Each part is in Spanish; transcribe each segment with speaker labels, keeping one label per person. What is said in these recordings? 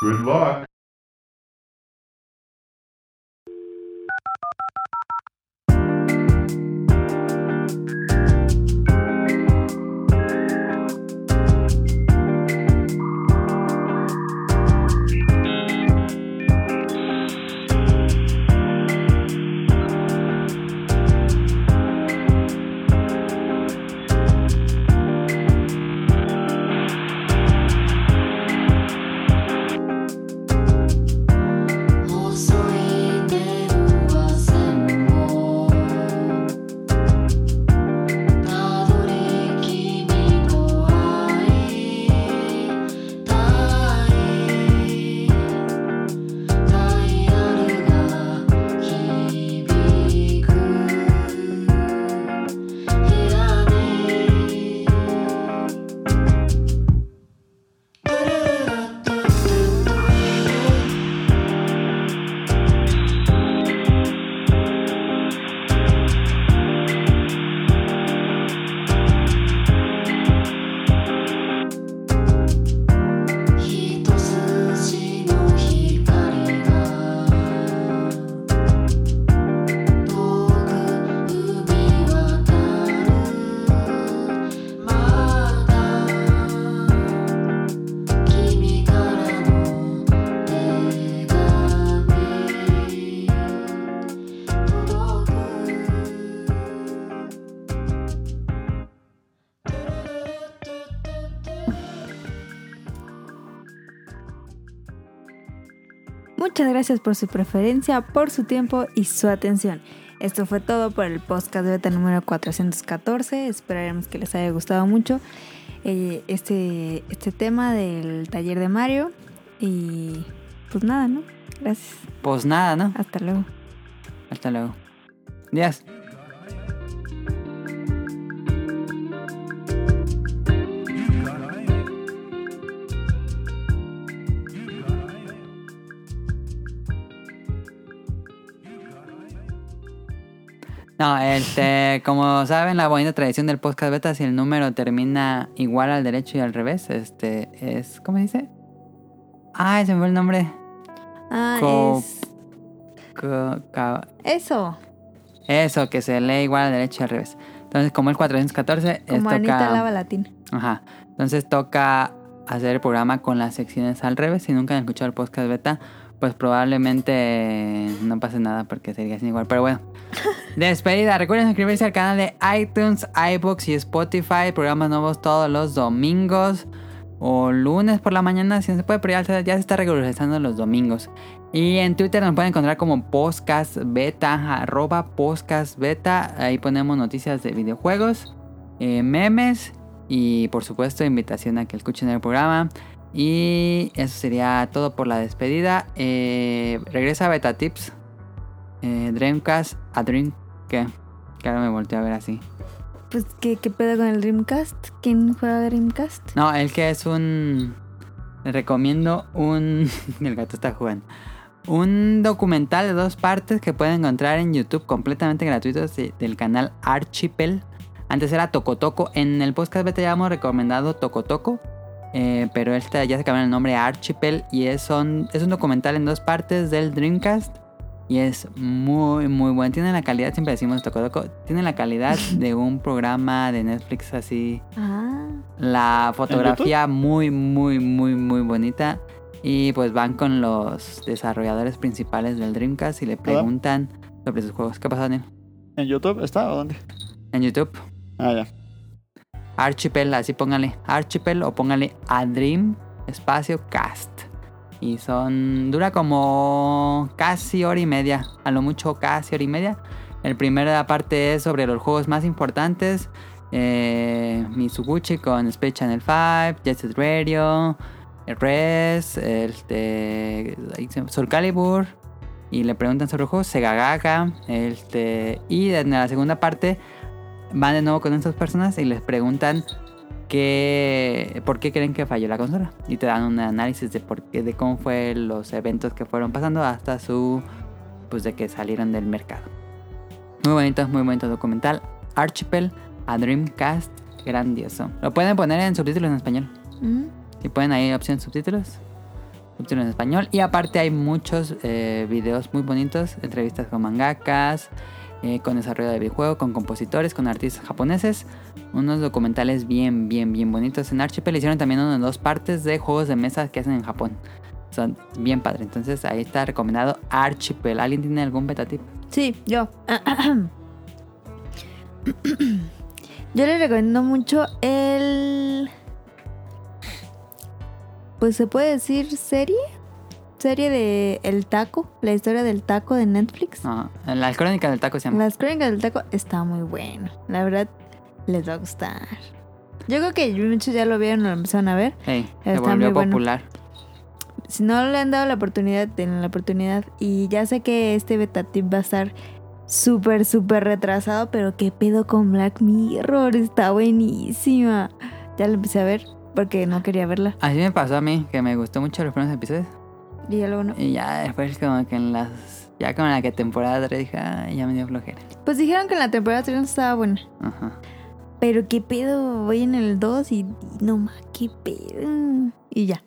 Speaker 1: Good luck.
Speaker 2: 「細い手は線を」「たどり君と会いたい」「ダイヤルが響く部屋に」「トゥルルトゥルトゥル」一筋の光が遠く海渡るまた君からの手紙届く
Speaker 3: Muchas gracias por su preferencia, por su tiempo y su atención. Esto fue todo por el podcast beta número 414. Esperaremos que les haya gustado mucho eh, este, este tema del taller de Mario. Y pues nada, ¿no? Gracias.
Speaker 4: Pues nada, ¿no?
Speaker 3: Hasta luego.
Speaker 4: Hasta luego. Adiós. No, este, como saben, la bonita tradición del podcast beta, si el número termina igual al derecho y al revés, este, es, ¿cómo se dice? Ay, se me fue el nombre.
Speaker 3: Ah,
Speaker 4: Co-
Speaker 3: es-
Speaker 4: Co- ca-
Speaker 3: Eso.
Speaker 4: Eso, que se lee igual al derecho y al revés. Entonces, como el 414, es
Speaker 3: Como Anita
Speaker 4: toca...
Speaker 3: Lava Latina.
Speaker 4: Ajá. Entonces toca hacer el programa con las secciones al revés. Si nunca han escuchado el podcast beta, pues probablemente no pase nada porque sería sin igual. Pero bueno. Despedida. Recuerden suscribirse al canal de iTunes, iBooks y Spotify. Programas nuevos todos los domingos. O lunes por la mañana, si no se puede, pero ya, se- ya se está regularizando los domingos. Y en Twitter nos pueden encontrar como podcast beta, arroba podcast beta. Ahí ponemos noticias de videojuegos, eh, memes y por supuesto, invitación a que escuchen el programa. Y eso sería todo por la despedida. Eh, regresa a Beta Tips. Eh, Dreamcast a Dream. ¿Qué? Que ahora me volteé a ver así.
Speaker 3: Pues, ¿qué, ¿qué pedo con el Dreamcast? ¿Quién juega Dreamcast?
Speaker 4: No, el que es un. Le recomiendo un. el gato está jugando. Un documental de dos partes que pueden encontrar en YouTube completamente gratuito de- del canal Archipel. Antes era Tocotoco. En el podcast beta ya hemos recomendado Tocotoco. eh, pero este ya se cambió el nombre a Archipel. Y es, son- es un documental en dos partes del Dreamcast. Y es muy, muy bueno. Tiene la calidad, siempre decimos Tocotoco. Tiene la calidad de un programa de Netflix así.
Speaker 3: Ah.
Speaker 4: La fotografía muy, muy, muy, muy bonita. Y pues van con los desarrolladores principales del Dreamcast y le preguntan sobre sus juegos. ¿Qué pasó, Daniel?
Speaker 5: ¿En YouTube está o dónde?
Speaker 4: En YouTube.
Speaker 5: Ah, ya.
Speaker 4: Archipel, así póngale. Archipel o póngale a Dream Espacio Cast. Y son. dura como casi hora y media. A lo mucho casi hora y media. El primera parte es sobre los juegos más importantes. Eh, Mitsuguchi con Space Channel 5, Jet Set Radio, Res, este, Soul Calibur. Y le preguntan sobre los juegos, Segagaga. Este, y en la segunda parte van de nuevo con estas personas y les preguntan qué, por qué creen que falló la consola. Y te dan un análisis de por qué, de cómo fue los eventos que fueron pasando hasta su, pues de que salieron del mercado. Muy bonito, muy bonito documental. Archipel, a Dreamcast, grandioso. Lo pueden poner en subtítulos en español.
Speaker 3: Mm.
Speaker 4: Si pueden ahí opción subtítulos. subtítulos en español. Y aparte hay muchos eh, videos muy bonitos, entrevistas con mangakas, eh, con desarrollo de videojuego, con compositores, con artistas japoneses. Unos documentales bien, bien, bien bonitos. En Archipel hicieron también uno de dos partes de juegos de mesa que hacen en Japón. Son bien padre. Entonces ahí está recomendado Archipel. ¿Alguien tiene algún beta tip?
Speaker 3: Sí, yo. yo le recomiendo mucho el. Pues se puede decir serie. Serie de El Taco, la historia del taco de Netflix.
Speaker 4: Ah, la crónica del taco se llama.
Speaker 3: Las crónicas del taco está muy bueno. La verdad, les va a gustar. Yo creo que muchos ya lo vieron, lo empezaron a ver.
Speaker 4: Hey, se
Speaker 3: Está
Speaker 4: volvió
Speaker 3: muy bueno.
Speaker 4: popular.
Speaker 3: Si no le han dado la oportunidad, tienen la oportunidad. Y ya sé que este beta tip va a estar súper, súper retrasado, pero qué pedo con Black Mirror, está buenísima. Ya la empecé a ver porque no quería verla.
Speaker 4: Así me pasó a mí, que me gustó mucho los primeros episodios.
Speaker 3: Y ya luego no.
Speaker 4: Y ya después como que en las... Ya como en la que temporada 3 dije, "Ay, ya me dio flojera.
Speaker 3: Pues dijeron que en la temporada 3 no estaba buena.
Speaker 4: Ajá.
Speaker 3: Pero qué pedo, voy en el 2 y y no más, qué pedo. Y ya.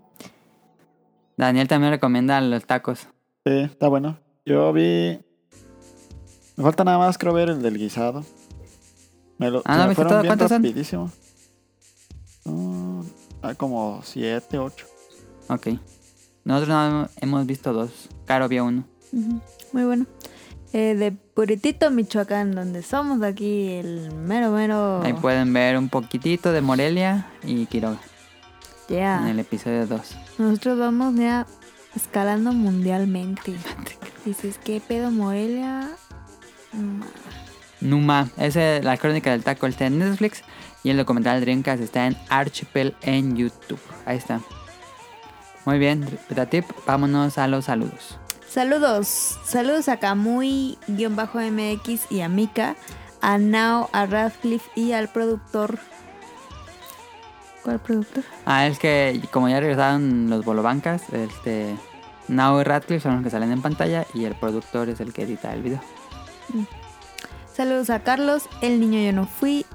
Speaker 4: Daniel también recomienda los tacos.
Speaker 5: Sí, está bueno. Yo vi. Me falta nada más, creo, ver el del guisado. Me lo
Speaker 4: Ah,
Speaker 5: se
Speaker 4: ¿no
Speaker 5: me
Speaker 4: viste
Speaker 5: fueron
Speaker 4: todo?
Speaker 5: bien
Speaker 4: ¿Cuántos son?
Speaker 5: rapidísimo. Son, ah, como 7, 8.
Speaker 4: Ok. Nosotros no hemos visto dos. Caro vio uno.
Speaker 3: Ujú, Muy bueno. Eh, de Puritito, Michoacán, donde somos de aquí, el mero, mero.
Speaker 4: Ahí pues, pueden ver un poquitito de Morelia y Quiroga
Speaker 3: Yeah.
Speaker 4: en el episodio 2.
Speaker 3: Nosotros vamos ya escalando mundialmente. Dices, ¿qué pedo Morelia? Mm,
Speaker 4: Numa, esa es la crónica del taco, está en Netflix. Y el documental Dreamcast está en Archipel en YouTube. Ahí está. Muy bien, beta tip. Vámonos a los saludos.
Speaker 3: Saludos. Saludos a Kamui-MX y a Mika, a Nao, a Radcliffe y al productor. ¿Cuál productor?
Speaker 4: Ah, es que como ya regresaron los bolobancas, este. Now y Radcliffe son los que salen en pantalla y el productor es el que edita el video.
Speaker 3: Saludos a Carlos, el niño yo no fui.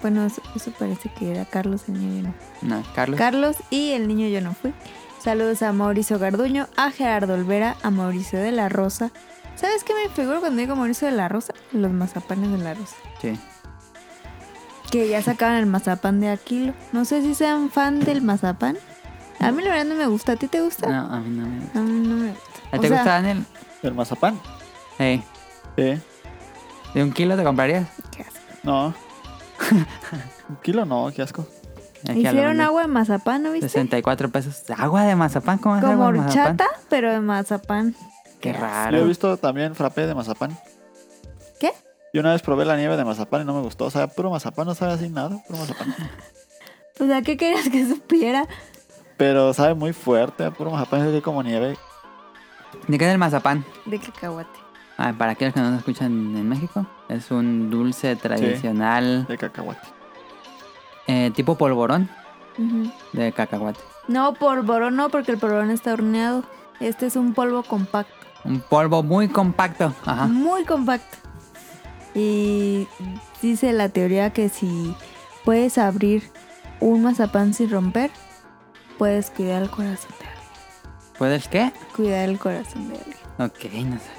Speaker 3: Bueno, eso, eso parece que era Carlos, el niño yo no fui.
Speaker 4: No, Carlos.
Speaker 3: Carlos y el niño yo no fui. Saludos a Mauricio Garduño, a Gerardo Olvera, a Mauricio de la Rosa. ¿Sabes qué me figuro cuando digo Mauricio de la Rosa? Los mazapanes de la Rosa.
Speaker 4: sí.
Speaker 3: Que ya sacaban el mazapán de Aquilo. No sé si sean fan del mazapán. A mí la verdad no me gusta. ¿A ti te gusta?
Speaker 4: No, a mí no me gusta.
Speaker 3: A mí no me gusta.
Speaker 4: ¿Te
Speaker 3: O sea,
Speaker 4: gusta, Daniel?
Speaker 5: El mazapán.
Speaker 4: Hey,
Speaker 5: Sí.
Speaker 4: ¿de un kilo te comprarías?
Speaker 3: qué asco.
Speaker 5: No. Un kilo no, qué asco.
Speaker 4: Aquí a la
Speaker 3: Hicieron
Speaker 4: venden.
Speaker 3: agua de mazapán, ¿no viste?
Speaker 4: 64 pesos. ¿Agua de mazapán? ¿Cómo es
Speaker 3: Como
Speaker 4: agua de mazapán?
Speaker 3: horchata, pero de mazapán.
Speaker 4: Qué
Speaker 5: Yo he
Speaker 4: raro.
Speaker 5: visto también frappé de mazapán.
Speaker 3: ¿Qué?
Speaker 5: Yo una vez probé la nieve de mazapán y no me gustó. O sea, puro mazapán, no sabe así nada. Puro mazapán.
Speaker 3: O sea, ¿qué querías que supiera?
Speaker 5: Pero sabe muy fuerte. Puro mazapán es que como nieve.
Speaker 4: ¿De qué es el mazapán?
Speaker 3: De cacahuate.
Speaker 4: Ah, para aquellos que no nos escuchan en México, es un dulce tradicional
Speaker 5: De cacahuate.
Speaker 4: eh, tipo polvorón
Speaker 3: Ujú.
Speaker 4: de cacahuate.
Speaker 3: No, polvorón no, porque el polvorón está horneado. Este es un polvo compacto,
Speaker 4: Un polvo muy compacto. Ajá.
Speaker 3: muy compacto. Y dice la teoría que si puedes abrir un mazapán sin romper, puedes cuidar el corazón de alguien.
Speaker 4: ¿Puedes qué?
Speaker 3: Cuidar el corazón de alguien.
Speaker 4: Ok, no sé.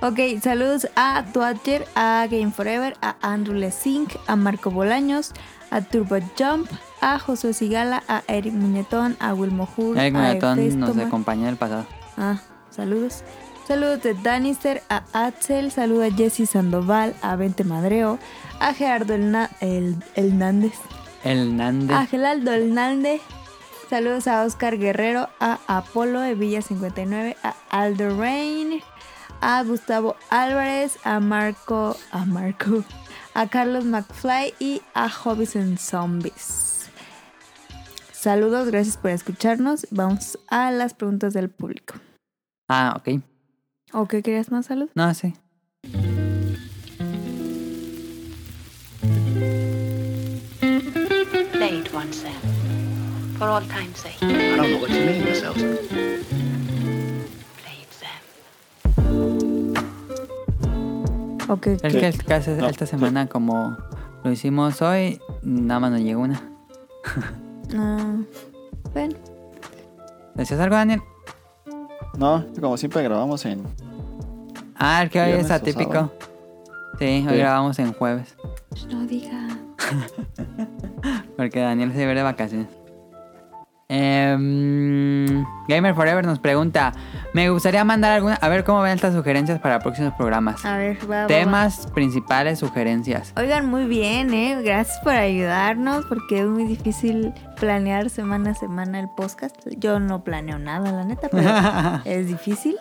Speaker 3: Ok, saludos a Twatcher, a Game Forever, a Andrew Lesink, a Marco Bolaños, a Turbo Jump, a Josué Sigala, a Eric Muñetón, a Wilmo Hur,
Speaker 4: Eric
Speaker 3: a
Speaker 4: Muñetón nos
Speaker 3: Efesto Ma-
Speaker 4: acompañó en el pasado.
Speaker 3: Ah, saludos. Saludos de Danister a Axel, saludo a Jesse Sandoval, a Vente Madreo, a Gerardo Herna- el- Hernández,
Speaker 4: El Nández.
Speaker 3: a Geraldo Hernández, saludos a Oscar Guerrero, a Apolo de Villa 59, a Aldo Rain, a Gustavo Álvarez, a Marco, a Marco, a Carlos McFly y a Hobbies and Zombies. Saludos, gracias por escucharnos. Vamos a las preguntas del público.
Speaker 4: Ah, ok.
Speaker 3: ¿O qué querías más salud?
Speaker 4: No, sí.
Speaker 6: Play it once then, for all time's sake.
Speaker 7: I don't know what you mean, Miss Elsa.
Speaker 6: Play it then.
Speaker 3: ¿O qué?
Speaker 4: Es
Speaker 5: Sí.
Speaker 4: que el caso es
Speaker 5: No,
Speaker 4: esta
Speaker 5: sí.
Speaker 4: semana, como lo hicimos hoy, nada más nos llegó una.
Speaker 3: Ah, bueno.
Speaker 4: ¿Decías algo, Daniel?
Speaker 5: No, como siempre grabamos en.
Speaker 4: Ah, el que hoy es
Speaker 5: Viernes o
Speaker 4: atípico.
Speaker 5: sábado.
Speaker 4: Sí, hoy
Speaker 5: Sí.
Speaker 4: grabamos en jueves.
Speaker 3: pues No diga.
Speaker 4: Porque Daniel se ve de vacaciones. Em, Gamer Forever nos pregunta: Me gustaría mandar alguna. A ver cómo ven estas sugerencias para próximos programas.
Speaker 3: A ver, Ah, va, va, va.
Speaker 4: Temas principales, sugerencias.
Speaker 3: Oigan, muy bien, ¿eh? Gracias por ayudarnos porque es muy difícil planear semana a semana el podcast. Yo no planeo nada, la neta, pero es difícil.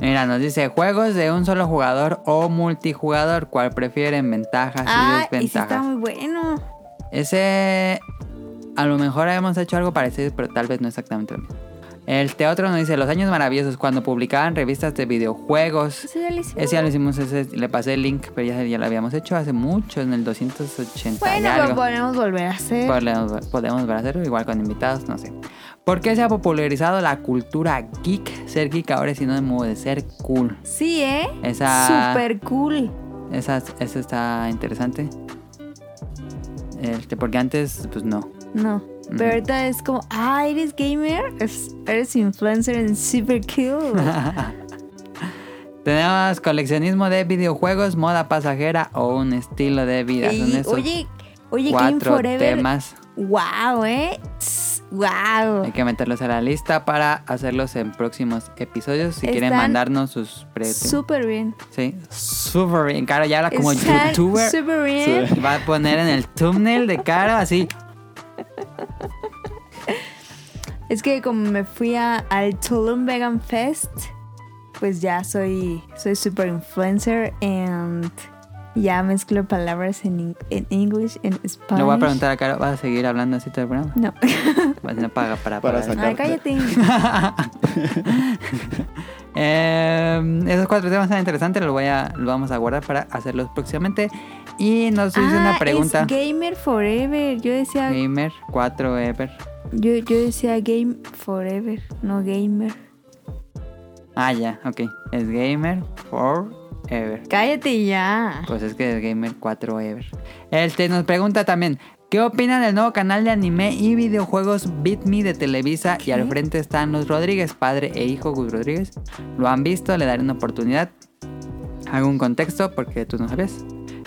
Speaker 4: Mira, nos dice: Juegos de un solo jugador o multijugador. ¿Cuál prefieren? Ventajas
Speaker 3: ah, y
Speaker 4: y
Speaker 3: sí
Speaker 4: desventajas.
Speaker 3: está muy bueno.
Speaker 4: Ese. A lo mejor hemos hecho algo parecido, pero tal vez no exactamente lo mismo. El teatro nos dice: Los años maravillosos, cuando publicaban revistas de videojuegos.
Speaker 3: Eso ya lo hicimos.
Speaker 4: Ese ya lo hicimos, ese le pasé el link, pero ya, ya lo habíamos hecho hace mucho, en el 280 y
Speaker 3: Bueno, pues,
Speaker 4: algo.
Speaker 3: pero podemos volver a hacer.
Speaker 4: Podemos, podemos hacerlo igual con invitados, no sé. ¿Por qué se ha popularizado la cultura geek? Ser geek ahora es sinónimo de ser cool.
Speaker 3: Sí, ¿eh?
Speaker 4: Esa-
Speaker 3: Super cool.
Speaker 4: Esa, esa está interesante. Este, porque antes, pues no.
Speaker 3: No. Pero ahorita es como, ah, eres gamer, Es- eres influencer en super cool.
Speaker 4: Tenemos coleccionismo de videojuegos, moda pasajera o un estilo de vida. Son
Speaker 3: Y,
Speaker 4: esos
Speaker 3: oye, oye, Game
Speaker 4: cuatro
Speaker 3: Forever.
Speaker 4: temas.
Speaker 3: Wow, ¿eh? Tss, Wow.
Speaker 4: Hay que meterlos a la lista para hacerlos en próximos episodios. Si quieren
Speaker 3: Están
Speaker 4: mandarnos sus pre
Speaker 3: Súper bien.
Speaker 4: Sí. Super bien. Caro ya habla como
Speaker 3: Están
Speaker 4: youtuber.
Speaker 3: Súper bien.
Speaker 5: Sí.
Speaker 4: Va a poner en el thumbnail de Caro así.
Speaker 3: Es que como me fui a- al Tulum Vegan Fest, pues ya soy soy super influencer and ya mezclo palabras en, in- en English, en español.
Speaker 4: Le voy a preguntar a Caro, ¿vas a seguir hablando así todo el programa?
Speaker 3: No.
Speaker 4: Vas a paga para,
Speaker 5: Para
Speaker 4: pagar.
Speaker 5: sacar-
Speaker 3: Ay, cállate.
Speaker 4: Em, esos cuatro temas están interesantes, los, voy a, los vamos a guardar para hacerlos próximamente. Y nos hizo
Speaker 3: Ah,
Speaker 4: una pregunta.
Speaker 3: Es gamer forever. Yo decía,
Speaker 4: Gamer 4 Ever.
Speaker 3: yo, yo decía game forever, no gamer.
Speaker 4: Ah, ya, ok. Es Gamer 4 Ever.
Speaker 3: Cállate ya.
Speaker 4: Pues es que es Gamer 4 Ever. Este nos pregunta también, ¿qué opinan del nuevo canal de anime y videojuegos Beat Me de Televisa? Y al frente están los Rodríguez, padre e hijo Gus Rodríguez. ¿Lo han visto? ¿Le daré una oportunidad? Hago un contexto porque tú no sabías.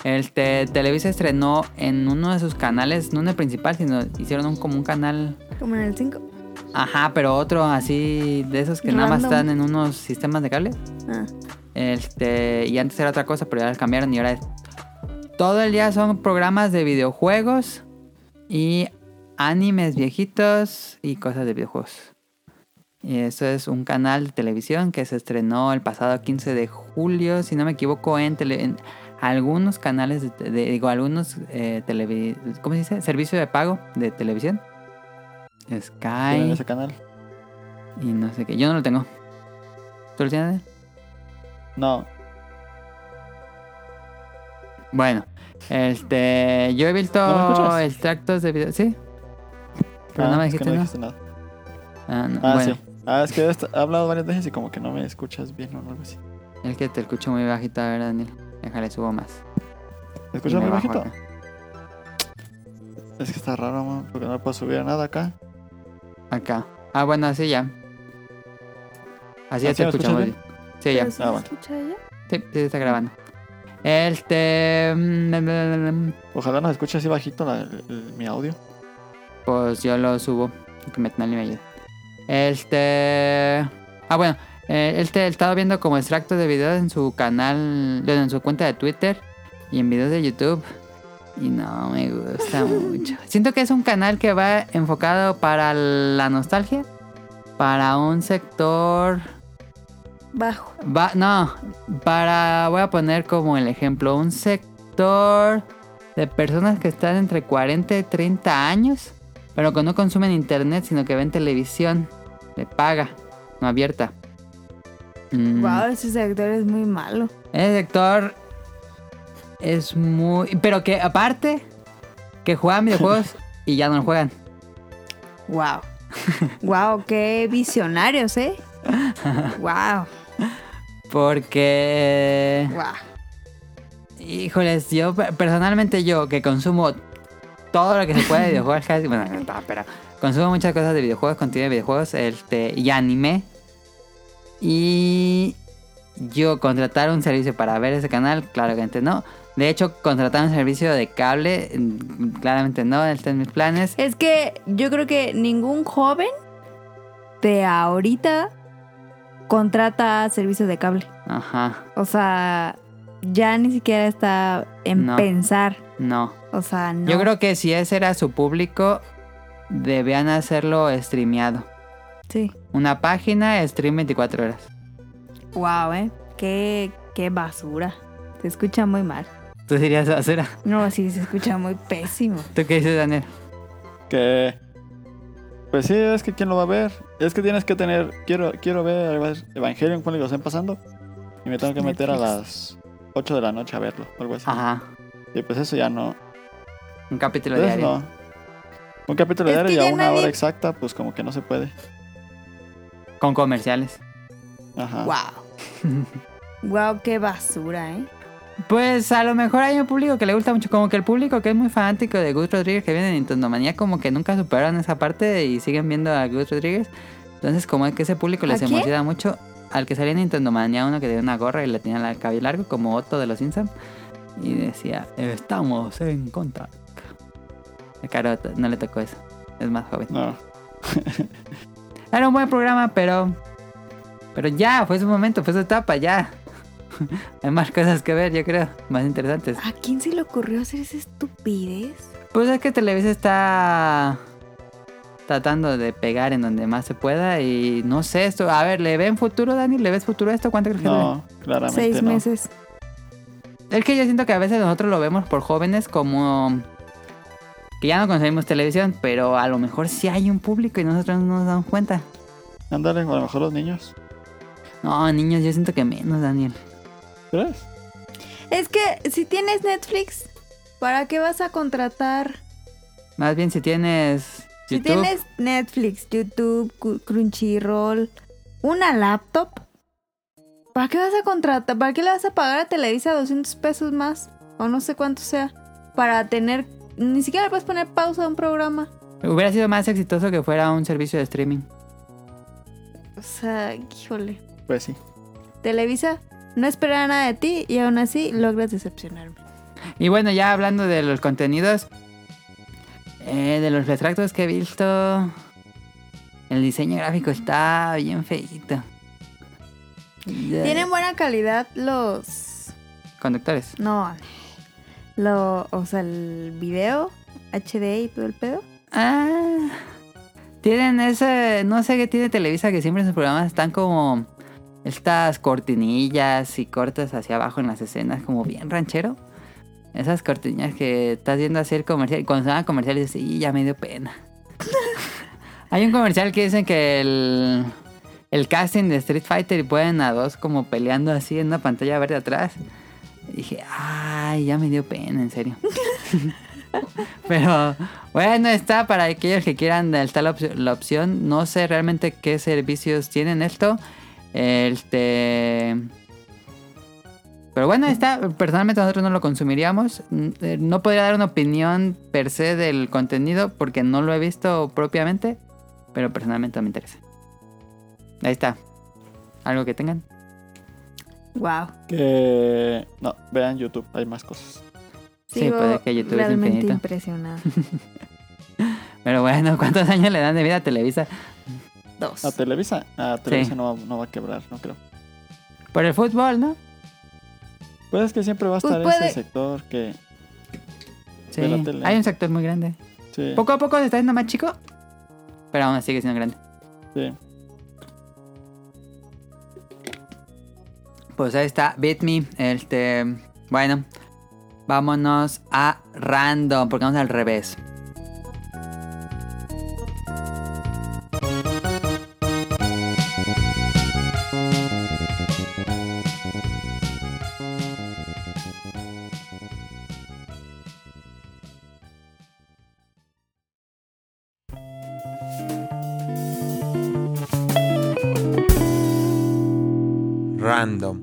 Speaker 4: Este, Televisa estrenó en uno de sus canales, no en el principal, sino hicieron un, como un canal
Speaker 3: Como en el 5.
Speaker 4: Ajá, pero otro así de esos que nada más
Speaker 3: Random.
Speaker 4: están en unos sistemas de cable.
Speaker 3: Ah.
Speaker 4: Este, y antes era otra cosa, pero ya las cambiaron y ahora es. Todo el día son programas de videojuegos y animes viejitos y cosas de videojuegos. Y eso es un canal de televisión que se estrenó el pasado 15 de julio, si no me equivoco, en, tele- en algunos canales, de, te- de- digo, algunos, eh, televi- ¿cómo se dice? Servicio de pago de televisión.
Speaker 5: en
Speaker 4: Sky
Speaker 5: ese canal.
Speaker 4: y no sé qué. Yo no lo tengo. ¿Tú lo tienes?
Speaker 5: No,
Speaker 4: Bueno, este, yo he visto
Speaker 5: ¿No me escuchas? Ah,
Speaker 4: extractos de video, sí. Pero no me
Speaker 5: es que
Speaker 4: dijiste nada.
Speaker 5: nada.
Speaker 4: Ah, no,
Speaker 5: Ah,
Speaker 4: bueno,
Speaker 5: sí. Ah, es que he he hablado varias veces y como que no me escuchas bien o algo así.
Speaker 4: es que te escucho muy bajito, a ver, Daniel. Déjale, subo más.
Speaker 5: ¿Me escuchas
Speaker 4: Y
Speaker 5: muy
Speaker 4: me bajo
Speaker 5: Pues bajito?
Speaker 4: acá.
Speaker 5: Es que está raro, man, porque no le puedo subir a nada acá.
Speaker 4: Acá. Ah, bueno, así ya. Así ya
Speaker 5: ¿Así
Speaker 4: te
Speaker 5: me
Speaker 4: escuchamos.
Speaker 5: escuchas
Speaker 4: Sí, ya.
Speaker 3: ¿Pero sí
Speaker 5: Ah,
Speaker 3: se
Speaker 5: bueno.
Speaker 3: escucha ella?
Speaker 4: Sí, sí, está grabando. Este. mm,
Speaker 5: Ojalá nos escuche así bajito la- el- el- mi audio.
Speaker 4: Pues yo lo subo. Que me, nadie me ayude. Este. Ah, bueno. eh, él te- él estaba viendo como extractos de videos en su canal. bueno, En su cuenta de Twitter. Y en videos de YouTube. Y no me gusta mucho. Siento que es un canal que va enfocado para la nostalgia. Para un sector.
Speaker 3: Bajo.
Speaker 4: Va, no, para. Voy a poner como el ejemplo: un sector de personas que están entre 40 y 30 años, pero que no consumen internet, sino que ven televisión de paga, no abierta. Mm,
Speaker 3: Wow, ese sector es muy malo.
Speaker 4: Ese sector es muy. Pero que aparte, que juegan videojuegos y ya no lo juegan.
Speaker 3: Wow. wow, qué visionarios, ¿eh? wow,
Speaker 4: Porque.
Speaker 3: wow.
Speaker 4: Híjoles, yo pe- personalmente yo que consumo todo lo que se puede de videojuegos casi, bueno, no, no, pero Consumo muchas cosas de videojuegos, contenido de videojuegos este, y anime. Y yo contratar un servicio para ver ese canal, claramente no. De hecho, contratar un servicio de cable, mm, claramente no, está en mis planes.
Speaker 3: Es que yo creo que ningún joven de ahorita contrata servicio de cable.
Speaker 4: Ajá,
Speaker 3: O sea, ya ni siquiera está en
Speaker 4: No.
Speaker 3: pensar.
Speaker 4: no.
Speaker 3: O sea, no.
Speaker 4: Yo creo que si ese era su público, debían hacerlo streameado.
Speaker 3: Sí.
Speaker 4: Una página, stream 24 horas.
Speaker 3: Wow, ¿eh? Qué, qué basura. Se escucha muy mal.
Speaker 4: ¿Tú dirías basura?
Speaker 3: No, sí, se escucha muy pésimo.
Speaker 4: ¿Tú qué dices, Daniel?
Speaker 5: Que. Pues sí, es que quién lo va a ver. Es que tienes que tener. Quiero, quiero ver Eva- Evangelion cuando lo estén pasando. Y me tengo que meter a las 8 de la noche a verlo, o algo así.
Speaker 4: Pues Ajá,
Speaker 5: Y pues eso ya no.
Speaker 4: un capítulo
Speaker 5: Entonces
Speaker 4: diario.
Speaker 5: no. Un capítulo
Speaker 3: Es
Speaker 5: diario
Speaker 3: que
Speaker 5: y a
Speaker 3: ya
Speaker 5: una
Speaker 3: nadie-
Speaker 5: hora exacta, pues como que no se puede.
Speaker 4: Con comerciales.
Speaker 5: Ajá.
Speaker 3: Wow. wow, qué basura, ¿eh?
Speaker 4: Pues a lo mejor hay un público que le gusta mucho, como que el público que es muy fanático de Good Rodriguez que viene de Nintendo Manía, como que nunca superaron esa parte y siguen viendo a Good Rodriguez. Entonces, como es que ese público les
Speaker 3: ¿A quién?
Speaker 4: emociona mucho, al que salía en Nintendo Manía, uno que tenía una gorra y le tenía el cabello largo, como Otto de los Simpsons, y decía: Estamos en contra. A Caro no le tocó eso, es más joven.
Speaker 5: No.
Speaker 4: Era un buen programa, pero. Pero ya, fue su momento, fue su etapa, ya. Hay más cosas que ver, yo creo, más interesantes.
Speaker 3: ¿A quién se le ocurrió hacer esa estupidez?
Speaker 4: Pues es que Televisa está tratando de pegar en donde más se pueda y no sé esto. A ver, ¿le ven futuro, Dani? ¿Le ves futuro a esto? ¿Cuánto crees que le
Speaker 5: No, claramente
Speaker 3: Seis
Speaker 5: no.
Speaker 3: meses.
Speaker 4: ve? Es que yo siento que a veces nosotros lo vemos por jóvenes como que ya no consumimos televisión, pero a lo mejor sí hay un público y nosotros no nos damos cuenta.
Speaker 5: Ándale, a lo mejor los niños.
Speaker 4: No, niños, yo siento que menos, Daniel.
Speaker 5: ¿Crees?
Speaker 3: Es que si tienes Netflix, ¿para qué vas a contratar?
Speaker 4: Más bien si tienes
Speaker 3: Si
Speaker 4: YouTube.
Speaker 3: tienes Netflix, YouTube, Cu- Crunchyroll, una laptop, ¿para qué vas a contratar? ¿Para qué le vas a pagar a Televisa 200 pesos más? O no sé cuánto sea. Para tener. Ni siquiera le puedes poner pausa a un programa.
Speaker 4: Hubiera sido más exitoso que fuera un servicio de streaming.
Speaker 3: O sea, híjole.
Speaker 5: Pues sí.
Speaker 3: Televisa, no esperaba nada de ti y aún así logras decepcionarme.
Speaker 4: Y bueno, ya hablando de los contenidos, eh, de los retractos que he visto, el diseño gráfico está bien feito. Ya-
Speaker 3: Tienen buena calidad los.
Speaker 4: Conductores.
Speaker 3: No. Lo, o sea, el video, HD y todo el pedo.
Speaker 4: Ah, tienen ese, no sé qué tiene Televisa, que siempre en sus programas están como estas cortinillas y cortes hacia abajo en las escenas, como bien ranchero. Esas cortinillas que estás viendo hacer comercial. Y cuando son comerciales, dices, "Y, ya me dio pena. Hay un comercial que dicen que el, el casting de Street Fighter y pueden a dos como peleando así en una pantalla verde atrás. Y dije, ay, ya me dio pena, en serio. Pero bueno, está para aquellos que quieran, está la, op- la opción. No sé realmente qué servicios tienen esto. Este. Pero bueno, está. Personalmente nosotros no lo consumiríamos. Mm, eh, No podría dar una opinión per se del contenido porque no lo he visto propiamente. Pero personalmente no me interesa. Ahí está. Algo que tengan.
Speaker 3: Wow.
Speaker 5: Que. No, vean YouTube, hay más cosas.
Speaker 4: Sí,
Speaker 3: Sigo
Speaker 4: pues, es que YouTube es
Speaker 3: realmente
Speaker 4: infinito.
Speaker 3: impresionada.
Speaker 4: Pero bueno, ¿cuántos años le dan de vida a Televisa?
Speaker 3: Dos.
Speaker 5: ¿A Televisa? A Televisa
Speaker 4: Sí.
Speaker 5: no, va, no va a quebrar, no creo.
Speaker 4: Por el fútbol, ¿no?
Speaker 5: Pues es que siempre va a
Speaker 3: Pues
Speaker 5: estar
Speaker 3: puede-
Speaker 5: ese sector que.
Speaker 4: Sí.
Speaker 5: De la tele.
Speaker 4: Hay un sector muy grande.
Speaker 5: Sí.
Speaker 4: Poco a poco se está haciendo más chico, pero aún sigue siendo grande.
Speaker 5: sí.
Speaker 4: Pues ahí está, Beat Me. Este, bueno, vámonos a random, porque vamos al revés.
Speaker 8: Random.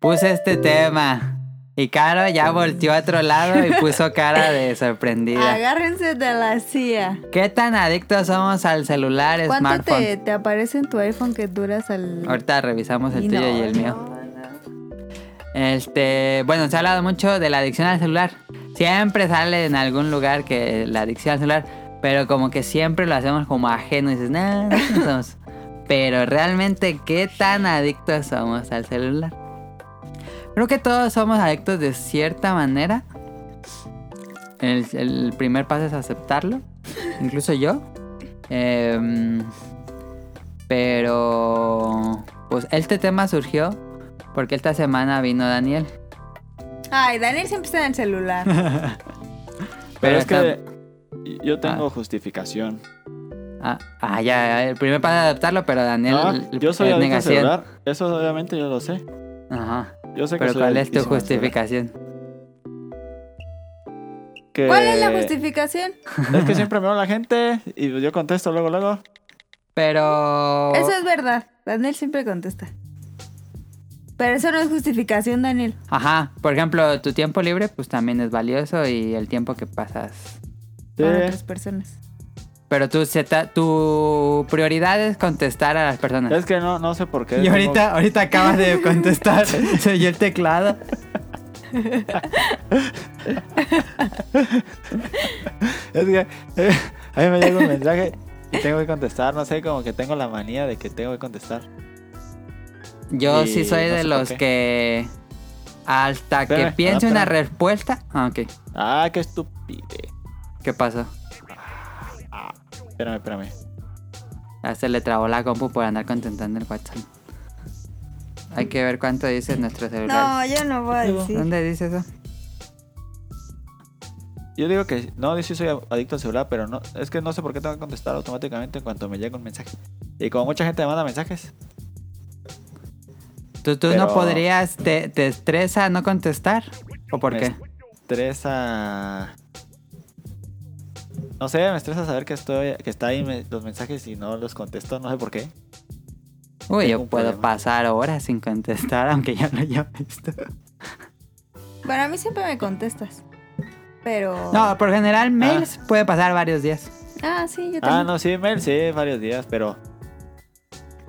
Speaker 4: puse este tema. Y Caro ya volteó a otro lado y puso cara de sorprendida.
Speaker 3: Agárrense de la CIA.
Speaker 4: ¿Qué tan adictos somos al celular,
Speaker 3: ¿Cuánto
Speaker 4: smartphone?
Speaker 3: te, te aparece en tu iPhone que duras al...
Speaker 4: Ahorita revisamos el
Speaker 3: Y
Speaker 4: tuyo
Speaker 3: no,
Speaker 4: y el
Speaker 3: no,
Speaker 4: mío.
Speaker 3: no.
Speaker 4: Este, bueno, se ha hablado mucho de la adicción al celular. Siempre sale en algún lugar que la adicción al celular, pero como que siempre lo hacemos como ajeno y dices, "Nah, no, no somos". Pero realmente, ¿qué tan adictos somos al celular? Creo que todos somos adictos de cierta manera. El, el primer paso es aceptarlo, incluso yo. Em, pero, pues este tema surgió porque esta semana vino Daniel.
Speaker 3: Ay, Daniel siempre está en el celular.
Speaker 5: Pero es
Speaker 4: está-
Speaker 5: que yo tengo justificación.
Speaker 4: Ah, ah, ya, ya, el primer para adaptarlo, pero Daniel
Speaker 5: Ah,
Speaker 4: el-
Speaker 5: yo soy
Speaker 4: es
Speaker 5: adicto al
Speaker 4: negación.
Speaker 5: celular. Eso obviamente yo lo sé.
Speaker 4: Ajá.
Speaker 5: Yo sé que
Speaker 4: Pero
Speaker 5: soy
Speaker 4: ¿cuál es tu
Speaker 5: adictísimo al celular.
Speaker 4: justificación?
Speaker 5: Que-
Speaker 3: ¿Cuál es
Speaker 4: Eh,
Speaker 3: la justificación?
Speaker 5: Es que siempre me va la gente y pues yo contesto luego, luego.
Speaker 4: Pero
Speaker 3: Eso es verdad. Daniel siempre contesta. Pero eso no es justificación, Daniel.
Speaker 4: ajá, por ejemplo, tu tiempo libre pues también es valioso y el tiempo que pasas.
Speaker 5: Sí.
Speaker 3: Para
Speaker 4: pues,
Speaker 3: otras personas.
Speaker 4: Pero tu se ta- tu prioridad es contestar a las personas.
Speaker 5: Es que no, no sé por qué.
Speaker 4: Y
Speaker 5: tengo-
Speaker 4: ahorita, ahorita acabas de contestar. Se oyó el teclado.
Speaker 5: Es que eh, a mí me llega un mensaje y tengo que contestar. No sé, como que tengo la manía de que tengo que contestar.
Speaker 4: Yo
Speaker 5: Y
Speaker 4: sí soy
Speaker 5: no
Speaker 4: de
Speaker 5: sé por
Speaker 4: los
Speaker 5: qué.
Speaker 4: que hasta
Speaker 5: Espérame,
Speaker 4: que piense
Speaker 5: ah,
Speaker 4: una
Speaker 5: espérame.
Speaker 4: respuesta. Ah, ok.
Speaker 5: Ah, qué estupidez.
Speaker 4: ¿Qué pasó?
Speaker 5: Espérame, espérame.
Speaker 4: Ya Ah, se le trabó la compu por andar contentando el WhatsApp. Hay que ver cuánto dice nuestro celular.
Speaker 3: No, yo no voy a decir.
Speaker 4: ¿Dónde dice eso?
Speaker 5: Yo digo que no, yo sí soy adicto al celular, pero no, es que no sé por qué tengo que contestar automáticamente en cuanto me llega un mensaje. Y como mucha gente me manda mensajes,
Speaker 4: ¿Tú, tú no
Speaker 5: Pero-
Speaker 4: podrías, te, te estresa no contestar? ¿O por
Speaker 5: Me
Speaker 4: qué?
Speaker 5: estresa. No sé, me estresa saber que estoy, que está ahí me- los mensajes y no los contesto, no sé por qué.
Speaker 4: Uy, yo
Speaker 5: tengo un
Speaker 4: puedo
Speaker 5: problema.
Speaker 4: pasar horas sin contestar, aunque ya lo haya visto.
Speaker 3: Para mí siempre me contestas. Pero.
Speaker 4: No, por general, mails puede pasar varios días.
Speaker 3: Ah, sí, yo también.
Speaker 5: Ah, no, sí, mail, sí, varios días, pero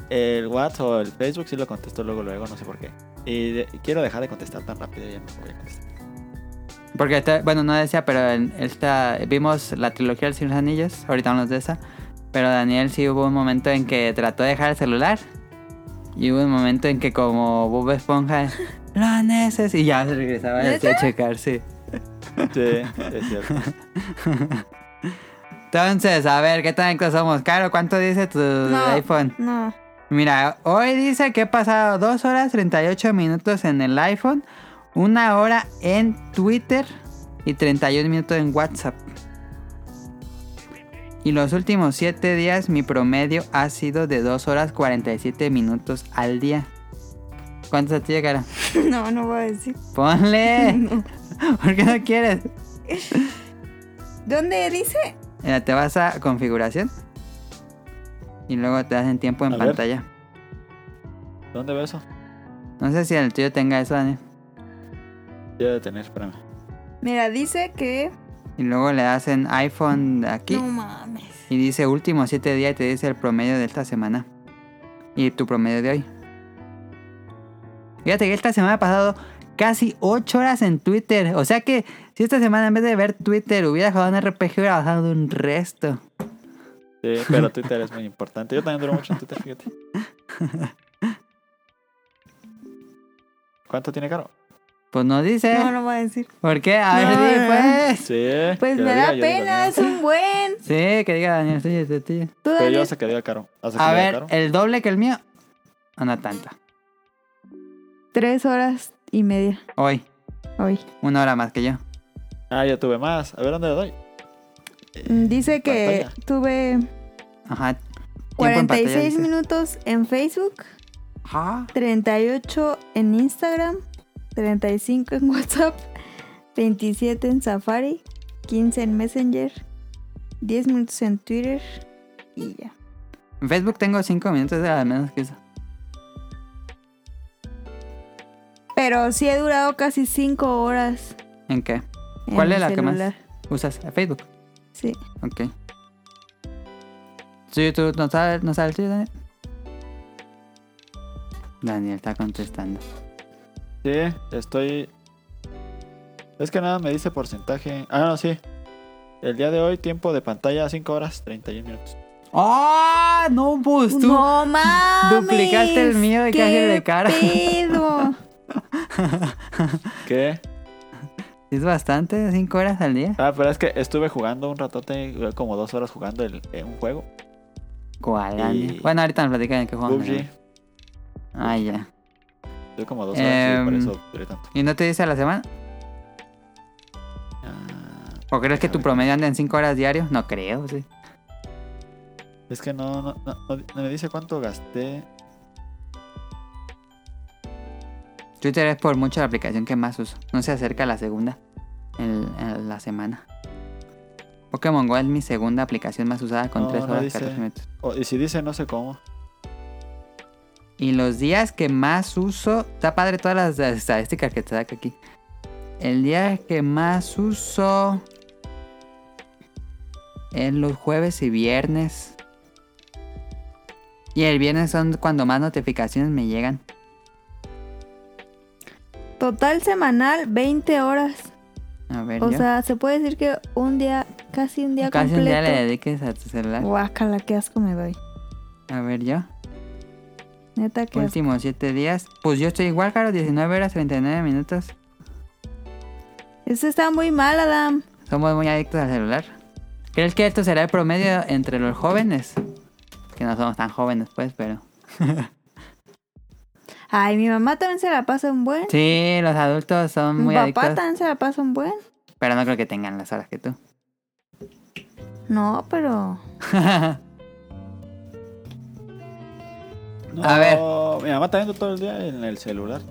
Speaker 5: el WhatsApp o el Facebook sí lo contesto luego, luego, no sé por qué. Y de- quiero dejar de contestar tan rápido, ya no voy a contestar.
Speaker 4: Porque, este- bueno, no decía, pero en esta vimos la trilogía del Señor de los Anillos, ahorita hablamos de esa. Pero Daniel sí hubo un momento en que trató de dejar el celular. Y hubo un momento en que como Bob Esponja, lo neces... Y ya se regresaba así a checar, sí.
Speaker 5: Sí, es cierto.
Speaker 4: Entonces, a ver, ¿qué tan adictos somos? Caro, ¿cuánto dice tu
Speaker 3: No.
Speaker 4: iPhone?
Speaker 3: No.
Speaker 4: Mira, hoy dice que he pasado 2 horas 38 minutos en el iPhone, una hora en Twitter y 31 minutos en WhatsApp. Y los últimos 7 días mi promedio ha sido de 2 horas 47 minutos al día. ¿Cuántos a ti llegaron?
Speaker 3: No, no voy a decir.
Speaker 4: Ponle. ¿Por qué no quieres?
Speaker 3: ¿Dónde dice?
Speaker 4: Mira, te vas a configuración y luego te das en tiempo en
Speaker 5: A ver.
Speaker 4: pantalla.
Speaker 5: ¿Dónde veo eso?
Speaker 4: No sé si el tuyo tenga eso, Daniel.
Speaker 5: Debe de tener, espérame.
Speaker 3: Mira, dice que.
Speaker 4: Y luego le das en iPhone aquí
Speaker 3: No mames.
Speaker 4: y dice último 7 días y te dice el promedio de esta semana. Y tu promedio de hoy. Fíjate que esta semana he pasado casi 8 horas en Twitter. O sea que si esta semana en vez de ver Twitter hubiera jugado un RPG hubiera bajado un resto.
Speaker 5: Sí, pero Twitter es muy importante. Yo también duro mucho en Twitter, fíjate. ¿Cuánto tiene caro?
Speaker 4: Pues no dice.
Speaker 3: No, no voy a decir.
Speaker 4: ¿Por qué? A ver,
Speaker 3: No,
Speaker 4: di,
Speaker 3: no.
Speaker 4: pues.
Speaker 5: Sí.
Speaker 3: Pues
Speaker 5: que lo
Speaker 3: me
Speaker 5: diga
Speaker 3: da
Speaker 5: yo, digo,
Speaker 3: pena,
Speaker 5: no.
Speaker 3: es un buen.
Speaker 4: Sí, que diga Daniel, sí, sí, sí.
Speaker 3: Tú,
Speaker 5: Pero yo
Speaker 3: Daniel.
Speaker 5: hasta que diga caro. Hasta que
Speaker 4: A
Speaker 5: diga
Speaker 4: ver,
Speaker 3: eh.
Speaker 5: caro.
Speaker 4: el doble que el mío. Ah, No tanto.
Speaker 3: Tres horas y media
Speaker 4: Hoy,
Speaker 3: hoy.
Speaker 4: una hora más que yo.
Speaker 5: Ah, yo tuve más. A ver, ¿dónde le doy?
Speaker 3: Mm, Dice que
Speaker 5: Eh, Pantalla.
Speaker 3: tuve
Speaker 4: Ajá. Tiempo en pantalla,
Speaker 3: 46
Speaker 4: dice.
Speaker 3: minutos en Facebook,
Speaker 4: Ajá.
Speaker 3: 38 en Instagram, 35 en WhatsApp, 27 en Safari, 15 en Messenger, 10 minutos en Twitter y ya.
Speaker 4: En Facebook tengo 5 minutos de las menos que eso.
Speaker 3: pero sí he durado casi cinco horas.
Speaker 4: ¿En qué?
Speaker 3: en
Speaker 4: ¿Cuál
Speaker 3: mi
Speaker 4: es la que más?
Speaker 3: celular.
Speaker 4: ¿Usas Facebook?
Speaker 3: Sí.
Speaker 4: Ok. Sí, ¿Tú no sabes, no sabes el tuyo, Daniel? Daniel está contestando.
Speaker 5: Sí, estoy. Es que nada, me dice porcentaje. Ah, no, sí. El día de hoy, tiempo de pantalla 5 horas 31 minutos.
Speaker 4: ¡Ah! no, pues tú.
Speaker 3: no mames.
Speaker 4: duplicaste el mío y
Speaker 3: qué
Speaker 4: casi de cara.
Speaker 3: pedo.
Speaker 5: ¿Qué?
Speaker 4: Es bastante, cinco horas al día.
Speaker 5: Ah, pero es que estuve jugando un ratote, como dos horas jugando el, eh, un juego.
Speaker 4: ¿Cuál,
Speaker 5: Y-
Speaker 4: Daniel? Bueno, ahorita nos platican en qué jugamos.
Speaker 5: PUBG.
Speaker 4: Oh, ¿no? Ah, ya.
Speaker 5: Estuve como dos horas y por
Speaker 4: Em.
Speaker 5: eso duré tanto.
Speaker 4: ¿Y no te dice a la semana?
Speaker 5: Ah,
Speaker 4: ¿O crees que tu promedio anda en cinco horas diario? No creo, sí.
Speaker 5: es que no, no, no, no- no me dice cuánto gasté.
Speaker 4: Twitter es por mucho la aplicación que más uso. No se acerca a la segunda en, en la semana. Pokémon Go es mi segunda aplicación más usada con
Speaker 5: No,
Speaker 4: 3
Speaker 5: no
Speaker 4: horas
Speaker 5: dice.
Speaker 4: 14 minutos.
Speaker 5: Oh, y si dice, no sé cómo.
Speaker 4: Y los días que más uso, está padre todas las estadísticas que te saca aquí. El día que más uso es los jueves y viernes. Y el viernes son cuando más notificaciones me llegan.
Speaker 3: Total semanal, 20 horas.
Speaker 4: A ver,
Speaker 3: O
Speaker 4: yo.
Speaker 3: sea, se puede decir que un día, casi un día
Speaker 4: Casi un
Speaker 3: completo.
Speaker 4: día le dediques a tu celular.
Speaker 3: Guácala, qué asco me doy.
Speaker 4: A ver, yo.
Speaker 3: Neta, qué asco.
Speaker 4: Últimos 7 días. Pues yo estoy igual, Caro. 19 horas 39 minutos.
Speaker 3: Eso está muy mal, Adam.
Speaker 4: Somos muy adictos al celular. ¿Crees que esto será el promedio entre los jóvenes? Que no somos tan jóvenes, pues, pero.
Speaker 3: Ay, mi mamá también se la pasa un buen.
Speaker 4: Sí, los adultos son
Speaker 3: mi
Speaker 4: muy
Speaker 3: papá
Speaker 4: adictos.
Speaker 3: también se la pasa un buen.
Speaker 4: Pero no creo que tengan las horas que tú.
Speaker 3: No, pero.
Speaker 4: A ver.
Speaker 5: No, Mi mamá está viendo todo el día en el celular.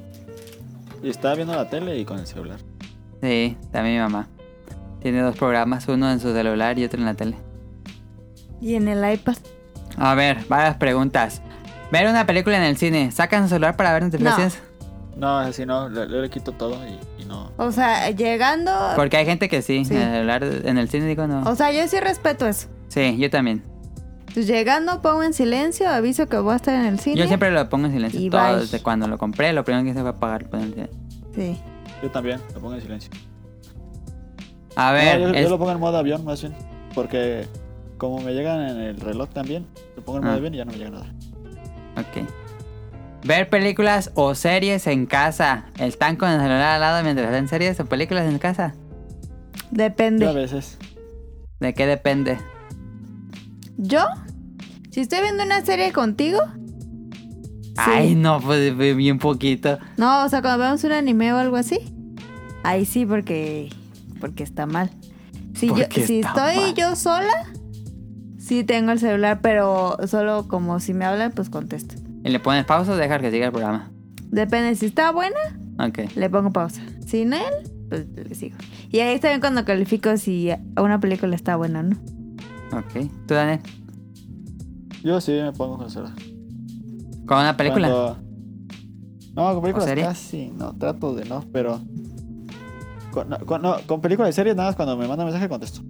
Speaker 5: Y está viendo la tele y con el celular.
Speaker 4: Sí, también mi mamá. Tiene dos programas, uno en su celular y otro en la tele.
Speaker 3: Y en el iPad.
Speaker 4: A ver, varias preguntas. Ver una película en el cine, ¿sacan su celular para ver notificaciones?
Speaker 5: No, así no, le, le quito todo y, y no.
Speaker 3: O sea, llegando.
Speaker 4: Porque hay gente que sí,
Speaker 3: ah, Sí.
Speaker 4: En, el celular, en el cine digo no.
Speaker 3: O sea, yo sí respeto eso.
Speaker 4: Sí, yo también.
Speaker 3: Entonces, llegando, pongo en silencio, aviso que voy a estar en el cine.
Speaker 4: Yo siempre lo pongo en silencio.
Speaker 3: Y
Speaker 4: todo,
Speaker 3: bye.
Speaker 4: desde cuando lo compré, lo primero que hice fue apagar. lo pongo en silencio.
Speaker 3: Sí.
Speaker 5: Yo también, lo pongo en silencio.
Speaker 4: A
Speaker 5: No,
Speaker 4: ver,
Speaker 5: yo, yo
Speaker 4: es-
Speaker 5: lo pongo en modo avión más bien. Porque como me llegan en el reloj también, lo pongo en modo
Speaker 4: Ah.
Speaker 5: avión y ya no me llega nada.
Speaker 4: ok. Ver películas o series en casa. ¿Están con el celular al lado mientras ven series o películas en casa?
Speaker 5: Yo a
Speaker 3: Depende.
Speaker 5: veces.
Speaker 4: ¿De qué depende?
Speaker 3: ¿Yo? Si estoy viendo una serie contigo. sí.
Speaker 4: Ay, no, pues fue bien poquito.
Speaker 3: No, o sea, cuando vemos un anime o algo así. Ahí sí, porque. Porque está mal. Si, yo,
Speaker 4: Porque
Speaker 3: si
Speaker 4: está
Speaker 3: estoy
Speaker 4: mal.
Speaker 3: yo sola, sí tengo el celular, pero solo como si me hablan, pues contesto.
Speaker 4: ¿Y le pones pausa o dejar que siga el programa?
Speaker 3: Depende, si está buena,
Speaker 4: Ok.
Speaker 3: le pongo pausa. Si no, pues le sigo. Y ahí está bien cuando califico si una película está buena o no.
Speaker 4: Ok. ¿Tú, Daniel?
Speaker 5: Yo sí me pongo con el celular.
Speaker 4: ¿Con una película?
Speaker 5: Cuando- No, con películas
Speaker 4: serie?
Speaker 5: casi, no, trato de no, pero... Con, no, con, no, con películas y series nada más cuando me manda mensaje contesto.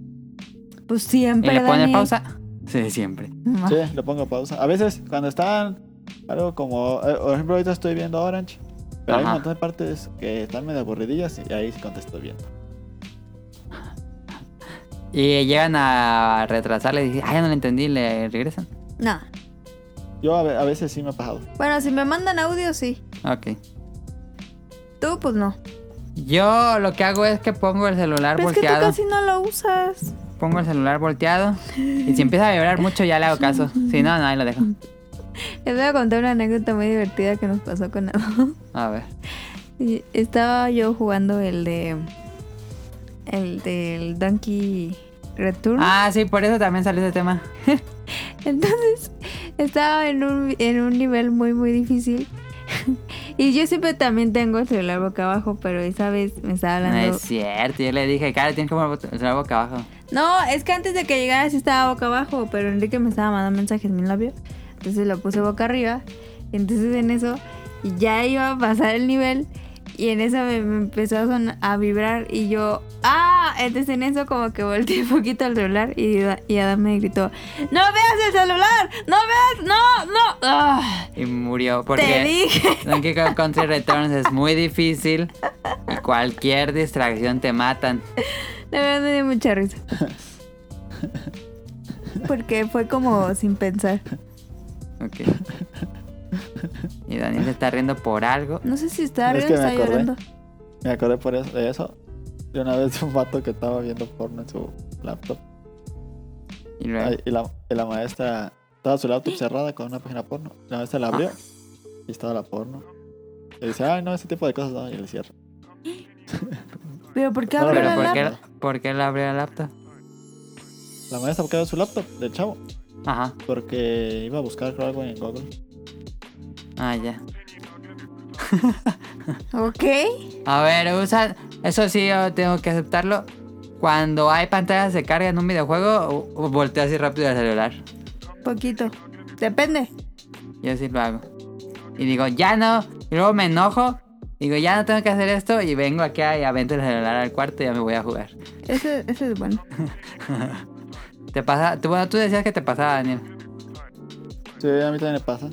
Speaker 3: Pues
Speaker 4: ¿Y
Speaker 3: siempre.
Speaker 4: le pones
Speaker 3: Dani.
Speaker 4: pausa? Sí, siempre.
Speaker 3: Ma-
Speaker 5: Sí, le pongo pausa. A veces cuando están algo como... eh, Por ejemplo, ahorita estoy viendo Orange. Pero hay
Speaker 4: Ajá.
Speaker 5: un montón de partes que están medio aburridillas y ahí sí contesto bien.
Speaker 4: Y llegan a retrasarle y dicen, ay, ya no lo entendí, le regresan.
Speaker 3: No.
Speaker 5: Yo a, ve- a veces sí me ha pasado.
Speaker 3: Bueno, si me mandan audio, sí.
Speaker 4: Ok.
Speaker 3: Tú, pues no.
Speaker 4: Yo lo que hago es que pongo el celular
Speaker 3: Pero es que tú
Speaker 4: volteado.
Speaker 3: casi no lo usas.
Speaker 4: Pongo el celular volteado. Y si empieza a vibrar mucho, ya le hago caso. Si no, no, ahí lo dejo.
Speaker 3: Les voy a contar una anécdota muy divertida que nos pasó con Adam.
Speaker 4: A ver.
Speaker 3: Y Estaba yo jugando el de. El del Donkey Return.
Speaker 4: Ah, sí, por eso también salió ese tema.
Speaker 3: Entonces, estaba en un, en un nivel muy, muy difícil. y yo siempre también tengo el celular boca abajo, pero esa vez me estaba
Speaker 4: No
Speaker 3: hablando.
Speaker 4: es cierto. Yo le dije, cara, tienes que poner el celular boca abajo.
Speaker 3: No, es que antes de que llegara sí estaba boca abajo, pero Enrique me estaba mandando mensajes mi novio. Entonces lo puse boca arriba. Entonces en eso ya iba a pasar el nivel Y en eso me, me empezó a, sonar- a vibrar y yo, ¡ah! Entonces en eso como que volteé un poquito al celular y, Ada- y Adam me gritó, ¡no veas el celular! ¡No veas! ¡No! ¡No! ¡Ah!
Speaker 4: Y murió
Speaker 3: te
Speaker 4: porque
Speaker 3: dije.
Speaker 4: Donkey Kong Country Returns es muy difícil y cualquier distracción te matan.
Speaker 3: La verdad me dio mucha risa. Porque fue como sin pensar.
Speaker 4: Ok. Y Daniel se está riendo por algo.
Speaker 3: No sé si estaba
Speaker 5: Es
Speaker 3: riendo o
Speaker 5: que me
Speaker 3: estaba
Speaker 5: acordé.
Speaker 3: llorando.
Speaker 5: Me acordé por eso, de eso. De una vez de un vato que estaba viendo porno en su laptop.
Speaker 4: Y luego,
Speaker 5: Ay, y, la, y la maestra estaba su laptop cerrada con una página porno. La maestra la
Speaker 4: Ah.
Speaker 5: abrió y estaba la porno. Y dice, ay, no, ese tipo de cosas no, y le cierra.
Speaker 3: Pero ¿por qué
Speaker 5: No,
Speaker 3: abrió
Speaker 4: ¿pero
Speaker 3: la
Speaker 4: por
Speaker 3: laptop?
Speaker 4: qué, por qué le abrió el laptop?
Speaker 5: La maestra quedó su laptop del chavo
Speaker 4: Ajá,
Speaker 5: porque iba a buscar creo, algo en Google.
Speaker 4: ah, ya.
Speaker 3: Ok.
Speaker 4: A ver, usa. Eso sí, yo tengo que aceptarlo. Cuando hay pantallas de carga en un videojuego, u- u- volteo así rápido el celular.
Speaker 3: Poquito. Depende.
Speaker 4: Yo sí lo hago. Y digo, ya no. Y luego me enojo. Digo, ya no tengo que hacer esto. Y vengo aquí y avento el celular al cuarto y ya me voy a jugar.
Speaker 3: Ese, ese es bueno.
Speaker 4: Te pasa. Tú, bueno, tú decías que te pasaba, Daniel.
Speaker 5: Sí, a mí también me pasa.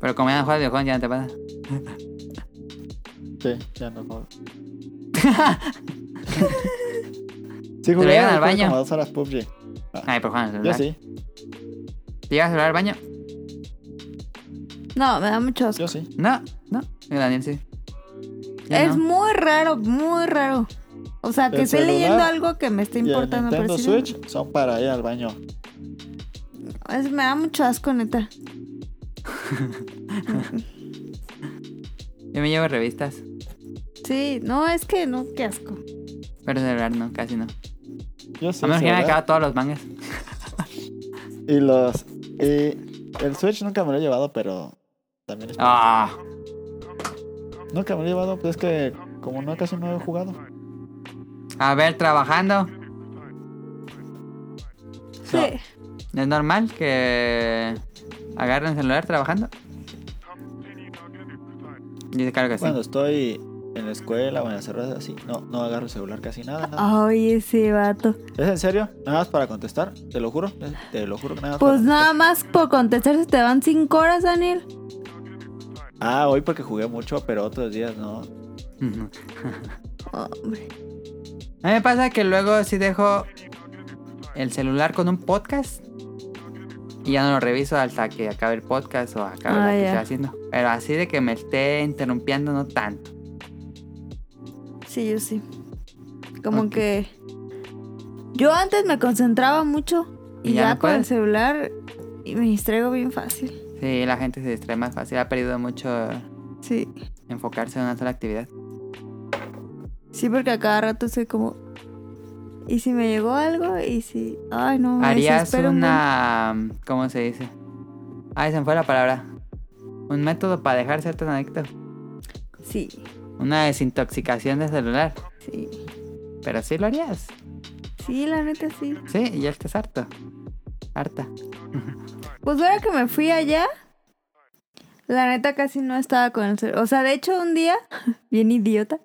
Speaker 4: Pero como ya no juegas videojuegos, ya no te pasa.
Speaker 5: Sí, ya no jodas. sí,
Speaker 4: lo
Speaker 5: jugué,
Speaker 4: llevan al
Speaker 5: jugué
Speaker 4: baño.
Speaker 5: como dos horas PUBG.
Speaker 4: Ay, pero Juan, el
Speaker 5: Yo
Speaker 4: celular.
Speaker 5: sí,
Speaker 4: ¿Te llevas el celular al baño?
Speaker 3: No, me da mucho asco.
Speaker 5: yo sí.
Speaker 4: No, no. Y Daniel sí. Yo
Speaker 3: Es
Speaker 4: no.
Speaker 3: muy raro, muy raro. O sea, que
Speaker 5: El
Speaker 3: estoy
Speaker 5: celular
Speaker 3: leyendo algo que me está
Speaker 5: Y el
Speaker 3: importando. pero
Speaker 5: Nintendo
Speaker 3: sí-
Speaker 5: Switch son para ir al baño.
Speaker 3: es- me da mucho asco, neta.
Speaker 4: Yo me llevo revistas.
Speaker 3: Sí, no, es que no, qué asco.
Speaker 4: Pero celular no, casi no.
Speaker 5: Yo sí.
Speaker 4: A menos que ya me
Speaker 5: celular.
Speaker 4: acaba todos los mangas.
Speaker 5: Y los. Y el Switch nunca me lo he llevado, pero. También es.
Speaker 4: Ah.
Speaker 5: Nunca me lo he llevado, pues es que. Como no, casi no he jugado.
Speaker 4: A ver, trabajando.
Speaker 3: Sí.
Speaker 4: ¿Es normal que agarren el celular trabajando? Dice, claro que sí.
Speaker 5: Cuando estoy en la escuela o en las cervezas, así. No, no agarro el celular casi nada. nada.
Speaker 3: Ay, ese vato.
Speaker 5: ¿Es en serio? Nada más para contestar, te lo juro. eh, Te lo juro que nada más.
Speaker 3: Pues
Speaker 5: para
Speaker 3: nada más por contestar se te van cinco horas, Daniel.
Speaker 5: contestar. Ah, hoy porque jugué mucho, pero otros días no.
Speaker 4: Ujú.
Speaker 3: Hombre.
Speaker 4: A mí me pasa que luego si dejo el celular con un podcast y ya no lo reviso hasta que acabe el podcast o acabe
Speaker 3: Ah,
Speaker 4: lo que
Speaker 3: ya.
Speaker 4: estoy haciendo. Pero así de que me esté interrumpiendo, no tanto.
Speaker 3: Sí, yo sí. Como
Speaker 4: Ok.
Speaker 3: que. Yo antes me concentraba mucho y,
Speaker 4: ¿Y ya
Speaker 3: ya,
Speaker 4: no
Speaker 3: con el
Speaker 4: puedes?
Speaker 3: celular y me distraigo bien fácil.
Speaker 4: Sí, la gente se distrae más fácil. Ha perdido mucho
Speaker 3: Sí.
Speaker 4: enfocarse en una sola actividad.
Speaker 3: Sí, porque a cada rato soy como. ¿Y si me llegó algo? ¿Y si.? Ay, no, me
Speaker 4: Harías
Speaker 3: desespero un
Speaker 4: una... mm, ¿Cómo se dice? Ay, se me fue la palabra. Un método para dejar ser tan adicto.
Speaker 3: buen- Sí,
Speaker 4: Una desintoxicación de celular.
Speaker 3: sí.
Speaker 4: Pero sí lo harías.
Speaker 3: Sí, la neta sí.
Speaker 4: Sí, y ya estás harto. Harta.
Speaker 3: Pues ahora que me fui allá, la neta casi no estaba con el celular. O sea, de hecho un día, bien idiota,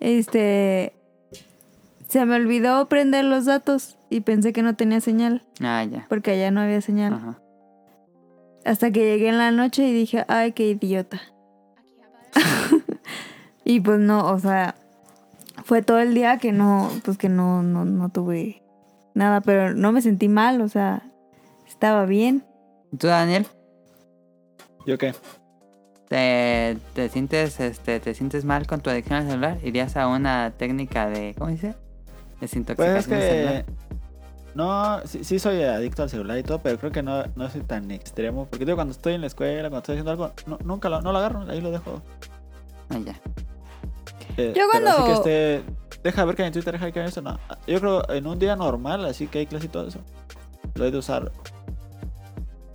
Speaker 3: este, se me olvidó prender los datos y pensé que no tenía señal,
Speaker 4: Ah, ya.
Speaker 3: porque allá no había señal.
Speaker 4: Ajá.
Speaker 3: Hasta que llegué en la noche y dije, ay, qué idiota. y pues no, o sea, fue todo el día que no, pues que no, no, no tuve nada, pero no me sentí mal, o sea, estaba bien.
Speaker 4: ¿Tú, Daniel?
Speaker 5: ¿Yo qué?
Speaker 4: ¿Te, te sientes este te sientes mal con tu adicción al celular? ¿Irías a una técnica de... ¿Cómo dice?
Speaker 5: Pues
Speaker 4: Desintoxicación
Speaker 5: es
Speaker 4: de
Speaker 5: que.
Speaker 4: celular.
Speaker 5: No, sí, sí soy adicto al celular y todo, pero creo que no, no soy tan extremo. Porque digo, cuando estoy en la escuela, cuando estoy haciendo algo, no- nunca lo, no lo agarro, ahí lo dejo.
Speaker 4: Ah, ya.
Speaker 5: Eh,
Speaker 3: Yo
Speaker 5: pero así
Speaker 3: cuando-
Speaker 5: que esté. Deja ver que en Twitter, deja ver que en eso, no. Ah, Yo creo en un día normal, así que hay clase y todo eso. Lo he de usar.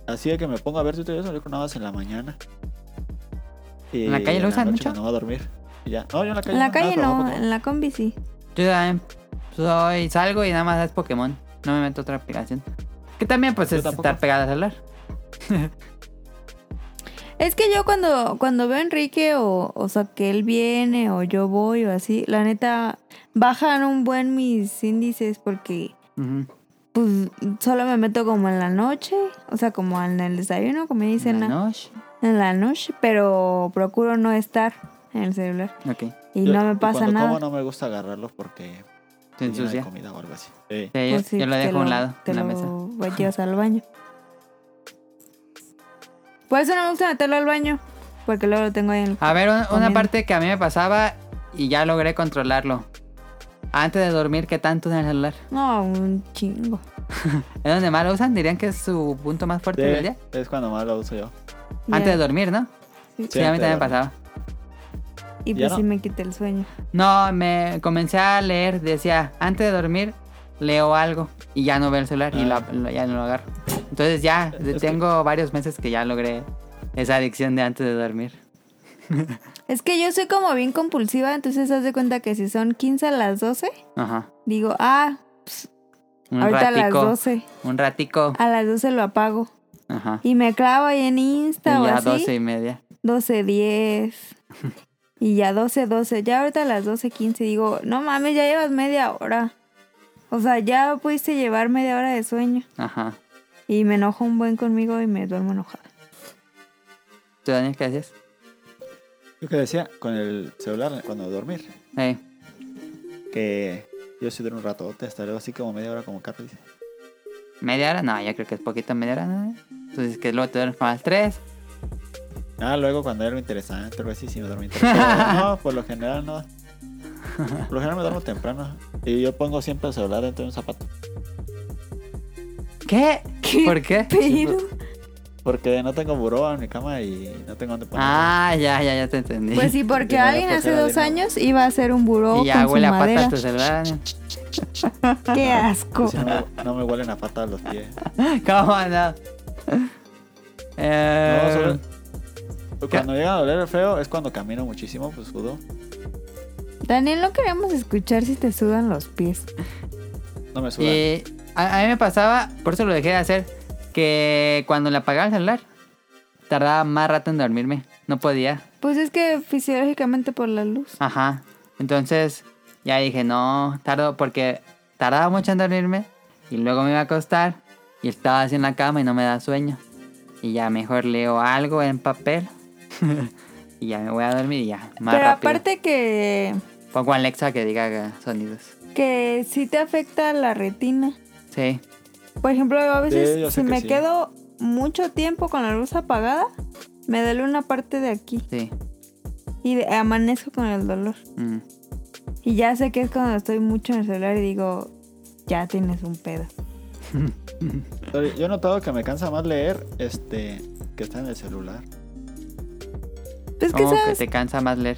Speaker 5: Así de que me pongo a ver Twitter y eso, yo creo nada más en la mañana. Y
Speaker 4: ¿En la calle lo usan
Speaker 5: noche
Speaker 4: mucho?
Speaker 5: cuando me voy a dormir. Y ya. No, yo en la calle
Speaker 3: En la
Speaker 5: no, nada,
Speaker 3: calle
Speaker 5: pero
Speaker 3: no,
Speaker 5: tampoco-
Speaker 3: en la combi sí.
Speaker 4: Yo también soy, salgo y nada más es Pokémon. No me meto a otra aplicación. Que también pues
Speaker 5: Yo
Speaker 4: es
Speaker 5: tampoco.
Speaker 4: estar pegado al celular.
Speaker 3: Es que yo cuando, cuando veo a Enrique o, o sea que él viene o yo voy o así, la neta bajan un buen mis índices porque
Speaker 4: Ujú.
Speaker 3: pues solo me meto como en la noche, o sea como en el desayuno, como dicen
Speaker 4: La
Speaker 3: en la,
Speaker 4: noche.
Speaker 3: en la noche, pero procuro no estar en el celular
Speaker 4: Ok.
Speaker 3: y
Speaker 5: Yo-
Speaker 3: no me pasa
Speaker 5: cuando
Speaker 3: nada.
Speaker 5: Como no me gusta agarrarlo porque
Speaker 4: Se
Speaker 5: llena de
Speaker 4: ensucia.
Speaker 5: comida o algo así. Sí.
Speaker 4: Sí, yo-
Speaker 3: Pues sí,
Speaker 4: yo lo
Speaker 3: te
Speaker 4: dejo a un lado,
Speaker 3: te
Speaker 4: en la
Speaker 3: lo
Speaker 4: mesa.
Speaker 3: va- llevas al baño. Por eso no me gusta meterlo al baño, porque luego lo tengo ahí en el...
Speaker 4: A ver, un- una
Speaker 3: Comiendo.
Speaker 4: parte que a mí me pasaba y ya logré controlarlo. Antes de dormir, ¿qué tanto usan el celular?
Speaker 3: No, un chingo.
Speaker 4: ¿Es donde más lo usan? ¿Dirían que es su punto más fuerte del día?
Speaker 5: Sí, es cuando más lo uso yo.
Speaker 4: Antes
Speaker 3: Ya.
Speaker 4: de dormir, ¿no?
Speaker 3: Sí.
Speaker 4: Sí, a mí también me
Speaker 5: antes de dormir.
Speaker 4: pasaba.
Speaker 3: Y
Speaker 5: Ya
Speaker 3: pues
Speaker 5: no.
Speaker 3: sí me quité el sueño.
Speaker 4: No, me comencé a leer, decía, antes de dormir leo algo y ya no veo el celular y
Speaker 5: Ah.
Speaker 4: la- la- ya no lo agarro. Entonces ya
Speaker 5: Es que-
Speaker 4: tengo varios meses que ya logré esa adicción de antes de dormir.
Speaker 3: Es que yo soy como bien compulsiva, entonces haz de cuenta que si son 15 a las 12,
Speaker 4: Ajá.
Speaker 3: digo, ah,
Speaker 4: Un
Speaker 3: ahorita a las
Speaker 4: ratico.
Speaker 3: 12.
Speaker 4: Un ratico.
Speaker 3: A las 12 lo apago.
Speaker 4: Ajá.
Speaker 3: Ah, Y me clavo ahí en Insta
Speaker 4: Y
Speaker 3: o
Speaker 4: ya
Speaker 3: así.
Speaker 4: doce y media.
Speaker 3: 12, 10. Y ya 12, 12. Ya ahorita a las 12, 15 digo, no mames, ya llevas media hora. O sea, ya pudiste llevar media hora de sueño.
Speaker 4: Ajá.
Speaker 3: Y me enojo un buen conmigo y me duermo enojada.
Speaker 4: ¿Tú, Daniel, qué haces?
Speaker 5: Lo que decía con el celular cuando dormir,
Speaker 4: Eh,
Speaker 5: que yo sí duro un rato, te estaré así como media hora como Carlos dice.
Speaker 4: ¿Media hora? No, ya creo que es poquito media hora. ¿no? Entonces que luego te duermes para las tres.
Speaker 5: Ah, luego cuando hay algo interesante, algo así, sí me duermo interesante. no, por lo general no. Por lo general me duermo temprano. Y yo pongo siempre el celular dentro de un zapato.
Speaker 4: ¿Qué? ¿Por qué?
Speaker 3: Pero
Speaker 5: Porque no tengo buró en mi cama y no tengo dónde ponerlo.
Speaker 4: Ah, ya, ya, ya te entendí.
Speaker 3: Pues sí, porque
Speaker 5: Y me da
Speaker 3: alguien hace
Speaker 5: flojera
Speaker 3: dos
Speaker 5: de nuevo.
Speaker 3: años iba a hacer un buró
Speaker 4: y ya
Speaker 3: con su
Speaker 4: huele a patas
Speaker 3: madera.
Speaker 4: tu celular. Daniel.
Speaker 3: Qué asco.
Speaker 5: Si no, me- no me huelen a pata los pies.
Speaker 4: ¿Cómo no?
Speaker 5: No,
Speaker 4: Eh,
Speaker 5: solo- Cuando llega a doler el feo es cuando camino muchísimo, pues sudo.
Speaker 3: Daniel, no queremos escuchar si te sudan los pies.
Speaker 5: No me suda.
Speaker 4: y a, a mí me pasaba, por eso lo dejé de hacer, que cuando le apagaba el celular, tardaba más rato en dormirme. No podía.
Speaker 3: Pues es que fisiológicamente por la luz.
Speaker 4: Ajá. Entonces ya dije, no, tardo, porque tardaba mucho en dormirme y luego me iba a acostar y estaba así en la cama y no me da sueño. Y ya mejor leo algo en papel y ya me voy a dormir y ya. Más
Speaker 3: Pero
Speaker 4: rápido.
Speaker 3: aparte que,
Speaker 4: Pongo a Alexa que diga eh, sonidos.
Speaker 3: que sí te afecta la retina.
Speaker 4: Sí.
Speaker 3: Por ejemplo, yo a
Speaker 5: Sí,
Speaker 3: veces
Speaker 5: yo sé
Speaker 3: si
Speaker 5: que
Speaker 3: me
Speaker 5: sí.
Speaker 3: quedo mucho tiempo con la luz apagada, me duele una parte de aquí
Speaker 4: Sí.
Speaker 3: y de- amanezco con el dolor.
Speaker 4: Mm.
Speaker 3: Y ya sé que es cuando estoy mucho en el celular y digo, ya tienes un pedo.
Speaker 5: Pero Yo he notado que me cansa más leer este que está en el celular.
Speaker 3: Pues que
Speaker 4: Como Oh, que
Speaker 3: sabes,
Speaker 4: te cansa más leer.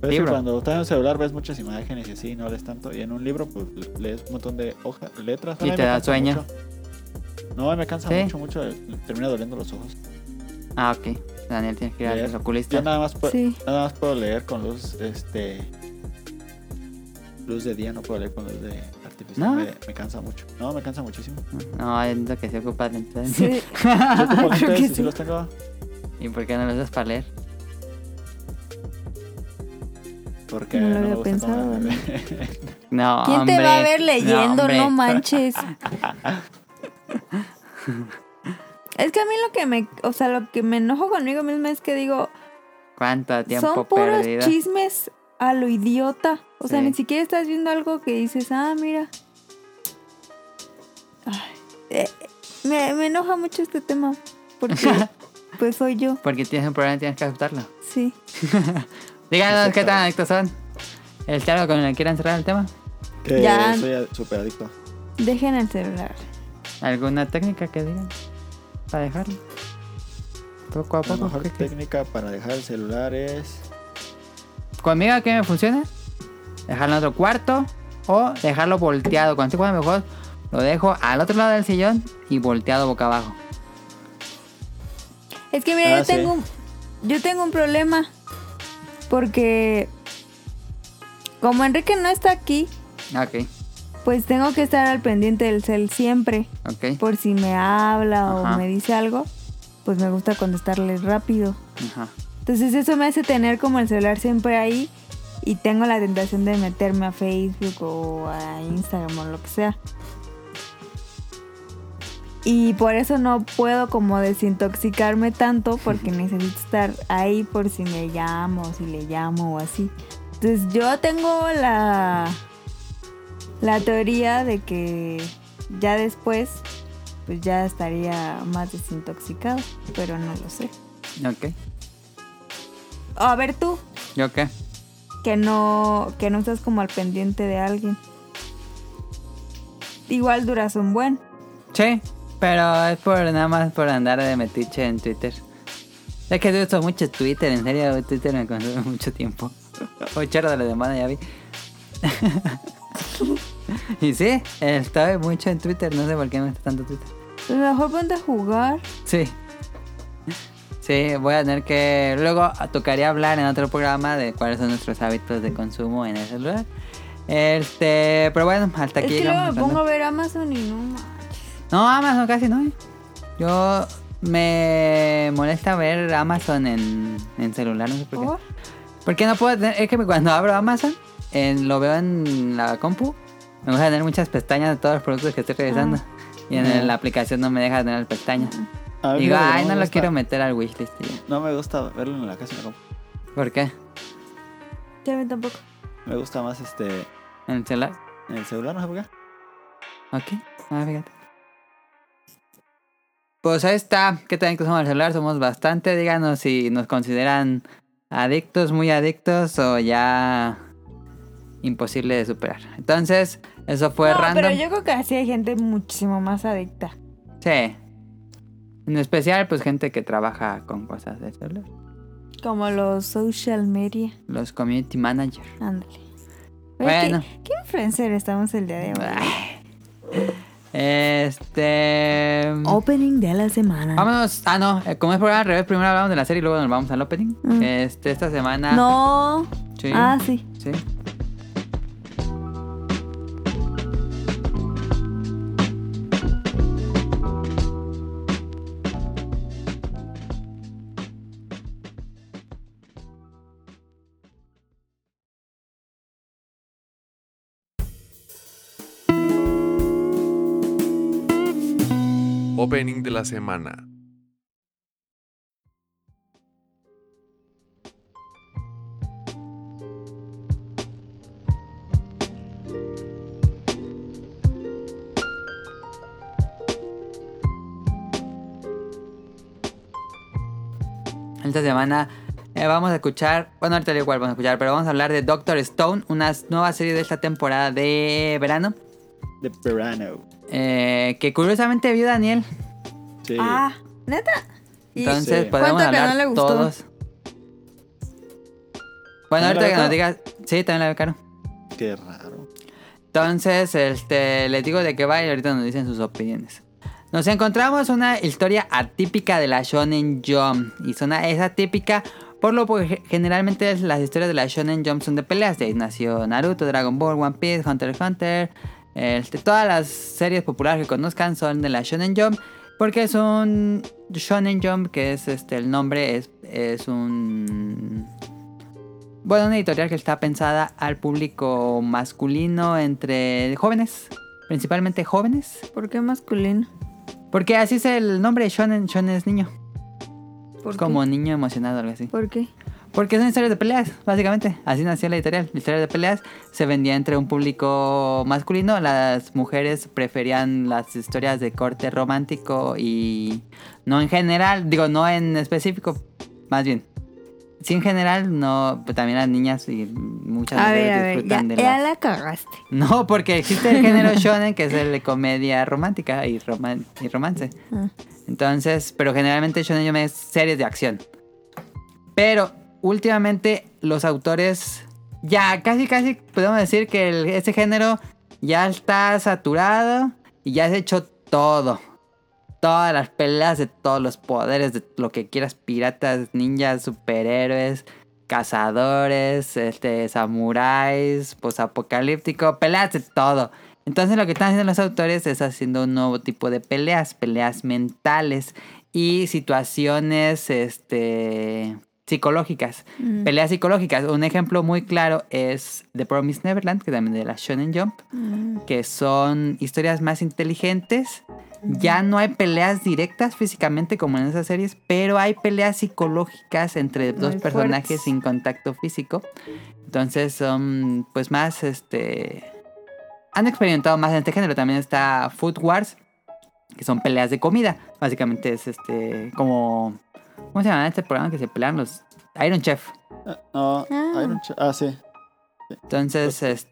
Speaker 5: Ves que
Speaker 4: Libro.
Speaker 5: cuando estás en el celular ves muchas imágenes y así, no lees tanto. Y en un libro pues lees un montón de hojas, letras.
Speaker 4: Y
Speaker 5: A mí
Speaker 4: te
Speaker 5: me
Speaker 4: da
Speaker 5: cansa
Speaker 4: sueño.
Speaker 5: mucho. No, me cansa
Speaker 4: Sí.
Speaker 5: mucho, mucho. el- Termina doliendo los ojos.
Speaker 4: Ah, ok. Daniel tiene que ir al
Speaker 5: Leer.
Speaker 4: oculista.
Speaker 5: Yo nada más, puedo,
Speaker 3: Sí.
Speaker 5: nada más puedo leer con luz, este... Luz de día, no puedo leer con luz de artificial.
Speaker 4: ¿No?
Speaker 5: Me, me cansa mucho. No, me cansa muchísimo.
Speaker 4: No, es lo que se ocupa de entonces.
Speaker 3: sí,
Speaker 5: Yo ocupo
Speaker 3: Ah, Creo que
Speaker 5: lentes y sí
Speaker 3: sí.
Speaker 5: los tengo.
Speaker 4: ¿Y por qué no lo usas para leer?
Speaker 5: Porque
Speaker 3: No lo
Speaker 5: no,
Speaker 3: había
Speaker 5: me gusta
Speaker 3: pensado,
Speaker 5: cómo me-
Speaker 4: No,
Speaker 3: ¿quién te
Speaker 4: hombre.
Speaker 3: va a ver leyendo?
Speaker 4: hombre.
Speaker 3: No, manches. es que a mí lo que me, o sea, lo que me enojo conmigo misma es que digo,
Speaker 4: ¿Cuánto tiempo
Speaker 3: Son puros
Speaker 4: perdido?
Speaker 3: chismes a lo idiota. O sea,
Speaker 4: Sí.
Speaker 3: ni siquiera estás viendo algo que dices, ah, mira. Ay, eh, me, me enoja mucho este tema. Porque, pues soy yo,
Speaker 4: Porque tienes un problema y tienes que aceptarlo.
Speaker 3: sí.
Speaker 4: Díganos qué
Speaker 5: Aceptado.
Speaker 4: tan adictos son. ¿El tarot con el que quieran cerrar el tema?
Speaker 5: Que
Speaker 3: Ya.
Speaker 5: soy súper adicto.
Speaker 3: Dejen el celular.
Speaker 4: ¿Alguna técnica que digan? Para dejarlo. Poco a
Speaker 5: La
Speaker 4: poco.
Speaker 5: mejor
Speaker 4: ¿qué- qué-
Speaker 5: técnica para dejar el celular es...
Speaker 4: ¿Conmigo qué me funciona? Dejarlo en otro cuarto o dejarlo volteado. Cuando estoy jugando mejor, lo dejo al otro lado del sillón y volteado boca abajo.
Speaker 3: Es que mira,
Speaker 5: Ah,
Speaker 3: yo tengo
Speaker 5: sí.
Speaker 3: un, yo tengo un problema. Porque como Enrique no está aquí,
Speaker 4: Ok,
Speaker 3: pues tengo que estar al pendiente del cel siempre.
Speaker 4: ok.
Speaker 3: por si me habla o
Speaker 4: Ajá.
Speaker 3: me dice algo. pues me gusta contestarles rápido.
Speaker 4: Ajá.
Speaker 3: Entonces eso me hace tener como el celular siempre ahí y tengo la tentación de meterme a Facebook o a Instagram o lo que sea. Y por eso no puedo como desintoxicarme tanto porque necesito estar ahí por si me llamo, si le llamo o así. Entonces yo tengo la la teoría de que ya después pues ya estaría más desintoxicado, pero no lo sé.
Speaker 4: ¿Yo qué?
Speaker 3: A ver tú,
Speaker 4: ¿Yo qué?
Speaker 3: que no que no estás como al pendiente de alguien. Igual duras un buen.
Speaker 4: Sí, pero es por nada más por andar de metiche en Twitter. Es que yo uso mucho Twitter, en serio, Twitter me consume mucho tiempo. Ocho horas de la semana ya vi. y sí, estoy mucho en Twitter, no sé por qué me está tanto Twitter.
Speaker 3: Pues mejor ponte a jugar.
Speaker 4: Sí. Sí, voy a tener que... Luego tocaría hablar en otro programa de cuáles son nuestros hábitos de consumo en el celular. Este, pero bueno, hasta
Speaker 3: es
Speaker 4: aquí
Speaker 3: que luego
Speaker 4: llegamos.
Speaker 3: me
Speaker 4: Fernando.
Speaker 3: pongo a ver Amazon y no manches.
Speaker 4: No, Amazon casi no. ¿eh? Yo me molesta ver Amazon en, en celular, no sé por qué.
Speaker 3: Oh,
Speaker 4: Porque no puedo tener, es que cuando abro Amazon, en- lo veo en la compu, me gusta tener muchas pestañas de todos los productos que estoy revisando. Y en la aplicación no me deja tener pestañas.
Speaker 5: Ah. A mí,
Speaker 4: Digo,
Speaker 5: fíjate que
Speaker 4: ay, no
Speaker 5: me
Speaker 4: lo
Speaker 5: gusta-
Speaker 4: quiero meter al wishlist. y ya.
Speaker 5: No me gusta verlo en la casa de la compu.
Speaker 4: ¿Por qué?
Speaker 3: ya a mí tampoco.
Speaker 5: Me gusta más este.
Speaker 4: ¿En el celular?
Speaker 5: En el celular, no sé por qué.
Speaker 4: Ok, ah, fíjate. Pues ahí está. ¿Qué tal que somos el celular? Somos bastante. Díganos si nos consideran adictos, muy adictos o ya imposible de superar. Entonces, eso fue
Speaker 3: no,
Speaker 4: random.
Speaker 3: pero yo creo que así hay gente muchísimo más adicta.
Speaker 4: Sí. En especial, pues gente que trabaja con cosas de celular.
Speaker 3: Como los social media.
Speaker 4: Los community managers.
Speaker 3: Ándale. Oye,
Speaker 4: Bueno.
Speaker 3: ¿qué, qué influencer estamos el día de hoy?
Speaker 4: Este.
Speaker 3: Opening de la semana.
Speaker 4: Vámonos. Ah, no. eh, Como es programa al revés, primero hablamos de la serie y luego nos vamos al opening.
Speaker 3: Mm.
Speaker 4: Este, esta semana.
Speaker 3: No.
Speaker 4: Sí.
Speaker 3: Ah, sí.
Speaker 4: Sí.
Speaker 9: Opening de la semana.
Speaker 4: Esta semana eh, vamos a escuchar. Bueno, ahorita igual vamos a escuchar, pero vamos a hablar de Doctor Stone, una nueva serie de esta temporada de verano.
Speaker 5: De Verano.
Speaker 4: eh, que curiosamente vio Daniel.
Speaker 5: Sí.
Speaker 3: Ah, neta. ¿Y
Speaker 4: Entonces
Speaker 5: Sí.
Speaker 4: podemos
Speaker 3: ¿Cuánto que
Speaker 4: hablar
Speaker 3: no le gustó?
Speaker 4: todos. Bueno,
Speaker 5: ¿También la
Speaker 4: ahorita
Speaker 5: ve
Speaker 4: que
Speaker 5: Caro?
Speaker 4: nos digas. Sí, también la veo caro.
Speaker 5: Qué raro.
Speaker 4: Entonces, este, les digo de qué va y ahorita nos dicen sus opiniones. Nos encontramos una historia atípica de la Shonen Jump. Y zona es atípica por lo que generalmente es- las historias de la Shonen Jump son de peleas. De ahí nació Naruto, Dragon Ball, One Piece, Hunter x Hunter. Este, todas las series populares que conozcan son de la Shonen Jump. Porque es un Shonen Jump, que es este, el nombre, es, es un bueno, una editorial que está pensada al público masculino entre jóvenes, principalmente jóvenes,
Speaker 3: ¿Por qué masculino?
Speaker 4: porque así es el nombre shonen, shonen es niño,
Speaker 3: ¿Por
Speaker 4: como
Speaker 3: qué?
Speaker 4: niño emocionado algo así.
Speaker 3: ¿Por qué?
Speaker 4: Porque son historias de peleas, básicamente, así nació la editorial. Historias de peleas se vendía entre un público masculino, las mujeres preferían las historias de corte romántico y no en general, digo, no en específico, más bien. Sí, en general, no, pues también las niñas y muchas
Speaker 3: A ver,
Speaker 4: mujeres
Speaker 3: a ver, ya,
Speaker 4: disfrutan de
Speaker 3: ya
Speaker 4: las-
Speaker 3: la cagaste.
Speaker 4: No, porque existe el género shonen, que es el de comedia romántica y, roman- y romance.
Speaker 3: Ah.
Speaker 4: Entonces, pero generalmente shonen yo es series de acción. Pero últimamente los autores ya casi casi podemos decir que el- este género ya está saturado y ya has hecho todo. Todas las peleas de todos los poderes, de lo que quieras, piratas, ninjas, superhéroes, cazadores, este, samuráis, posapocalíptico, peleas de todo. Entonces lo que están haciendo los autores es haciendo un nuevo tipo de peleas, peleas mentales y situaciones este, psicológicas.
Speaker 3: Mm.
Speaker 4: Peleas psicológicas. Un ejemplo muy claro es The Promise Neverland, que también de la Shonen Jump,
Speaker 3: Mm.
Speaker 4: que son historias más inteligentes. Ya no hay peleas directas físicamente como en esas series, pero hay peleas psicológicas entre dos
Speaker 3: fuertes.
Speaker 4: personajes sin contacto físico. Entonces son pues más este han experimentado más en este género. También está Food Wars, que son peleas de comida. Básicamente es este como ¿cómo se llama este programa que se pelean los Iron Chef?
Speaker 5: No,
Speaker 3: Ah.
Speaker 5: Iron Chef- Ah, sí.
Speaker 4: Entonces, este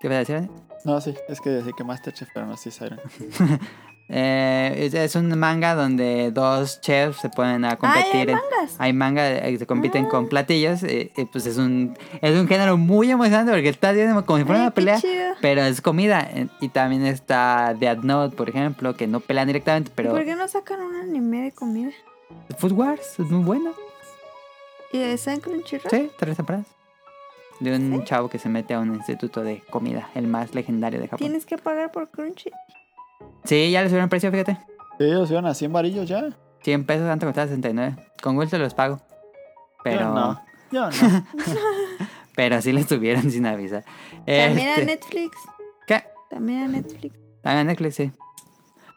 Speaker 4: ¿Qué iba a decir?
Speaker 5: No, sí. Es que decía que Masterchef, pero no, sí es Iron.
Speaker 4: Eh, es, es un manga donde dos chefs se ponen a competir. en-
Speaker 3: mangas.
Speaker 4: hay manga eh, que se compiten
Speaker 3: Ah.
Speaker 4: con platillos. eh, eh, pues es un, es un género muy emocionante porque está viendo como si fuera
Speaker 3: Ay,
Speaker 4: una
Speaker 3: qué
Speaker 4: pelea.
Speaker 3: chido.
Speaker 4: Pero es comida. eh, Y también está Dead Note, por ejemplo, que no pelean directamente, pero
Speaker 3: ¿Por qué no sacan un anime de comida?
Speaker 4: Food Wars es muy bueno.
Speaker 3: ¿Y está en Crunchyroll?
Speaker 4: Sí, tres temporadas. De un chavo que se mete a un instituto de comida, el más legendario de Japón.
Speaker 3: ¿Tienes que pagar por Crunchy?
Speaker 4: Sí, ya le subieron el precio, fíjate.
Speaker 5: Sí, ellos iban a 100 varillos ya.
Speaker 4: 100 pesos antes costaba 69. Con Will se los pago. Pero.
Speaker 5: Yo
Speaker 3: Ah,
Speaker 5: no. Yo no.
Speaker 4: Pero sí les tuvieron sin avisar.
Speaker 3: También a
Speaker 4: Este,
Speaker 3: Netflix.
Speaker 4: ¿Qué?
Speaker 3: También a Netflix.
Speaker 4: También a Netflix, sí.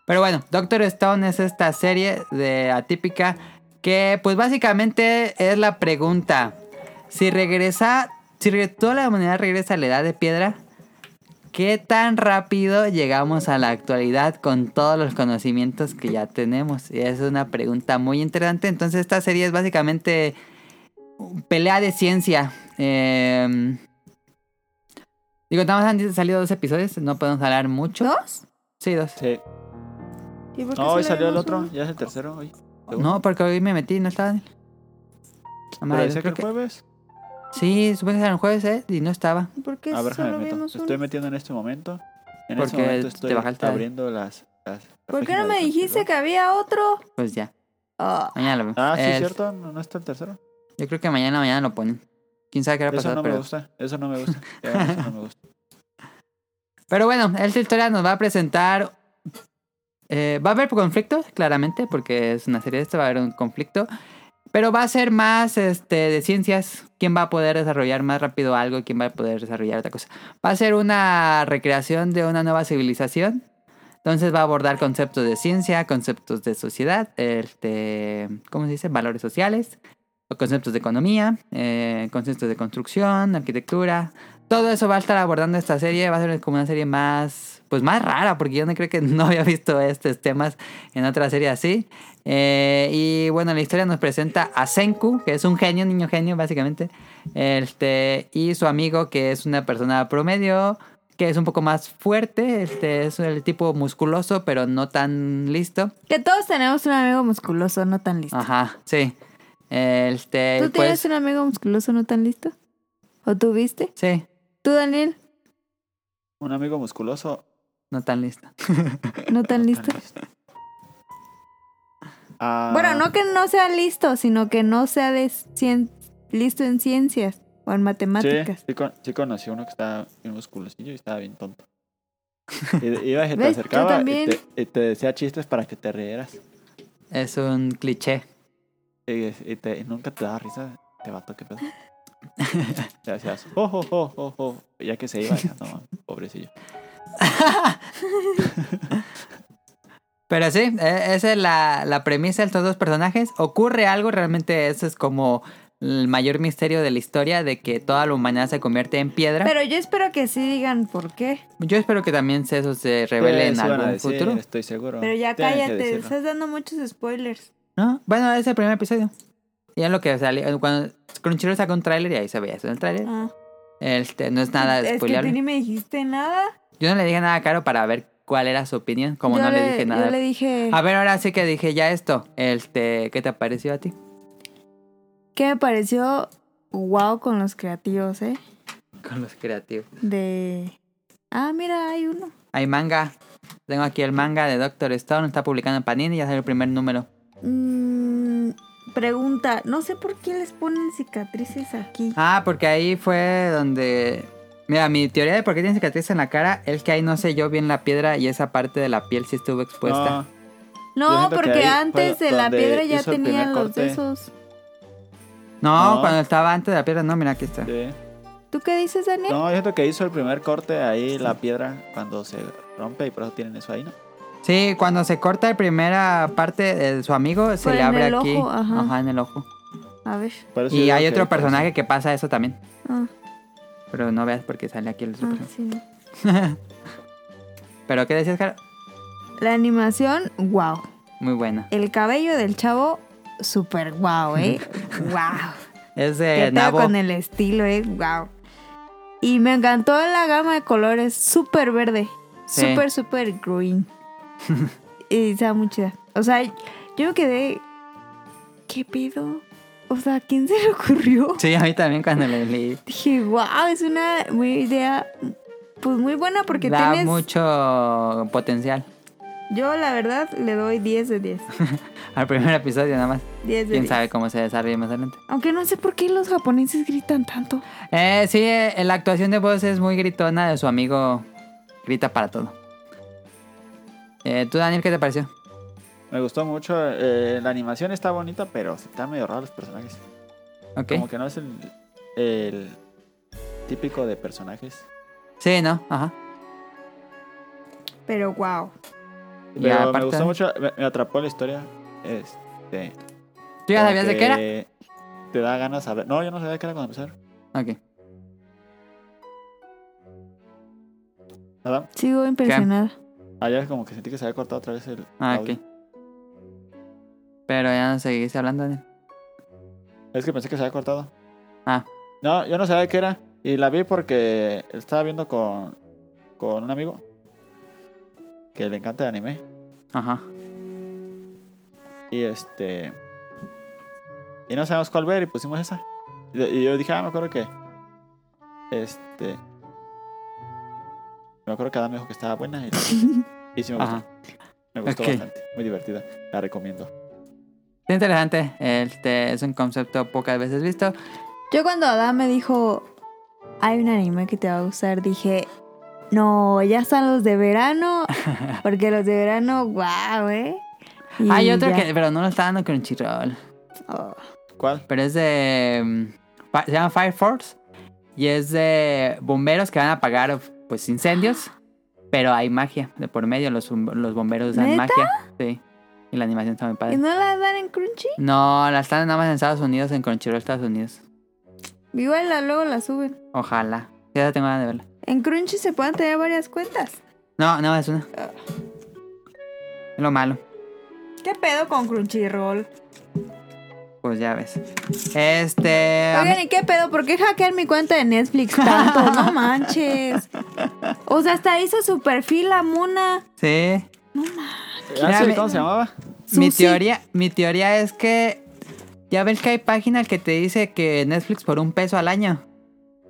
Speaker 4: Pero bueno, Doctor Stone es esta serie de atípica que pues básicamente es la pregunta. Si regresa, si re- toda la humanidad regresa a la edad de piedra, ¿qué tan rápido llegamos a la actualidad con todos los conocimientos que ya tenemos? Y es una pregunta muy interesante. Entonces esta serie es básicamente pelea de ciencia. Eh, digo, nada más han salido dos episodios, no podemos hablar mucho.
Speaker 3: ¿Dos?
Speaker 4: Sí, dos.
Speaker 5: Sí.
Speaker 3: ¿Y por qué
Speaker 5: No,
Speaker 3: solo
Speaker 5: hoy salió el
Speaker 3: vimos
Speaker 5: otro.
Speaker 3: uno?
Speaker 5: Ya es el tercero hoy.
Speaker 4: No, porque hoy me metí y no estaba Daniel. Ah,
Speaker 5: Pero
Speaker 4: madre,
Speaker 5: decía que
Speaker 4: creo
Speaker 5: el
Speaker 4: que-
Speaker 5: jueves.
Speaker 4: Sí, supe que era el jueves, ¿eh? Y no estaba.
Speaker 3: ¿Y por qué
Speaker 5: A ver, déjame
Speaker 3: solo
Speaker 5: meto.
Speaker 3: vimos
Speaker 5: Estoy
Speaker 3: uno?
Speaker 5: metiendo en este momento. En
Speaker 4: Porque
Speaker 5: este
Speaker 4: te
Speaker 5: momento estoy
Speaker 4: bajaste.
Speaker 5: abriendo las. las- la
Speaker 3: ¿Por qué
Speaker 5: página
Speaker 3: no
Speaker 5: de
Speaker 3: me dijiste
Speaker 5: Crunchyroll.
Speaker 3: que había otro?
Speaker 4: Pues ya,
Speaker 3: Ah,
Speaker 4: mañana lo vemos.
Speaker 5: Ah, sí,
Speaker 4: Eh,
Speaker 5: es cierto. No, no está el tercero.
Speaker 4: Yo creo que mañana, mañana lo ponen. Quién sabe qué habrá
Speaker 5: Eso
Speaker 4: pasado,
Speaker 5: no me
Speaker 4: pero...
Speaker 5: gusta. Eso no me gusta. Ya, Eso no me gusta.
Speaker 4: Pero bueno, esta historia nos va a presentar... eh, va a haber conflictos, claramente, porque es una serie de esto, va a haber un conflicto. Pero va a ser más este, de ciencias. ¿Quién va a poder desarrollar más rápido algo? ¿Quién va a poder desarrollar otra cosa? Va a ser una recreación de una nueva civilización. Entonces va a abordar conceptos de ciencia, conceptos de sociedad, este, ¿cómo se dice? Valores sociales, o conceptos de economía, eh, conceptos de construcción, arquitectura. Todo eso va a estar abordando esta serie. Va a ser como una serie más, pues más rara, porque yo no creo que no había visto estos temas en otra serie así. Eh, y bueno, la historia nos presenta a Senku, que es un genio, un niño genio básicamente, este, y su amigo, que es una persona promedio, que es un poco más fuerte, este, es el tipo musculoso, pero no tan listo.
Speaker 3: que todos tenemos un amigo musculoso no tan listo.
Speaker 4: Ajá, sí. Este,
Speaker 3: ¿Tú
Speaker 4: pues,
Speaker 3: tienes un amigo musculoso no tan listo? ¿O tuviste?
Speaker 4: sí,
Speaker 3: ¿Tú, Daniel?
Speaker 5: Un amigo musculoso.
Speaker 4: no tan listo.
Speaker 3: ¿No tan
Speaker 5: no
Speaker 3: listo?
Speaker 5: está listo. Ah,
Speaker 3: Bueno, no que no sea listo, sino que no sea de cien- listo en ciencias o en
Speaker 5: Sí,
Speaker 3: matemáticas.
Speaker 5: sí, con- sí conocí uno que estaba bien musculosillo y estaba bien tonto. Y, iba y se te
Speaker 3: ¿Ves? Yo
Speaker 5: acercaba y
Speaker 3: también.
Speaker 5: te, y te decía chistes para que te rieras.
Speaker 4: Es un cliché.
Speaker 5: Y, y te- y nunca te daba risa. Te vato, qué pedo. Te hacías, oh, oh, oh, oh, oh. y Ya que se iba, ya, no, mames, pobrecillo.
Speaker 4: Pero sí, e- esa es la, la premisa de estos dos personajes. Ocurre algo, realmente eso es como el mayor misterio de la historia, de que toda la humanidad se convierte en piedra.
Speaker 3: Pero yo espero que sí digan por qué.
Speaker 4: Yo espero que también se- eso se revele
Speaker 5: Sí,
Speaker 4: en
Speaker 5: Pues, sí van a
Speaker 4: algún
Speaker 5: decir,
Speaker 4: futuro.
Speaker 5: Estoy seguro.
Speaker 3: Pero ya
Speaker 5: Tienen que
Speaker 3: cállate,
Speaker 5: decirlo.
Speaker 3: estás dando muchos spoilers.
Speaker 4: ¿No? Bueno, es el primer episodio. Ya es lo que salió. Cuando Crunchyroll sacó un tráiler y ahí se veía eso en el tráiler.
Speaker 3: Ah.
Speaker 4: Este, no es nada
Speaker 3: es que
Speaker 4: spoileable.
Speaker 3: tú ni me dijiste nada.
Speaker 4: Yo no le dije nada a Caro para ver cuál era su opinión, como
Speaker 3: Yo
Speaker 4: no le, dije nada.
Speaker 3: Yo le dije,
Speaker 4: A ver, ahora sí que dije ya esto. Este, ¿qué te pareció a ti?
Speaker 3: que me pareció wow con los creativos, ¿eh?
Speaker 4: Con los creativos.
Speaker 3: De... Ah, mira, hay uno.
Speaker 4: Hay manga. Tengo aquí el manga de Doctor Stone. Está publicado en Panini. Ya salió el primer número.
Speaker 3: Mm, pregunta, no sé por qué les ponen cicatrices aquí.
Speaker 4: Ah, porque ahí fue donde Mira, mi teoría de por qué tiene cicatrices en la cara es que ahí no selló bien la piedra y esa parte de la piel sí estuvo expuesta.
Speaker 5: No, Yo
Speaker 3: No,
Speaker 5: siento que
Speaker 3: porque
Speaker 5: ahí
Speaker 3: antes
Speaker 5: fue
Speaker 3: de la
Speaker 5: donde
Speaker 3: piedra ya
Speaker 5: hizo el primer
Speaker 3: tenía los
Speaker 5: corte.
Speaker 3: besos.
Speaker 4: No,
Speaker 5: No.
Speaker 4: cuando estaba antes de la piedra, no, mira, aquí está.
Speaker 5: sí.
Speaker 3: ¿Tú qué dices, Daniel?
Speaker 5: no, yo siento que hizo el primer corte ahí la piedra cuando se rompe y por eso tienen eso ahí, ¿no?
Speaker 4: Sí, cuando se corta la primera parte de su amigo, se
Speaker 3: Fue
Speaker 4: le
Speaker 3: en
Speaker 4: abre
Speaker 3: el
Speaker 4: aquí.
Speaker 3: ojo, ajá.
Speaker 4: en el ojo.
Speaker 3: A ver.
Speaker 5: Por eso yo
Speaker 4: y
Speaker 5: digo
Speaker 4: hay
Speaker 5: que
Speaker 4: otro
Speaker 5: por eso.
Speaker 4: personaje que pasa eso también.
Speaker 3: Ah,
Speaker 4: Pero no veas porque sale aquí el otro
Speaker 3: ah,
Speaker 4: personaje.
Speaker 3: sí. no.
Speaker 4: Pero ¿qué decías, Jara?
Speaker 3: La animación, wow.
Speaker 4: Muy buena.
Speaker 3: El cabello del chavo, super wow, ¿eh? wow.
Speaker 4: Es
Speaker 3: Que estaba
Speaker 4: de Eh, Nabo.
Speaker 3: con el estilo, ¿eh? Wow. Y me encantó la gama de colores, súper verde.
Speaker 4: Sí.
Speaker 3: Súper, súper green. y estaba muy chida. O sea, yo me quedé. ¿Qué pedo? O sea, ¿quién se le ocurrió?
Speaker 4: Sí, a mí también cuando le leí.
Speaker 3: Dije, wow, es una muy idea. Pues muy buena porque
Speaker 4: da
Speaker 3: tienes.
Speaker 4: mucho potencial.
Speaker 3: Yo, la verdad, le doy 10 de 10.
Speaker 4: Al primer episodio nada más.
Speaker 3: 10 de
Speaker 4: Quién
Speaker 3: 10.
Speaker 4: sabe cómo se desarrolla más adelante.
Speaker 3: Aunque no sé por qué los japoneses gritan tanto.
Speaker 4: Eh, sí, eh, la actuación de voz es muy gritona de su amigo. Grita para todo. Eh, ¿Tú, Daniel, qué te pareció?
Speaker 5: Me gustó mucho. eh, la animación está bonita, pero está medio raro los personajes.
Speaker 4: Ok.
Speaker 5: Como que no es el, el típico de personajes.
Speaker 4: Sí, ¿no? Ajá.
Speaker 3: Pero wow.
Speaker 4: Y
Speaker 5: Pero me
Speaker 4: aparte-
Speaker 5: gustó mucho, me, me atrapó la historia. Este,
Speaker 4: ¿Tú ya
Speaker 5: como
Speaker 4: sabías de qué era?
Speaker 5: que Te da ganas de saber. No, yo no sabía de qué era cuando empezar.
Speaker 4: Ok.
Speaker 5: Nada.
Speaker 3: Sigo impresionada.
Speaker 5: Allá como que sentí que se había cortado otra vez el.
Speaker 4: Ah,
Speaker 5: audio.
Speaker 4: ok. Pero ya no seguiste hablando, Daniel.
Speaker 5: Es que pensé que se había cortado.
Speaker 4: Ah.
Speaker 5: No, yo no sabía de qué era. Y la vi porque estaba viendo con, con un amigo que le encanta el anime.
Speaker 4: Ajá.
Speaker 5: Y este. Y no sabemos cuál ver y pusimos esa. Y, y yo dije, ah, me acuerdo que. Este. Me acuerdo que Adam me dijo que estaba buena y, la vi. y sí me gustó.
Speaker 4: Ajá.
Speaker 5: Me gustó
Speaker 4: Ok.
Speaker 5: bastante. Muy divertida. La recomiendo.
Speaker 4: Está interesante. Este es un concepto pocas veces visto.
Speaker 3: Yo cuando Adam me dijo, hay un anime que te va a gustar, dije, no, ya están los de verano, porque los de verano, wow, ¿eh? Y
Speaker 4: Hay otro
Speaker 3: ya.
Speaker 4: que, pero no lo está dando Crunchyroll.
Speaker 3: Oh,
Speaker 5: ¿Cuál?
Speaker 4: Pero es de. mm, fa- Se llama Fire Force. Y es de bomberos que van a apagar pues incendios. Pero hay magia de por medio. Los, bom- los bomberos usan
Speaker 3: ¿Neta?
Speaker 4: magia. Sí. Y la animación está muy
Speaker 3: ¿Y
Speaker 4: padre.
Speaker 3: no la dan en Crunchy?
Speaker 4: No, la están nada más en Estados Unidos, en Crunchyroll, Estados Unidos.
Speaker 3: Igual la, luego la suben.
Speaker 4: Ojalá. Ya tengo ganas de verla.
Speaker 3: En Crunchy se pueden tener varias cuentas.
Speaker 4: No, no, es una. Es lo malo.
Speaker 3: ¿Qué pedo con Crunchyroll?
Speaker 4: Pues ya ves. Este. a mí-
Speaker 3: Oigan, ¿y qué pedo? ¿Por qué hackean mi cuenta de Netflix tanto? No manches. O sea, hasta hizo su perfil la mona.
Speaker 4: Sí.
Speaker 5: Ah, sí,
Speaker 4: me-
Speaker 5: ¿Cómo se llamaba?
Speaker 4: Mi
Speaker 3: Susi.
Speaker 4: teoría, mi teoría es que. Ya ves que hay páginas que te dice que Netflix por un peso al año.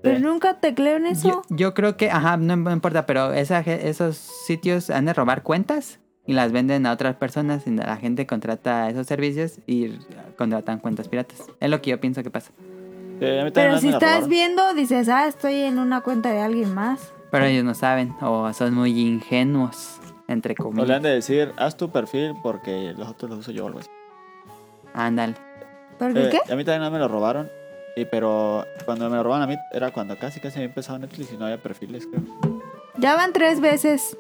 Speaker 3: Pero nunca tecleo en
Speaker 4: Yo,
Speaker 3: eso.
Speaker 4: yo creo que, ajá, no im- no importa, pero esa ge- esos sitios han de robar cuentas y las venden a otras personas y la gente contrata esos servicios y r- contratan cuentas piratas. Es lo que yo pienso que pasa.
Speaker 5: Eh, a mí también
Speaker 3: Pero
Speaker 5: me
Speaker 3: si
Speaker 5: la
Speaker 3: estás
Speaker 5: robaron.
Speaker 3: viendo, dices, ah, estoy en una cuenta de alguien más.
Speaker 4: Pero ellos no saben o son muy ingenuos, entre
Speaker 5: O le han
Speaker 4: comillas.
Speaker 5: de decir, haz tu perfil porque los otros los uso yo o algo así.
Speaker 4: Ándale.
Speaker 3: ¿Porque
Speaker 5: Eh,
Speaker 3: qué?
Speaker 5: A mí también no me lo robaron. Y, pero cuando me lo robaron a mí era cuando casi casi había empezado Netflix y no había perfiles, creo.
Speaker 3: Ya van tres veces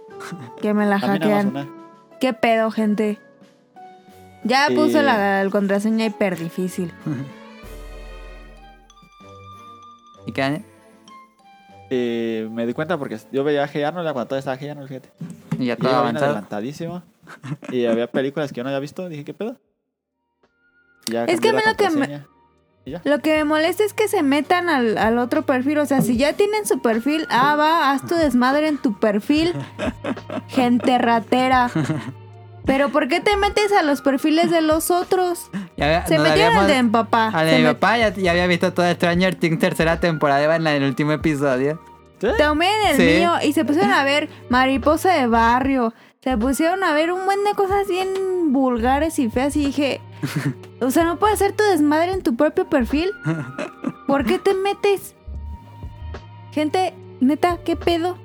Speaker 3: que me la
Speaker 5: A mí nada más
Speaker 3: hackean.
Speaker 5: una.
Speaker 3: ¿Qué pedo, gente? Ya
Speaker 5: Y-
Speaker 3: puso la, la contraseña hiper difícil.
Speaker 4: ¿Y qué Daniel?
Speaker 5: Y eh, me di cuenta porque yo veía a Hey Arnold cuando todavía estaba Hey Arnold, fíjate.
Speaker 4: Y ya
Speaker 5: Y
Speaker 4: todo
Speaker 5: yo bien
Speaker 4: avanzado.
Speaker 5: adelantadísimo. y había películas que yo no había visto. Dije, ¿qué pedo? Y ya
Speaker 3: Es que
Speaker 5: cambié la
Speaker 3: a mí lo que me-
Speaker 5: contraseña.
Speaker 3: Lo que me molesta es que se metan al, al otro perfil. O sea, si ya tienen su perfil, ah, va, haz tu desmadre en tu perfil. Gente ratera. Pero ¿por qué te metes a los perfiles de los otros?
Speaker 4: Ya había-
Speaker 3: Se metieron
Speaker 4: nos
Speaker 3: al
Speaker 4: habíamos-
Speaker 3: de mi papá.
Speaker 4: al de
Speaker 3: Ah, Se
Speaker 4: mi
Speaker 3: met-
Speaker 4: papá ya, ya había visto toda Stranger Things tercera temporada iba en la- en el último episodio.
Speaker 3: Tomé en el
Speaker 4: Sí.
Speaker 3: mío y se pusieron a ver mariposa de barrio. Se pusieron a ver un buen de cosas bien vulgares y feas y dije, o sea, no puedes hacer tu desmadre en tu propio perfil. ¿Por qué te metes? Gente, Neta, ¿qué pedo?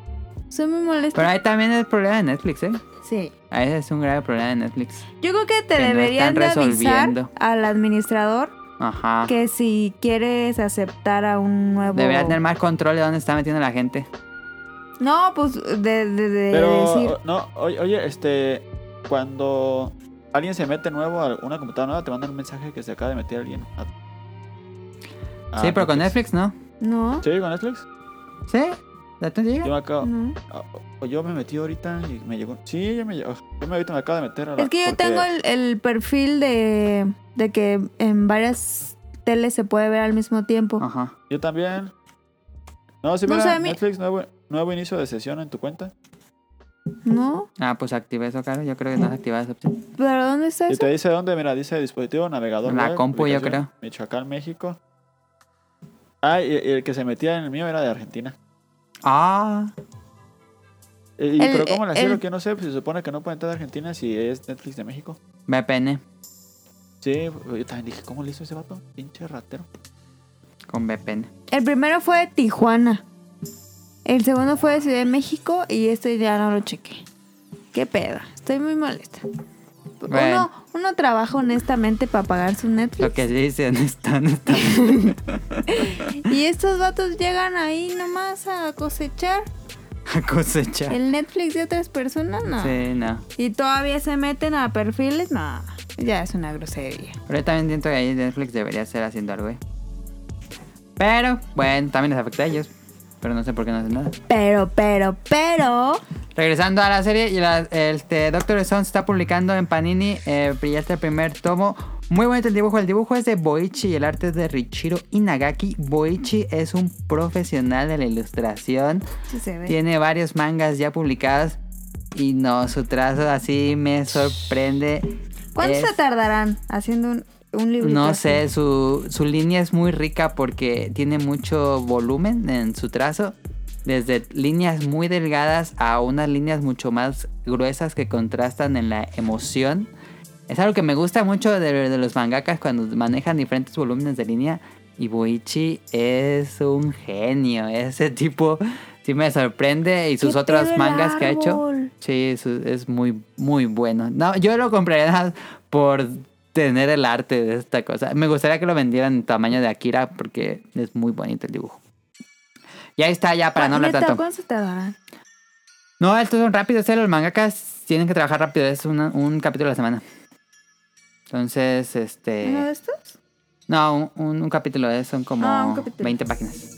Speaker 3: Soy muy molesta.
Speaker 4: Pero ahí también es problema de Netflix, ¿eh?
Speaker 3: Sí.
Speaker 4: Ahí es un grave problema de Netflix.
Speaker 3: Yo creo que te
Speaker 4: Que no
Speaker 3: deberían
Speaker 4: están
Speaker 3: de avisar
Speaker 4: resolviendo. Ah.
Speaker 3: al administrador
Speaker 4: Ajá.
Speaker 3: que si quieres aceptar a un nuevo...
Speaker 4: Debería tener más control de dónde está metiendo la gente.
Speaker 3: No, pues de, de- de
Speaker 5: Pero,
Speaker 3: decir...
Speaker 5: no, oye, oye, este, cuando alguien se mete nuevo a una computadora nueva, te mandan un mensaje que se acaba de meter alguien. a- a
Speaker 4: sí, pero con Netflix, ¿no?
Speaker 3: No,
Speaker 5: Sí, con Netflix.
Speaker 4: Sí. ¿La te
Speaker 5: Yo
Speaker 4: llega?
Speaker 5: me acabo,
Speaker 3: no.
Speaker 5: ah, o- yo me metí ahorita y me llegó. Sí, yo me llegó. Yo me ahorita me acabo de meter a la
Speaker 3: Es que yo
Speaker 5: porque-
Speaker 3: tengo el, el perfil de, de que en varias teles se puede ver al mismo tiempo.
Speaker 4: Ajá.
Speaker 5: Yo también. No, sí,
Speaker 3: No,
Speaker 5: mira,
Speaker 3: o sea, a mí-
Speaker 5: Netflix, nuevo, nuevo inicio de sesión en tu cuenta.
Speaker 3: ¿No?
Speaker 4: Ah, pues activé eso, claro. Yo creo que no has activado esa opción.
Speaker 3: ¿Pero dónde está
Speaker 5: Y
Speaker 3: eso?
Speaker 5: te dice dónde, mira, dice dispositivo, navegador.
Speaker 4: La
Speaker 5: web,
Speaker 4: compu, yo
Speaker 5: ubicación, Michoacán, México. Ah, y, y el que se metía en el mío era de Argentina.
Speaker 4: Ah.
Speaker 5: Eh, y-
Speaker 3: El-
Speaker 5: pero ¿cómo le
Speaker 3: el-
Speaker 5: hicieron? Que yo no sé, pues se supone que no puede entrar de Argentina si es Netflix de México.
Speaker 4: VPN.
Speaker 5: Sí, yo también dije, ¿cómo le hizo ese vato? Pinche ratero.
Speaker 4: Con VPN.
Speaker 3: El primero fue de Tijuana. El segundo fue de Ciudad de México y este ya no lo chequé. ¿Qué pedo? Estoy muy molesta.
Speaker 4: Bueno.
Speaker 3: Uno, uno trabaja honestamente para pagar su
Speaker 4: Lo
Speaker 3: Netflix.
Speaker 4: que dicen están, están.
Speaker 3: Y estos vatos llegan ahí nomás a cosechar
Speaker 4: a cosechar.
Speaker 3: el Netflix de otras personas, no.
Speaker 4: Sí, no.
Speaker 3: Y todavía se meten a perfiles, no. Ya es una grosería.
Speaker 4: Pero yo también siento que ahí Netflix debería estar haciendo algo, ¿eh? Pero, bueno, también les afecta a ellos. Pero no sé por qué no hacen nada.
Speaker 3: Pero, pero, pero.
Speaker 4: Regresando a la serie, y la- este Doctor Stone se está publicando en Panini. Eh, ya está el primer tomo. Muy bonito el dibujo. El dibujo es de Boichi y el arte es de Richiro Inagaki. Boichi es un profesional de la ilustración.
Speaker 3: Sí se ve.
Speaker 4: Tiene varios mangas ya publicados. Y no, su trazo así me sorprende.
Speaker 3: ¿Cuánto
Speaker 4: Es-
Speaker 3: se tardarán haciendo un, un libro?
Speaker 4: No
Speaker 3: así?
Speaker 4: sé, su, su línea es muy rica porque tiene mucho volumen en su trazo. Desde líneas muy delgadas a unas líneas mucho más gruesas que contrastan en la emoción. Es algo que me gusta mucho de, de los mangakas cuando manejan diferentes volúmenes de línea. Y Boichi es un genio. Ese tipo sí me sorprende. Y sus
Speaker 3: ¿Qué
Speaker 4: otros
Speaker 3: pedo el
Speaker 4: mangas que ha hecho.
Speaker 3: árbol?
Speaker 4: Sí, eso es muy, muy bueno. No, yo lo compraría nada más por tener el arte de esta cosa. Me gustaría que lo vendieran en tamaño de Akira porque es muy bonito el dibujo. Y ahí está ya para no hablar
Speaker 3: Neta,
Speaker 4: tanto.
Speaker 3: ¿Cuánto se tardarán?
Speaker 4: No, estos son rápidos, eh, los mangakas tienen que trabajar rápido, es una- un capítulo a la semana. Entonces,
Speaker 3: ¿Uno de
Speaker 4: este...
Speaker 3: estos?
Speaker 4: No, un, un- un capítulo, eh, son como
Speaker 3: Ah, un capítulo.
Speaker 4: 20 páginas.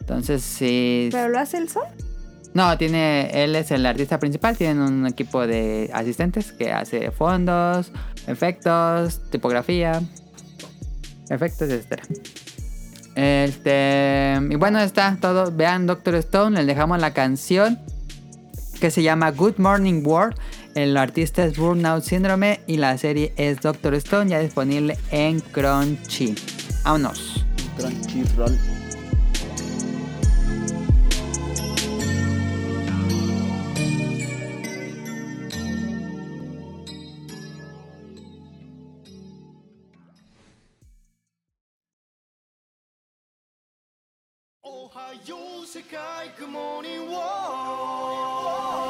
Speaker 4: Entonces, sí...
Speaker 3: ¿Pero lo hace el sol?
Speaker 4: No, tiene, él es el artista principal, tienen un equipo de asistentes que hace fondos, efectos, tipografía, efectos, etc. Este, y bueno, está todo. Vean Doctor Stone, les dejamos la canción que se llama Good Morning World. El artista es Burnout Syndrome y la serie es Doctor Stone, ya disponible en Crunchy. Vámonos.
Speaker 5: Crunchyroll.
Speaker 10: Good morning, world.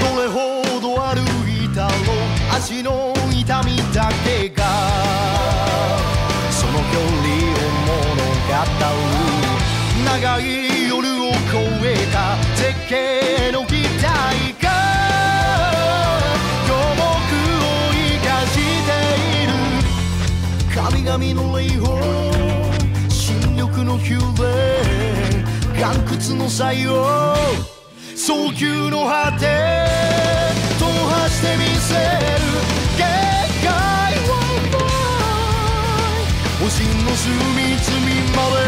Speaker 10: どれほど歩いたろう足の痛みだけがその距離を物語る長い夜を越えた絶景の期待が孤木を生かしている神々の霊峰新緑の幽霊岩窟の採用早急の果て踏破してみせる限界 Wi-Fi 星の隅々まで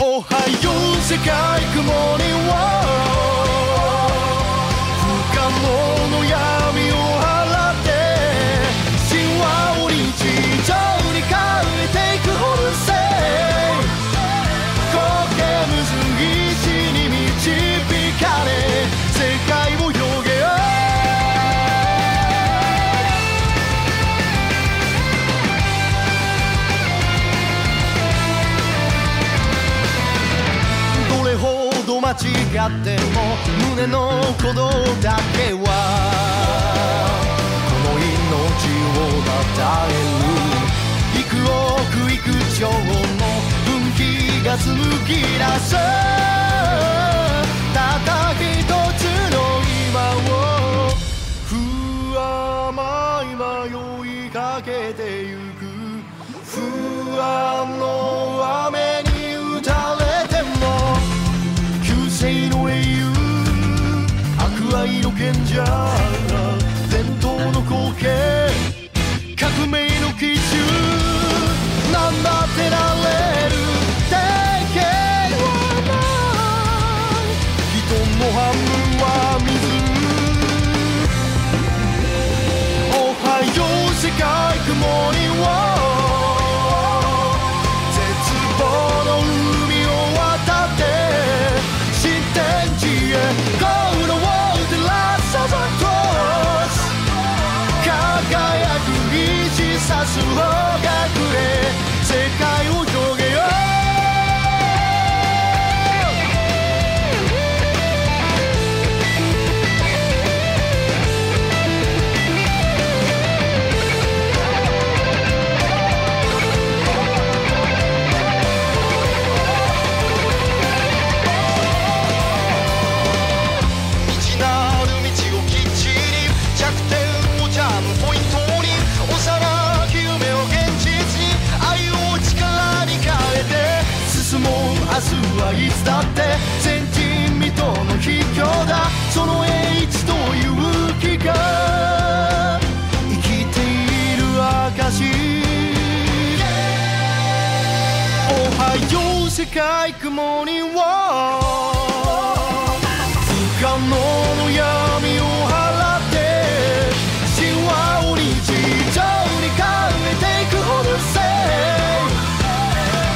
Speaker 10: おはよう世界雲には不可能の闇を払って神話を日常に変えていくホルセイ苔むず石に導かれ間違っても胸の鼓動だけはこの命をたたえる幾億幾兆の分岐が紡ぎ出すただ一つの今を不甘い迷いかけてゆく不安の雨に打たれても旧姓の英雄博愛の賢者伝統の光景革命の基準なんだってなれる定型はない人の半分は水おはよう世界曇りを絶望の海を渡って新天地へゴールを照らすサントス輝く虹さす方角へ世界を広げよう道なる道をきっちり弱点をジャムポイントに幼き夢を現実に愛を力に変えて進もう明日はいつだって前人未到の秘境だその英一という気が生きている証おはよう世界雲には不可能の闇を払って神話を日常に変えていくほどせ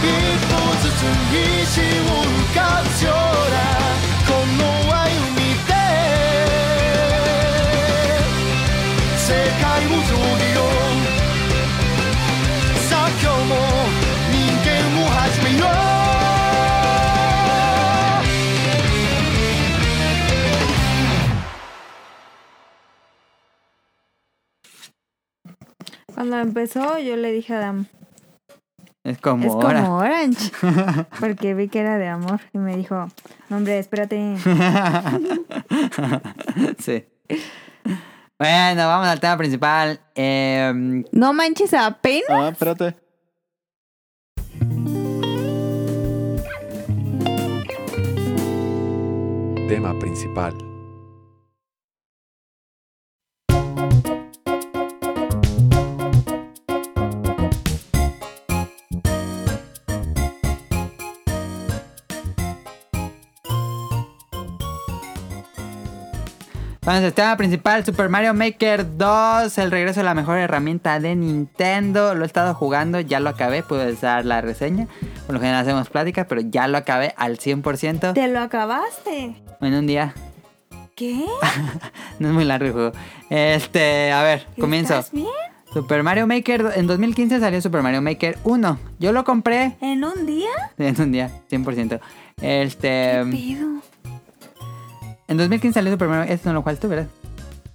Speaker 10: 一歩ずつ石を浮かすようなこの歩みで世界を広げようさあ今日も人間を始めよう
Speaker 3: Cuando empezó, yo le dije a Adam,
Speaker 4: Es como
Speaker 3: es
Speaker 4: ahora.
Speaker 3: como Orange, porque vi que era de amor y me dijo, no, hombre, espérate.
Speaker 4: sí. Bueno, vamos al tema principal. Em,
Speaker 3: No manches, apenas.
Speaker 5: Ah, espérate.
Speaker 8: Tema principal.
Speaker 4: entonces, tema principal, Super Mario Maker 2, el regreso de la mejor herramienta de Nintendo. Lo he estado jugando, ya lo acabé, pude dar la reseña. Por lo general hacemos pláticas, pero ya lo acabé al 100%
Speaker 3: ¿Te lo acabaste?
Speaker 4: en un día.
Speaker 3: ¿Qué?
Speaker 4: No es muy largo el juego. Este, a ver, comienzo.
Speaker 3: ¿Estás bien?
Speaker 4: Super Mario Maker, en 2015 salió Super Mario Maker 1. Yo lo compré
Speaker 3: ¿En un día?
Speaker 4: en un día, 100%. Este,
Speaker 3: ¿Qué pedo?
Speaker 4: en 2015 salió Super Mario, esto no lo cual tú, ¿verdad?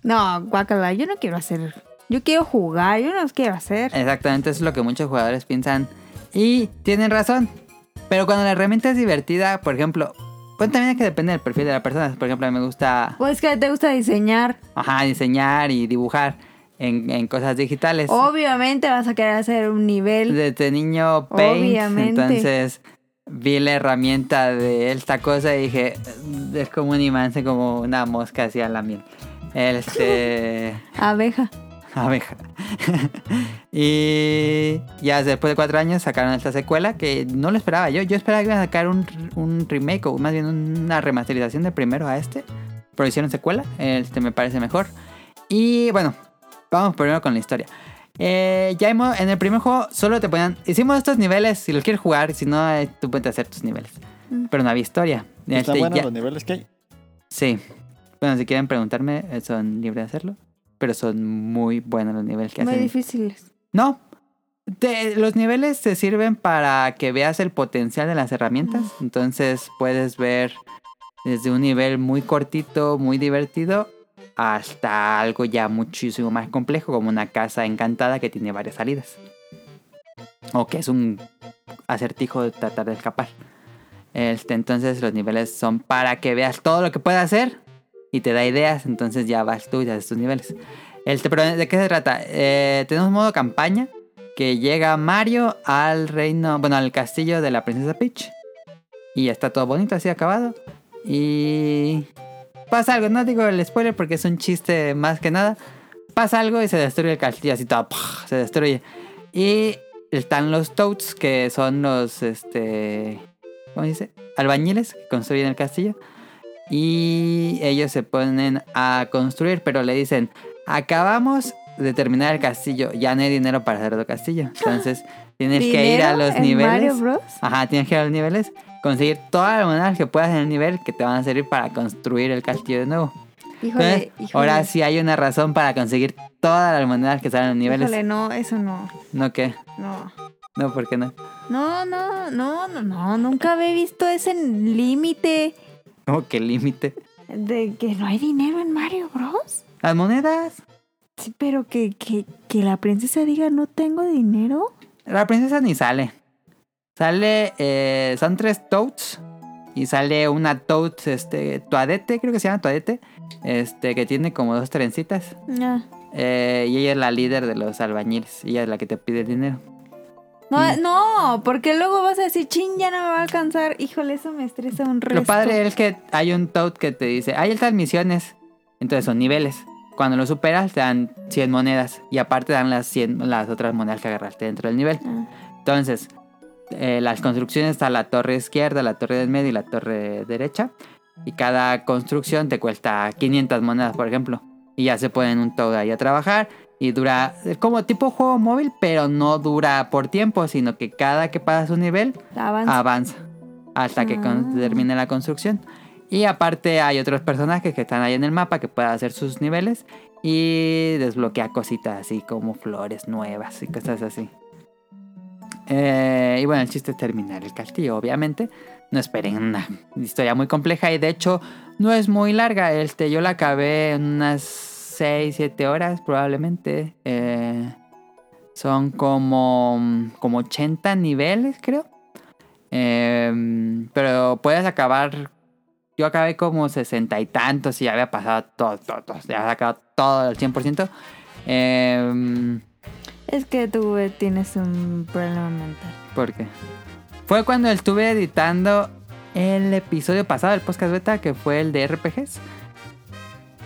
Speaker 3: No, guacala, yo no quiero hacer. Yo quiero jugar, yo no quiero hacer.
Speaker 4: Exactamente, eso es lo que muchos jugadores piensan. Y tienen razón. Pero cuando la herramienta es divertida, por ejemplo, pues también es que depende del perfil de la persona. Por ejemplo, a mí me gusta
Speaker 3: Pues que te gusta diseñar.
Speaker 4: ajá, diseñar y dibujar en, en cosas digitales.
Speaker 3: Obviamente vas a querer hacer un nivel.
Speaker 4: Desde niño Paint.
Speaker 3: Obviamente.
Speaker 4: Entonces vi la herramienta de esta cosa y dije, es como un imán, es como una mosca hacia la miel. Este...
Speaker 3: Abeja.
Speaker 4: abeja. y ya después de cuatro años sacaron esta secuela que no lo esperaba yo. Yo esperaba que iban a sacar un, un remake o más bien una remasterización de primero a este. Pero hicieron secuela, este me parece mejor. Y bueno, vamos primero con la historia. Eh, ya hemos- en el primer juego solo te ponían, hicimos estos niveles, si los quieres jugar, si no, eh, tú puedes hacer tus niveles. Pero no había historia.
Speaker 5: Están
Speaker 4: Este,
Speaker 5: buenos
Speaker 4: ya-
Speaker 5: los niveles que hay.
Speaker 4: Sí. Bueno, si quieren preguntarme, eh, son libres de hacerlo. Pero son muy buenos los niveles que
Speaker 3: Muy
Speaker 4: hacen.
Speaker 3: difíciles.
Speaker 4: No. Te- los niveles te sirven para que veas el potencial de las herramientas. Entonces puedes ver desde un nivel muy cortito, muy divertido, hasta algo ya muchísimo más complejo, como una casa encantada que tiene varias salidas. O que es un acertijo de tratar de escapar. Este, entonces los niveles son para que veas todo lo que puedes hacer y te da ideas, entonces ya vas tú y haces tus niveles. Este, pero ¿de qué se trata? Eh, tenemos modo campaña que llega Mario al reino, bueno, al castillo de la princesa Peach. Y ya está todo bonito, así acabado. Y pasa algo, no digo el spoiler porque es un chiste más que nada. Pasa algo y se destruye el castillo, así todo, ¡pah! se destruye. Y están los Toads, que son los, este, ¿cómo se dice? Albañiles que construyen el castillo. Y ellos se ponen a construir, pero le dicen, acabamos de terminar el castillo, ya no hay dinero para hacer otro castillo. Entonces tienes que ir a
Speaker 3: ¿Dinero
Speaker 4: los
Speaker 3: en
Speaker 4: niveles.
Speaker 3: Mario Bros.
Speaker 4: Ajá, tienes que ir a los niveles, conseguir todas las monedas que puedas en el nivel que te van a servir para construir el castillo de nuevo.
Speaker 3: Híjole,
Speaker 4: Entonces,
Speaker 3: híjole.
Speaker 4: ¿Eh? ahora sí hay una razón para conseguir todas las monedas que salen en los niveles.
Speaker 3: Híjole, no, eso no.
Speaker 4: ¿No qué?
Speaker 3: No.
Speaker 4: No, ¿por qué no?
Speaker 3: No, no, no, no, no, nunca había visto ese límite
Speaker 4: No, qué límite.
Speaker 3: de que no hay dinero en Mario Bros.
Speaker 4: Las monedas.
Speaker 3: Sí, pero que, que, que la princesa diga no tengo dinero.
Speaker 4: La princesa ni sale. Sale, eh, son tres toads. Y sale una toad, este, toadete, creo que se llama toadete. Este, que tiene como dos trencitas.
Speaker 3: No,
Speaker 4: Eh, y ella es la líder de los albañiles. Ella es la que te pide el dinero.
Speaker 3: no,
Speaker 4: Mm.
Speaker 3: no, porque luego vas a decir, ching, ya no me va a alcanzar. Híjole, eso me estresa un resto.
Speaker 4: Lo padre es que hay un toad que te dice, hay estas misiones. Entonces son niveles. Cuando lo superas te dan 100 monedas. Y aparte dan las, 100, las otras monedas que agarraste dentro del nivel.
Speaker 3: Ah,
Speaker 4: Entonces, eh, las construcciones está la torre izquierda, la torre del medio y la torre derecha. Y cada construcción te cuesta 500 monedas, por ejemplo. Y ya se ponen un todo ahí a trabajar. Y dura es como tipo juego móvil, pero no dura por tiempo, sino que cada que pasas un nivel
Speaker 3: Ah, avanza.
Speaker 4: avanza hasta que con-
Speaker 3: Ah.
Speaker 4: termine la construcción. Y aparte hay otros personajes que están ahí en el mapa que pueden hacer sus niveles y desbloquea cositas así como flores nuevas y cosas así. Eh, y bueno, el chiste es terminar el castillo, obviamente. No esperen una historia muy compleja y de hecho no es muy larga. Este, yo la acabé en unas 6, 7 horas probablemente. Eh, son como, como 80 niveles, creo. Em, pero puedes acabar. Yo acabé como sesenta y tantos y ya había pasado todo, todo, todo, ya había acabado todo el 100%. Em,
Speaker 3: Es que tú eh, tienes un problema mental.
Speaker 4: ¿Por qué? Fue cuando estuve editando el episodio pasado del podcast beta, que fue el de RPGs.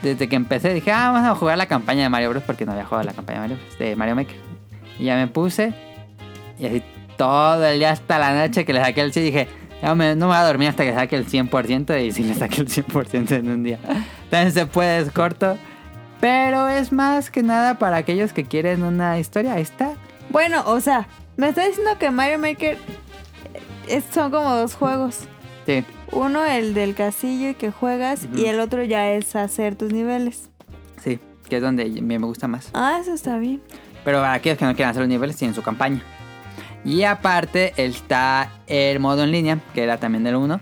Speaker 4: Desde que empecé dije, ah, vamos a jugar la campaña de Mario Bros. porque no había jugado la campaña de Mario Bros. de Mario Maker. Y ya me puse. Y así todo el día hasta la noche que le saqué el 100 dije, no me, no me voy a dormir hasta que saque el 100% y si le saqué el 100% en un día. Entonces se puede, es corto. Pero es más que nada para aquellos que quieren una historia. Ahí está.
Speaker 3: Bueno, o sea, me está diciendo que Mario Maker eh, es- son como dos juegos.
Speaker 4: Sí.
Speaker 3: Uno el del casillo y que juegas
Speaker 4: Ujú.
Speaker 3: y el otro ya es hacer tus niveles.
Speaker 4: Sí, que es donde me me gusta más.
Speaker 3: Ah, eso está bien.
Speaker 4: Pero para aquellos que no quieran hacer los niveles, tienen su campaña. Y aparte está el modo en línea, que era también del 1,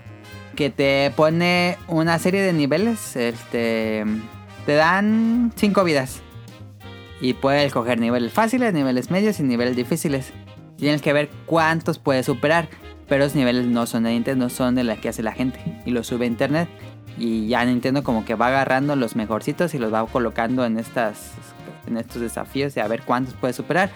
Speaker 4: que te pone una serie de niveles. Este, te dan 5 vidas. Y puedes coger niveles fáciles, niveles medios y niveles difíciles. Tienes que ver cuántos puedes superar. Pero los niveles no son de Nintendo, son de las que hace la gente. Y los sube a internet. Y ya Nintendo como que va agarrando los mejorcitos y los va colocando en, estas, en estos desafíos de a ver cuántos puedes superar.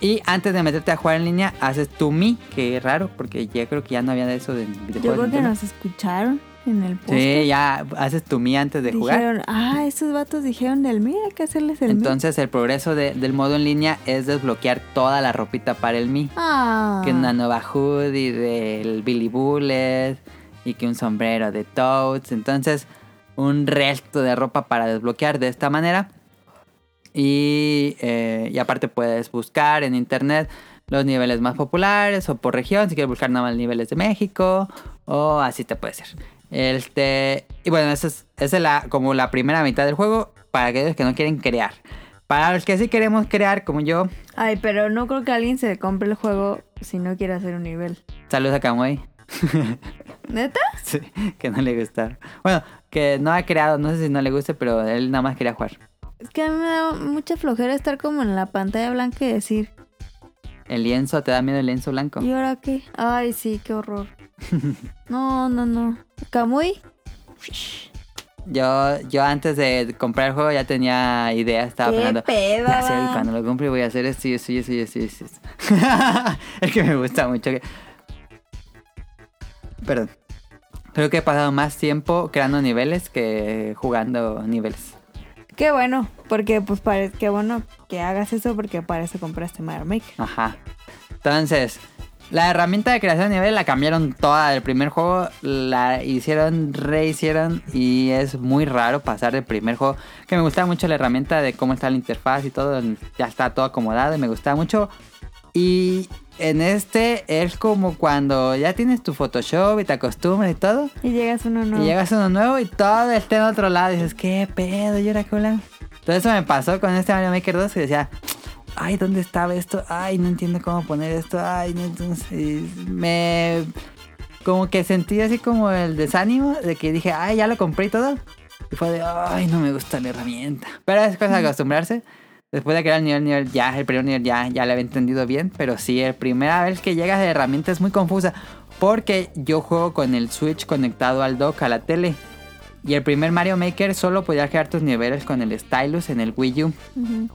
Speaker 4: Y antes de meterte a jugar en línea, haces tu mi, que es raro, porque ya creo que ya no había de eso de
Speaker 3: Yo
Speaker 4: videojuegos
Speaker 3: creo que
Speaker 4: Nintendo.
Speaker 3: nos escucharon en el podcast.
Speaker 4: Sí, ya haces tu mi antes de jugar.
Speaker 3: Dijeron, ah, esos vatos dijeron el mío, hay que hacerles el mío.
Speaker 4: Entonces el progreso de- del modo en línea es desbloquear toda la ropita para el Mi.
Speaker 3: Ah.
Speaker 4: Que una nueva hoodie del Billy Bullet y que un sombrero de Toads. Entonces un resto de ropa para desbloquear de esta manera. Y, eh, y aparte puedes buscar en internet los niveles más populares o por región, si quieres buscar nada más niveles de México o así te puede ser. Este, y bueno, esa es, esa es la, como la primera mitad del juego para aquellos que no quieren crear. Para los que sí queremos crear, como yo,
Speaker 3: Ay, pero no creo que alguien se compre el juego si no quiere hacer un nivel.
Speaker 4: saludos a Kamui.
Speaker 3: ¿Neta?
Speaker 4: Sí, que no le gustaron. Bueno, que no ha creado, no sé si no le guste, pero él nada más quería jugar.
Speaker 3: Es que a mí me da mucha flojera estar como en la pantalla blanca y decir,
Speaker 4: El lienzo, ¿te da miedo el lienzo blanco?
Speaker 3: ¿y ahora qué? Ay, sí, qué horror. No, no, no. Kamui,
Speaker 4: Yo, yo antes de comprar el juego ya tenía ideas, estaba
Speaker 3: ¿Qué
Speaker 4: pensando.
Speaker 3: pedo,
Speaker 4: "Ya sé,
Speaker 3: va?"
Speaker 4: cuando lo compre voy a hacer esto y esto y esto y esto y esto. es que me gusta mucho. que- Perdón. Creo que he pasado más tiempo creando niveles que jugando niveles.
Speaker 3: qué bueno, porque pues parece qué bueno que hagas eso porque para eso compraste Mario Maker.
Speaker 4: Ajá. Entonces, la herramienta de creación de nivel la cambiaron toda del primer juego, la hicieron, rehicieron y es muy raro pasar del primer juego. Que me gustaba mucho la herramienta de cómo está la interfaz y todo, ya está todo acomodado y me gustaba mucho. Y en este es como cuando ya tienes tu Photoshop y te acostumbras y todo.
Speaker 3: Y llegas uno nuevo.
Speaker 4: Y llegas a uno nuevo y todo está en otro lado. Y dices, ¿qué pedo? ¿Y ahora qué volado?". Todo eso me pasó con este Mario Maker 2 que decía, ay, ¿dónde estaba esto? Ay, no entiendo cómo poner esto. Ay, no, entonces me... Como que sentí así como el desánimo de que dije, ay, ya lo compré y todo. Y fue de, ay, no me gusta la herramienta. Pero es cosa de acostumbrarse. Después de crear el nivel, nivel ya, el primer nivel ya, ya lo había entendido bien. Pero sí, la primera vez que llegas de herramienta es muy confusa. Porque yo juego con el Switch conectado al dock, a la tele. Y el primer Mario Maker solo podías crear tus niveles con el stylus en el Wii U.
Speaker 3: Ujú.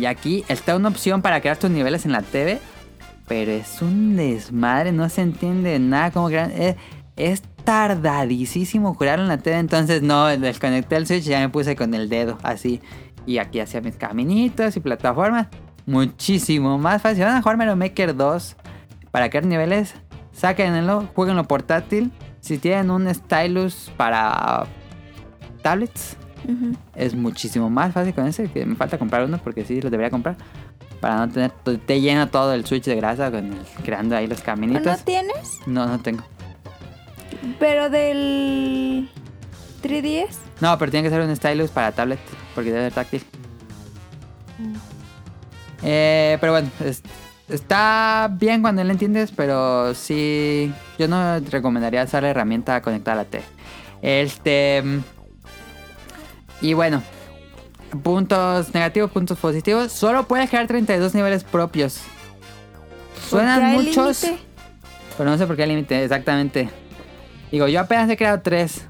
Speaker 4: Y aquí está una opción para crear tus niveles en la TV. Pero es un desmadre, no se entiende nada cómo crear. Es, es tardadísimo crear en la TV. Entonces no, desconecté el Switch y ya me puse con el dedo así. Y aquí hacía mis caminitos y plataformas. Muchísimo más fácil. Van a jugar Mario Maker 2 para crear niveles. Sáquenlo, jueguenlo portátil. Si tienen un stylus para tablets,
Speaker 3: Ujú.
Speaker 4: es muchísimo más fácil con ese que me falta comprar uno porque sí lo debería comprar para no tener to- te llena todo el switch de grasa con el- creando ahí los
Speaker 3: ¿No
Speaker 4: caminitos
Speaker 3: tienes?
Speaker 4: no no tengo
Speaker 3: Pero del 3DS.
Speaker 4: no pero tiene que ser un stylus para tablet porque debe ser táctil Eh, pero bueno es- está bien cuando le entiendes pero sí yo no recomendaría usar la herramienta conectada a la T este mm, y bueno puntos negativos puntos positivos solo puedes crear 32 niveles propios
Speaker 3: Porque
Speaker 4: suenan
Speaker 3: hay
Speaker 4: muchos
Speaker 3: límite.
Speaker 4: Pero no sé por qué límite, exactamente. Digo, yo apenas he creado tres.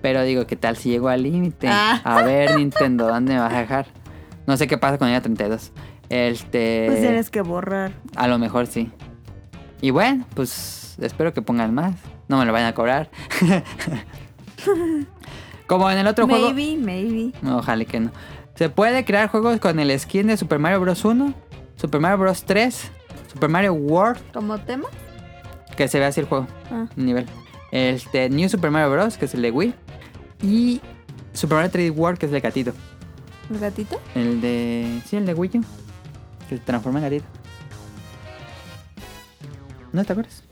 Speaker 4: Pero digo, ¿qué tal si llego al límite?
Speaker 3: Ah.
Speaker 4: A ver, Nintendo, ¿dónde me vas a dejar? No sé qué pasa con ella 32. Este.
Speaker 3: Pues tienes que borrar.
Speaker 4: A lo mejor sí. Y bueno, pues espero que pongan más. No me lo vayan a cobrar. Como en el otro juego.
Speaker 3: Maybe, maybe.
Speaker 4: No, Ojalá que no. Se puede crear juegos con el skin de Super Mario Bros. 1, Super Mario Bros. 3, Super Mario World
Speaker 3: ¿Como tema?
Speaker 4: que se ve así el juego.
Speaker 3: Ah.
Speaker 4: el Nivel. Este, New Super Mario Bros., que es el de Wii. Y Super Mario 3D World, que es el de gatito.
Speaker 3: ¿El gatito?
Speaker 4: El de. Sí, el de Wii U. Que se transforma en gatito. ¿No te acuerdas?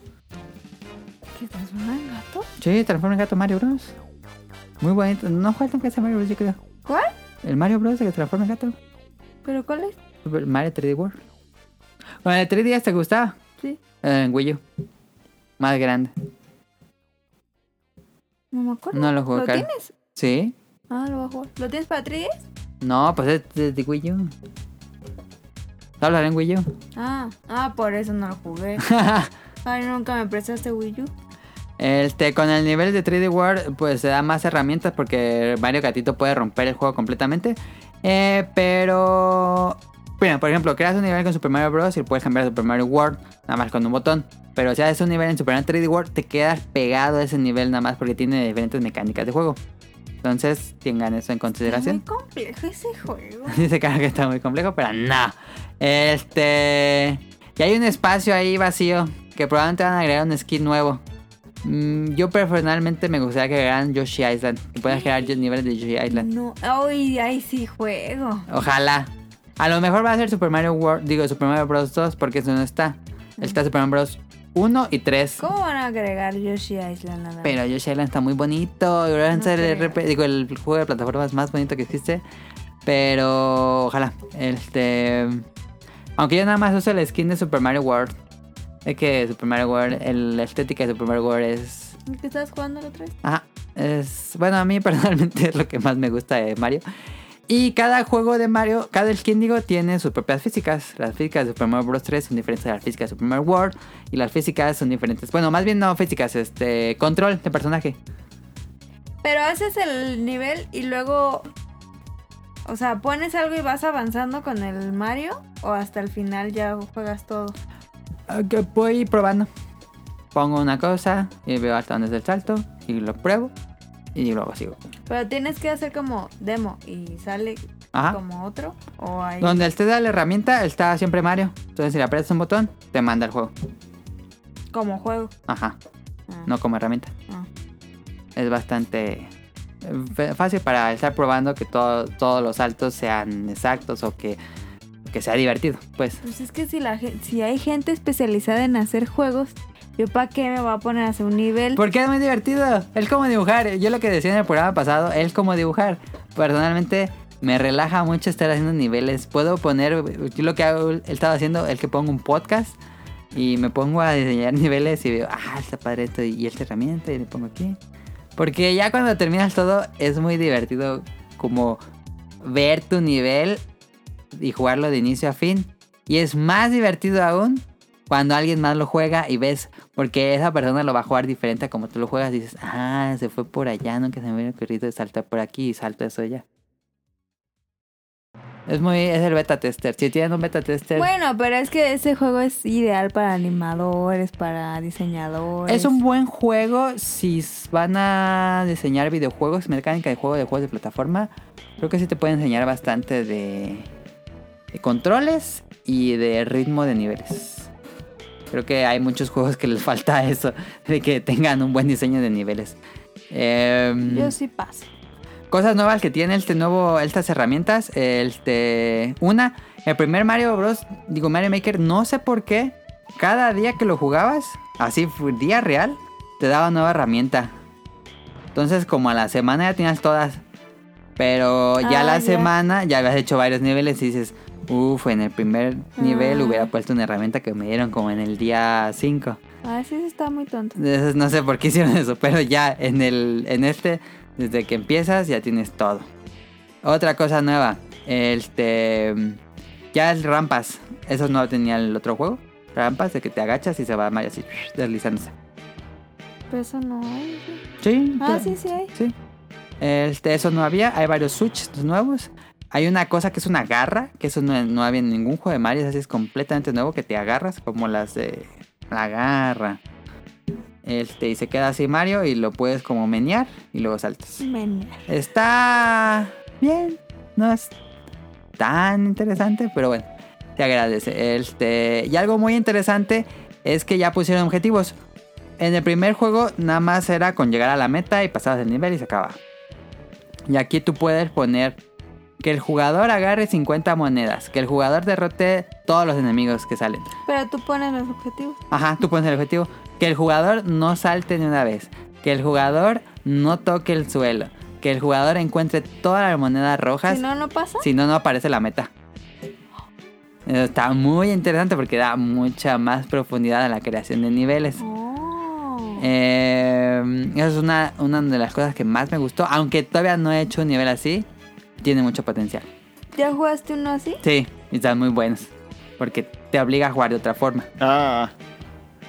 Speaker 3: ¿Qué transforma en gato?
Speaker 4: Sí, se transforma en gato Mario Bros. Muy bonito. No falta que sea Mario Bros, yo creo.
Speaker 3: ¿Cuál?
Speaker 4: El Mario Bros. que se transforma en gato.
Speaker 3: ¿Pero cuál es?
Speaker 4: Super Mario 3D World. Bueno, el 3D te gustaba.
Speaker 3: Sí.
Speaker 4: Eh, En Wii U. Más grande.
Speaker 3: No me acuerdo.
Speaker 4: No lo jugué,
Speaker 3: ¿Lo
Speaker 4: Karen.
Speaker 3: tienes?
Speaker 4: Sí.
Speaker 3: Ah, lo voy a jugar. ¿Lo tienes para 3DS?
Speaker 4: No, pues es de, de Wii U. Solo salió en Wii U.
Speaker 3: Ah, ah, por eso no lo jugué. Ay, nunca me prestaste Wii U.
Speaker 4: Este, con el nivel de 3D World, pues se da más herramientas porque Mario Gatito puede romper el juego completamente. Eh, pero. Mira, por ejemplo, creas un nivel con Super Mario Bros. y puedes cambiar a Super Mario World, nada más con un botón. Pero si haces un nivel en Super Mario 3D World, te quedas pegado a ese nivel nada más porque tiene diferentes mecánicas de juego. Entonces, tengan eso
Speaker 3: Es
Speaker 4: en
Speaker 3: muy
Speaker 4: consideración.
Speaker 3: complejo ese juego.
Speaker 4: Dice Caro que está muy complejo, pero no. Este. Y hay un espacio ahí vacío que probablemente van a agregar un skin nuevo. Mm, yo personalmente me gustaría que agregaran Yoshi Island. Que puedas crear yo- niveles de Yoshi Island.
Speaker 3: No, ay, ay, sí juego.
Speaker 4: Ojalá. A lo mejor va a ser Super Mario World. Digo, Super Mario Bros. 2, porque eso no está. Está Super Mario Bros. 1 y 3.
Speaker 3: ¿Cómo van a agregar Yoshi Island a la-
Speaker 4: Pero Yoshi Island está muy bonito. y Probablemente
Speaker 3: No
Speaker 4: el,
Speaker 3: creo.
Speaker 4: RP digo, el juego de plataformas más bonito que existe. Pero ojalá. Este. Aunque yo nada más uso la skin de Super Mario World. Es que Super Mario World, el- la estética de Super Mario World es
Speaker 3: ¿Qué estabas jugando la otra vez?
Speaker 4: Ajá. Es, bueno, a mí personalmente es lo que más me gusta de Mario. Y cada juego de Mario, cada skin digo, tiene sus propias físicas. Las físicas de Super Mario Bros. 3 son diferentes a las físicas de Super Mario World. Y las físicas son diferentes. Bueno, más bien no físicas, este. Control de personaje.
Speaker 3: Pero haces el nivel y luego. O sea, pones algo y vas avanzando con el Mario o hasta el final ya juegas todo.
Speaker 4: Ah, Que voy probando. Pongo una cosa y veo hasta dónde es el salto. Y lo pruebo. Y luego sigo.
Speaker 3: Pero tienes que hacer como demo y sale
Speaker 4: Ajá.
Speaker 3: como otro o hay
Speaker 4: Donde él te da la herramienta, está siempre Mario. Entonces, si le aprietas un botón, te manda el juego.
Speaker 3: como juego.
Speaker 4: Ajá.
Speaker 3: Ah,
Speaker 4: no como herramienta.
Speaker 3: Ah.
Speaker 4: Es bastante f- fácil para estar probando que todo- todos los saltos sean exactos o que, que sea divertido. Pues
Speaker 3: Pues es que si la gen- si hay gente especializada en hacer juegos, yo para qué me voy a poner a hacer un nivel.
Speaker 4: Porque es muy divertido. Es como dibujar. Yo lo que decía en el programa pasado, es como dibujar. Personalmente me relaja mucho estar haciendo niveles. Puedo poner, yo lo que hago, él estaba haciendo, el que pongo un podcast y me pongo a diseñar niveles y veo, ah, está padre esto y esta herramienta y le pongo aquí. Porque ya cuando terminas todo es muy divertido como ver tu nivel y jugarlo de inicio a fin. Y es más divertido aún cuando alguien más lo juega y ves, porque esa persona lo va a jugar diferente a como tú lo juegas, dices, ah, se fue por allá, nunca se me hubiera ocurrido saltar por aquí y salto eso ya. Es muy, es el beta tester. Si tienen un beta tester,
Speaker 3: Bueno, pero es que ese juego es ideal para animadores, para diseñadores.
Speaker 4: es un buen juego si s- van a diseñar videojuegos, mecánica de juego, de juegos de plataforma. Creo que sí te puede enseñar bastante de, de controles y de ritmo de niveles. Creo que hay muchos juegos que les falta eso, de que tengan un buen diseño de niveles. Em,
Speaker 3: Yo sí paso.
Speaker 4: Cosas nuevas que tiene este nuevo, estas herramientas. Este, una, el primer Mario Bros. Digo, Mario Maker, no sé por qué. Cada día que lo jugabas, así fue, día real, te daba nueva herramienta. Entonces, como a la semana ya tenías todas. Pero ya
Speaker 3: Ah,
Speaker 4: la
Speaker 3: ya.
Speaker 4: semana ya habías hecho varios niveles y dices, uff, en el primer nivel
Speaker 3: Ah.
Speaker 4: hubiera puesto una herramienta que me dieron como en el día 5.
Speaker 3: Ah, sí, sí está muy tonto.
Speaker 4: Entonces, no sé por qué hicieron eso, pero ya en el en este, desde que empiezas, ya tienes todo. Otra cosa nueva, este ya es rampas. Eso no lo tenía el otro juego. Rampas de que te agachas y se va Mario así deslizándose.
Speaker 3: Pero eso no hay.
Speaker 4: Sí.
Speaker 3: Ah,
Speaker 4: te-
Speaker 3: sí, sí hay.
Speaker 4: Sí. Este, eso no había. Hay varios Switch nuevos. Hay una cosa que es una garra, que eso no, no había en ningún juego de Mario, así es completamente nuevo, que te agarras como las de la garra. Este, y se queda así Mario y lo puedes como menear y luego saltas.
Speaker 3: Menear.
Speaker 4: Está bien, no es tan interesante, pero bueno, te agradece. Este, y algo muy interesante es que ya pusieron objetivos. En el primer juego nada más era con llegar a la meta y pasabas el nivel y se acaba. Y aquí tú puedes poner que el jugador agarre 50 monedas, que el jugador derrote todos los enemigos que salen.
Speaker 3: Pero tú pones los objetivos.
Speaker 4: Ajá, tú pones el objetivo. Que el jugador no salte ni una vez. Que el jugador no toque el suelo. Que el jugador encuentre todas las monedas rojas.
Speaker 3: Si no, no pasa.
Speaker 4: Si no, no aparece la meta. Eh, Está muy interesante porque da mucha más profundidad a la creación de niveles.
Speaker 3: Oh.
Speaker 4: Eh, esa es una, una de las cosas que más me gustó. Aunque todavía no he hecho un nivel así, tiene mucho potencial.
Speaker 3: ¿Ya jugaste uno así?
Speaker 4: Sí, y están muy buenos. Porque te obliga a jugar de otra forma.
Speaker 5: Ah,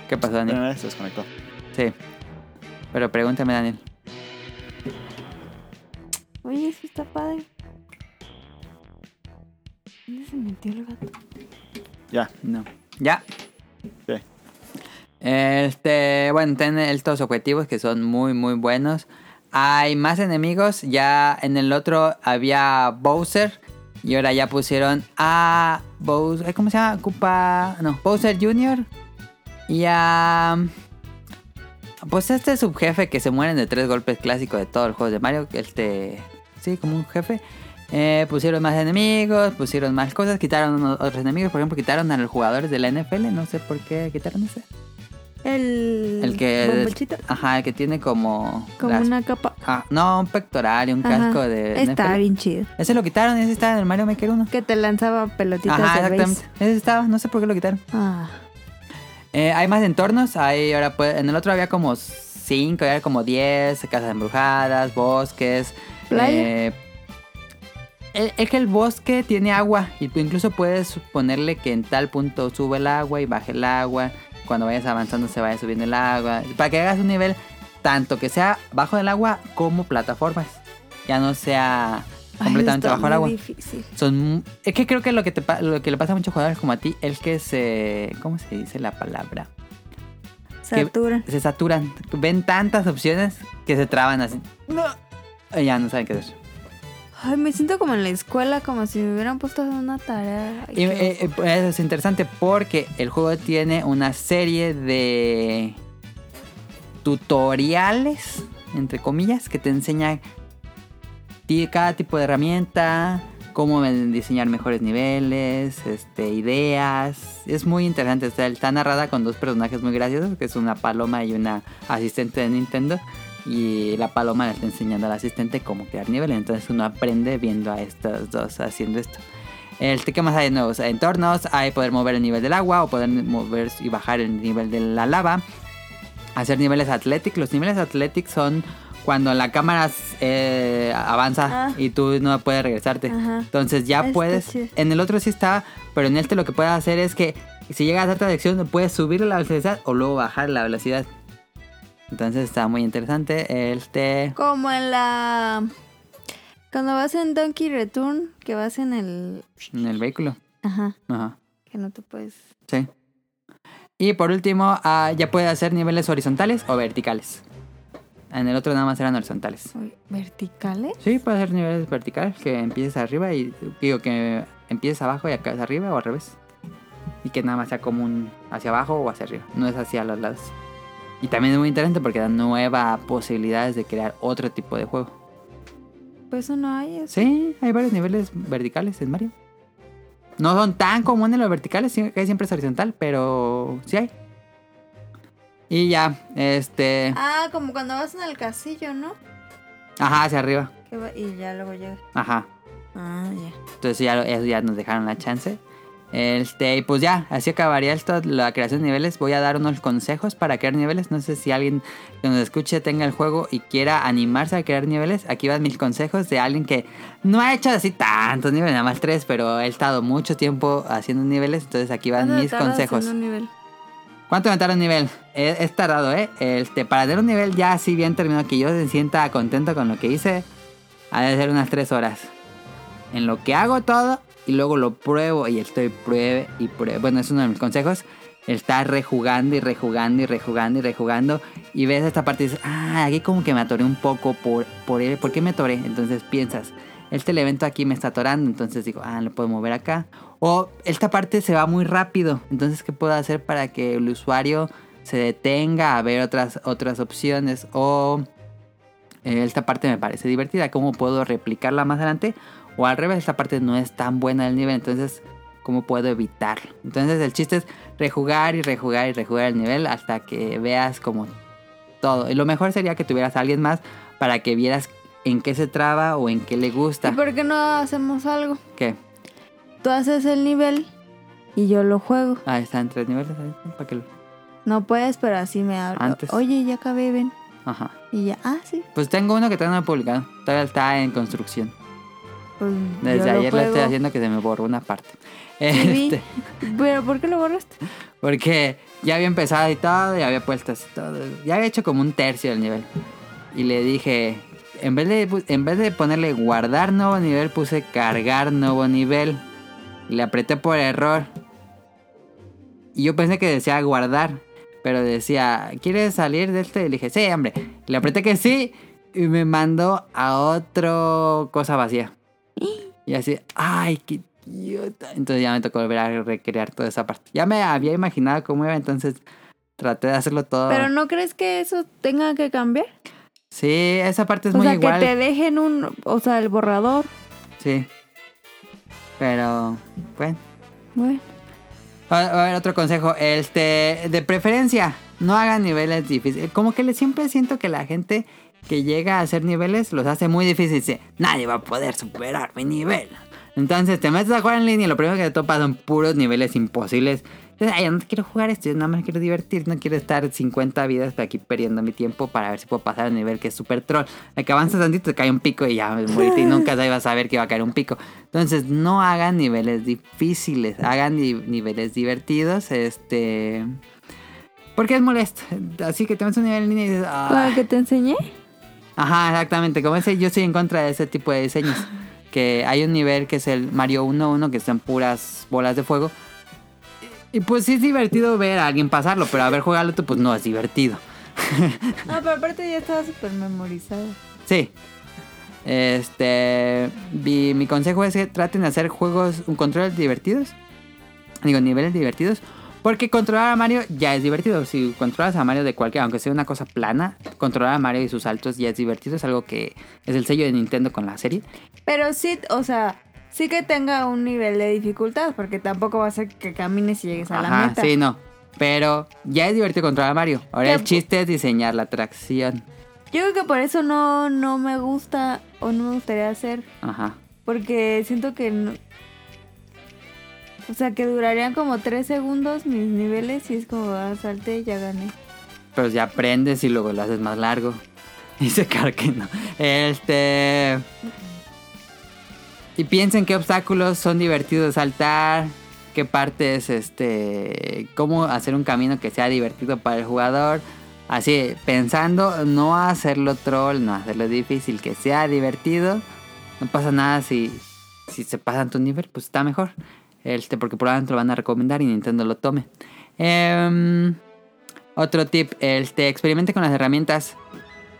Speaker 4: ¿Qué pasó, Daniel?
Speaker 5: mira, se desconectó.
Speaker 4: Sí. Pero pregúntame, Daniel.
Speaker 3: Oye, eso está padre. ¿Dónde se metió el gato?
Speaker 5: Ya,
Speaker 4: No. ¿Ya?
Speaker 5: Sí.
Speaker 4: Este, bueno, tienen estos objetivos que son muy, muy buenos. Hay más enemigos. Ya en el otro había Bowser. Y ahora ya pusieron a Bowser. eh, ¿Cómo se llama? Cupa. No, Bowser Jr. Y a. Pues este subjefe que se mueren de tres golpes clásico de todos los juegos de Mario. que Este. Sí, como un jefe. Eh, pusieron más enemigos, pusieron más cosas, quitaron unos- otros enemigos. Por ejemplo, quitaron a los jugadores de la NFL. No sé por qué quitaron ese.
Speaker 3: El.
Speaker 4: El que.
Speaker 3: bombochito.
Speaker 4: Ajá, el que tiene como.
Speaker 3: Como
Speaker 4: las-
Speaker 3: una capa.
Speaker 4: ah, no, un pectoral y un
Speaker 3: Ajá.
Speaker 4: casco de.
Speaker 3: Está
Speaker 4: NFL.
Speaker 3: bien chido.
Speaker 4: Ese lo quitaron, ese estaba en el Mario Maker 1.
Speaker 3: Que te lanzaba pelotitas
Speaker 4: Ajá,
Speaker 3: de béis.
Speaker 4: exactamente. Ese estaba, no sé por qué lo quitaron.
Speaker 3: Ah,
Speaker 4: Eh, hay más entornos. Hay, ahora pues, en el otro había como 5, había como 10, casas embrujadas, bosques.
Speaker 3: Playa.
Speaker 4: eh, el- es que el bosque tiene agua y tú incluso puedes ponerle que en tal punto sube el agua y baje el agua. Cuando vayas avanzando se vaya subiendo el agua. Para que hagas un nivel tanto que sea bajo del agua como plataformas. Ya no sea completamente
Speaker 3: Ay, está
Speaker 4: bajo el
Speaker 3: muy
Speaker 4: agua
Speaker 3: difícil.
Speaker 4: son mu- es que creo que lo que te pa- lo que le pasa a muchos jugadores como a ti es que se cómo se dice la palabra
Speaker 3: Satura.
Speaker 4: se saturan ven tantas opciones que se traban así no Y ya no saben qué hacer
Speaker 3: Ay, me siento como en la escuela, como si me hubieran puesto a hacer una tarea. Ay,
Speaker 4: Y,
Speaker 3: qué
Speaker 4: eh, eh, eso es interesante porque el juego tiene una serie de tutoriales, entre comillas, que te enseña ti- cada tipo de herramienta, cómo ven- diseñar mejores niveles, este, ideas. Es muy interesante. Está, está narrada con dos personajes muy graciosos, que es una paloma y una asistente de Nintendo. Y la paloma le está enseñando al asistente cómo crear niveles. Entonces uno aprende viendo a estos dos haciendo esto. Este, ¿Qué más hay de nuevos? Hay entornos, hay poder mover el nivel del agua o poder mover y bajar el nivel de la lava. Hacer niveles atléticos. Los niveles atléticos son cuando la cámara eh, avanza
Speaker 3: Ah.
Speaker 4: y tú no puedes regresarte.
Speaker 3: Ajá.
Speaker 4: Entonces ya
Speaker 3: Ah, está
Speaker 4: puedes.
Speaker 3: chido.
Speaker 4: En el otro sí está, pero en este lo que puedes hacer es que si llegas a cierta dirección puedes subir la velocidad o luego bajar la velocidad. Entonces está muy interesante. Este.
Speaker 3: Como en la. Cuando vas en Donkey Return, que vas en el.
Speaker 4: En el vehículo.
Speaker 3: Ajá,
Speaker 4: Ajá.
Speaker 3: que no te puedes.
Speaker 4: Sí. Y por último, ah, ya puede hacer niveles horizontales o verticales. En el otro nada más eran horizontales.
Speaker 3: Uy, ¿Verticales?
Speaker 4: Sí, puede hacer niveles verticales, que empieces arriba y digo que empieces abajo y acabes arriba o al revés. Y que nada más sea como un hacia abajo o hacia arriba, no es hacia los lados. Y también es muy interesante porque da nuevas posibilidades de crear otro tipo de juego.
Speaker 3: Pues eso no hay. Eso.
Speaker 4: Sí, hay varios niveles verticales en Mario. No son tan comunes los verticales, sí, que siempre es horizontal, pero sí hay. Y ya, este.
Speaker 3: Ah, como cuando vas en el castillo, ¿no?
Speaker 4: Ajá, hacia arriba.
Speaker 3: Que va- Y ya luego llega.
Speaker 4: Ajá.
Speaker 3: Ah, ya.
Speaker 4: Entonces ya, lo- eso ya nos dejaron la chance. Este, y pues ya, así acabaría esto, la creación de niveles. Voy a dar unos consejos para crear niveles. No sé si alguien que nos escuche tenga el juego y quiera animarse a crear niveles. Aquí van mis consejos de alguien que no ha hecho así tantos niveles, nada más tres, pero he estado mucho tiempo haciendo niveles. Entonces aquí van mis consejos.
Speaker 3: Un nivel?
Speaker 4: ¿Cuánto me tarda un nivel? Eh, Es, tardado, ¿eh? Este, para tener un nivel ya así bien terminado que yo se sienta contento con lo que hice, ha de ser unas 3 horas. En lo que hago todo y luego lo pruebo y estoy pruebe y pruebe. Bueno, es uno de mis consejos. El estar rejugando y rejugando y rejugando y rejugando. Y ves esta parte y dices, ah, aquí como que me atoré un poco por, por él. ¿Por qué me atoré? Entonces piensas, este elemento aquí me está atorando. Entonces digo, ah, lo puedo mover acá. O esta parte se va muy rápido. Entonces, ¿qué puedo hacer para que el usuario se detenga a ver otras, otras opciones? O eh, esta parte me parece divertida. ¿Cómo puedo replicarla más adelante? O al revés, esta parte no es tan buena del nivel. Entonces, ¿cómo puedo evitarlo? Entonces, el chiste es rejugar y rejugar y rejugar el nivel hasta que veas como todo. Y lo mejor sería que tuvieras a alguien más para que vieras en qué se traba o en qué le
Speaker 3: ¿Y
Speaker 4: gusta.
Speaker 3: por qué no hacemos algo?
Speaker 4: ¿Qué?
Speaker 3: Tú haces el nivel y yo lo juego.
Speaker 4: Ahí están Ah, tres niveles. ahí están, para que lo-
Speaker 3: No puedes, pero así me hablo.
Speaker 4: Antes.
Speaker 3: Oye, ya acabé, ven.
Speaker 4: Ajá.
Speaker 3: Y ya, ah, sí.
Speaker 4: Pues tengo uno que todavía no he publicado. Todavía está en construcción.
Speaker 3: Pues
Speaker 4: Desde
Speaker 3: yo lo
Speaker 4: ayer lo estoy
Speaker 3: juego.
Speaker 4: haciendo que se me borró una parte.
Speaker 3: Sí, vi.
Speaker 4: Este,
Speaker 3: Pero ¿por qué lo borraste?
Speaker 4: porque ya había empezado y todo, ya había puesto así todo. Ya había hecho como un tercio del nivel. Y le dije, en vez de, pu- en vez de ponerle guardar nuevo nivel, puse cargar nuevo nivel. Y le apreté por error. Y yo pensé que decía guardar. Pero decía, ¿quieres salir de este? Y le dije, sí, hombre. Le apreté que sí. Y me mandó a otro cosa vacía. Y así, ay, qué idiota. Entonces ya me tocó volver a recrear toda esa parte. Ya me había imaginado cómo iba, entonces traté de hacerlo todo.
Speaker 3: Pero ¿no crees que eso tenga que cambiar?
Speaker 4: Sí, esa parte es
Speaker 3: o
Speaker 4: muy
Speaker 3: sea,
Speaker 4: igual.
Speaker 3: que te dejen un... O sea, el borrador.
Speaker 4: Sí. Pero, bueno.
Speaker 3: Bueno,
Speaker 4: A a ver, otro consejo. Este, de preferencia, no hagan niveles difíciles. Como que le- siempre siento que la gente que llega a hacer niveles los hace muy difíciles. Dice, nadie va a poder superar mi nivel. Entonces te metes a jugar en línea y lo primero que te topas son puros niveles imposibles Ay, yo no quiero jugar esto, yo nada más quiero divertir, no quiero estar 50 vidas aquí perdiendo mi tiempo para ver si puedo pasar el nivel que es super troll. El que avanzas tantito te cae un pico y ya moriste y nunca ibas a saber que iba a caer un pico. Entonces, no hagan niveles difíciles, hagan ni- niveles divertidos, este... Porque es molesto. Así que te metes a un nivel en línea y dices... "Ah".
Speaker 3: ¿Cuál que te enseñé?
Speaker 4: Ajá, exactamente. Como ese, yo estoy en contra de ese tipo de diseños. Que hay un nivel que es el Mario 1-1, que son puras bolas de fuego. Y y pues sí es divertido ver a alguien pasarlo, pero a ver jugarlo tú, pues no es divertido.
Speaker 3: Ah, pero aparte ya estaba súper memorizado.
Speaker 4: Sí. Este. Mi, mi consejo es que traten de hacer juegos, un control divertidos. Digo, niveles divertidos. Porque controlar a Mario ya es divertido. Si controlas a Mario de cualquier, aunque sea una cosa plana, controlar a Mario y sus saltos ya es divertido. Es algo que es el sello de Nintendo con la serie.
Speaker 3: Pero sí, o sea, sí que tenga un nivel de dificultad, porque tampoco va a ser que camines y llegues a la meta.
Speaker 4: sí, no. Pero ya es divertido controlar a Mario. Ahora
Speaker 3: Ya,
Speaker 4: el chiste es diseñar la atracción.
Speaker 3: Yo creo que por eso no, no me gusta o no me gustaría hacer,
Speaker 4: Ajá.
Speaker 3: porque siento que no... O sea, que durarían como tres segundos mis niveles y es como, ah, salté y ya gané.
Speaker 4: Pero pues, ya aprendes y luego lo haces más largo. Dice Car que no. Este. Y piensen qué obstáculos son divertidos de saltar. Qué partes, este. Cómo hacer un camino que sea divertido para el jugador. Así, pensando, no hacerlo troll, no hacerlo difícil, que sea divertido. No pasa nada si, si se pasan tu nivel, pues está mejor. Este, porque probablemente lo van a recomendar y Nintendo lo tome. Em, otro tip, este, experimente con las herramientas.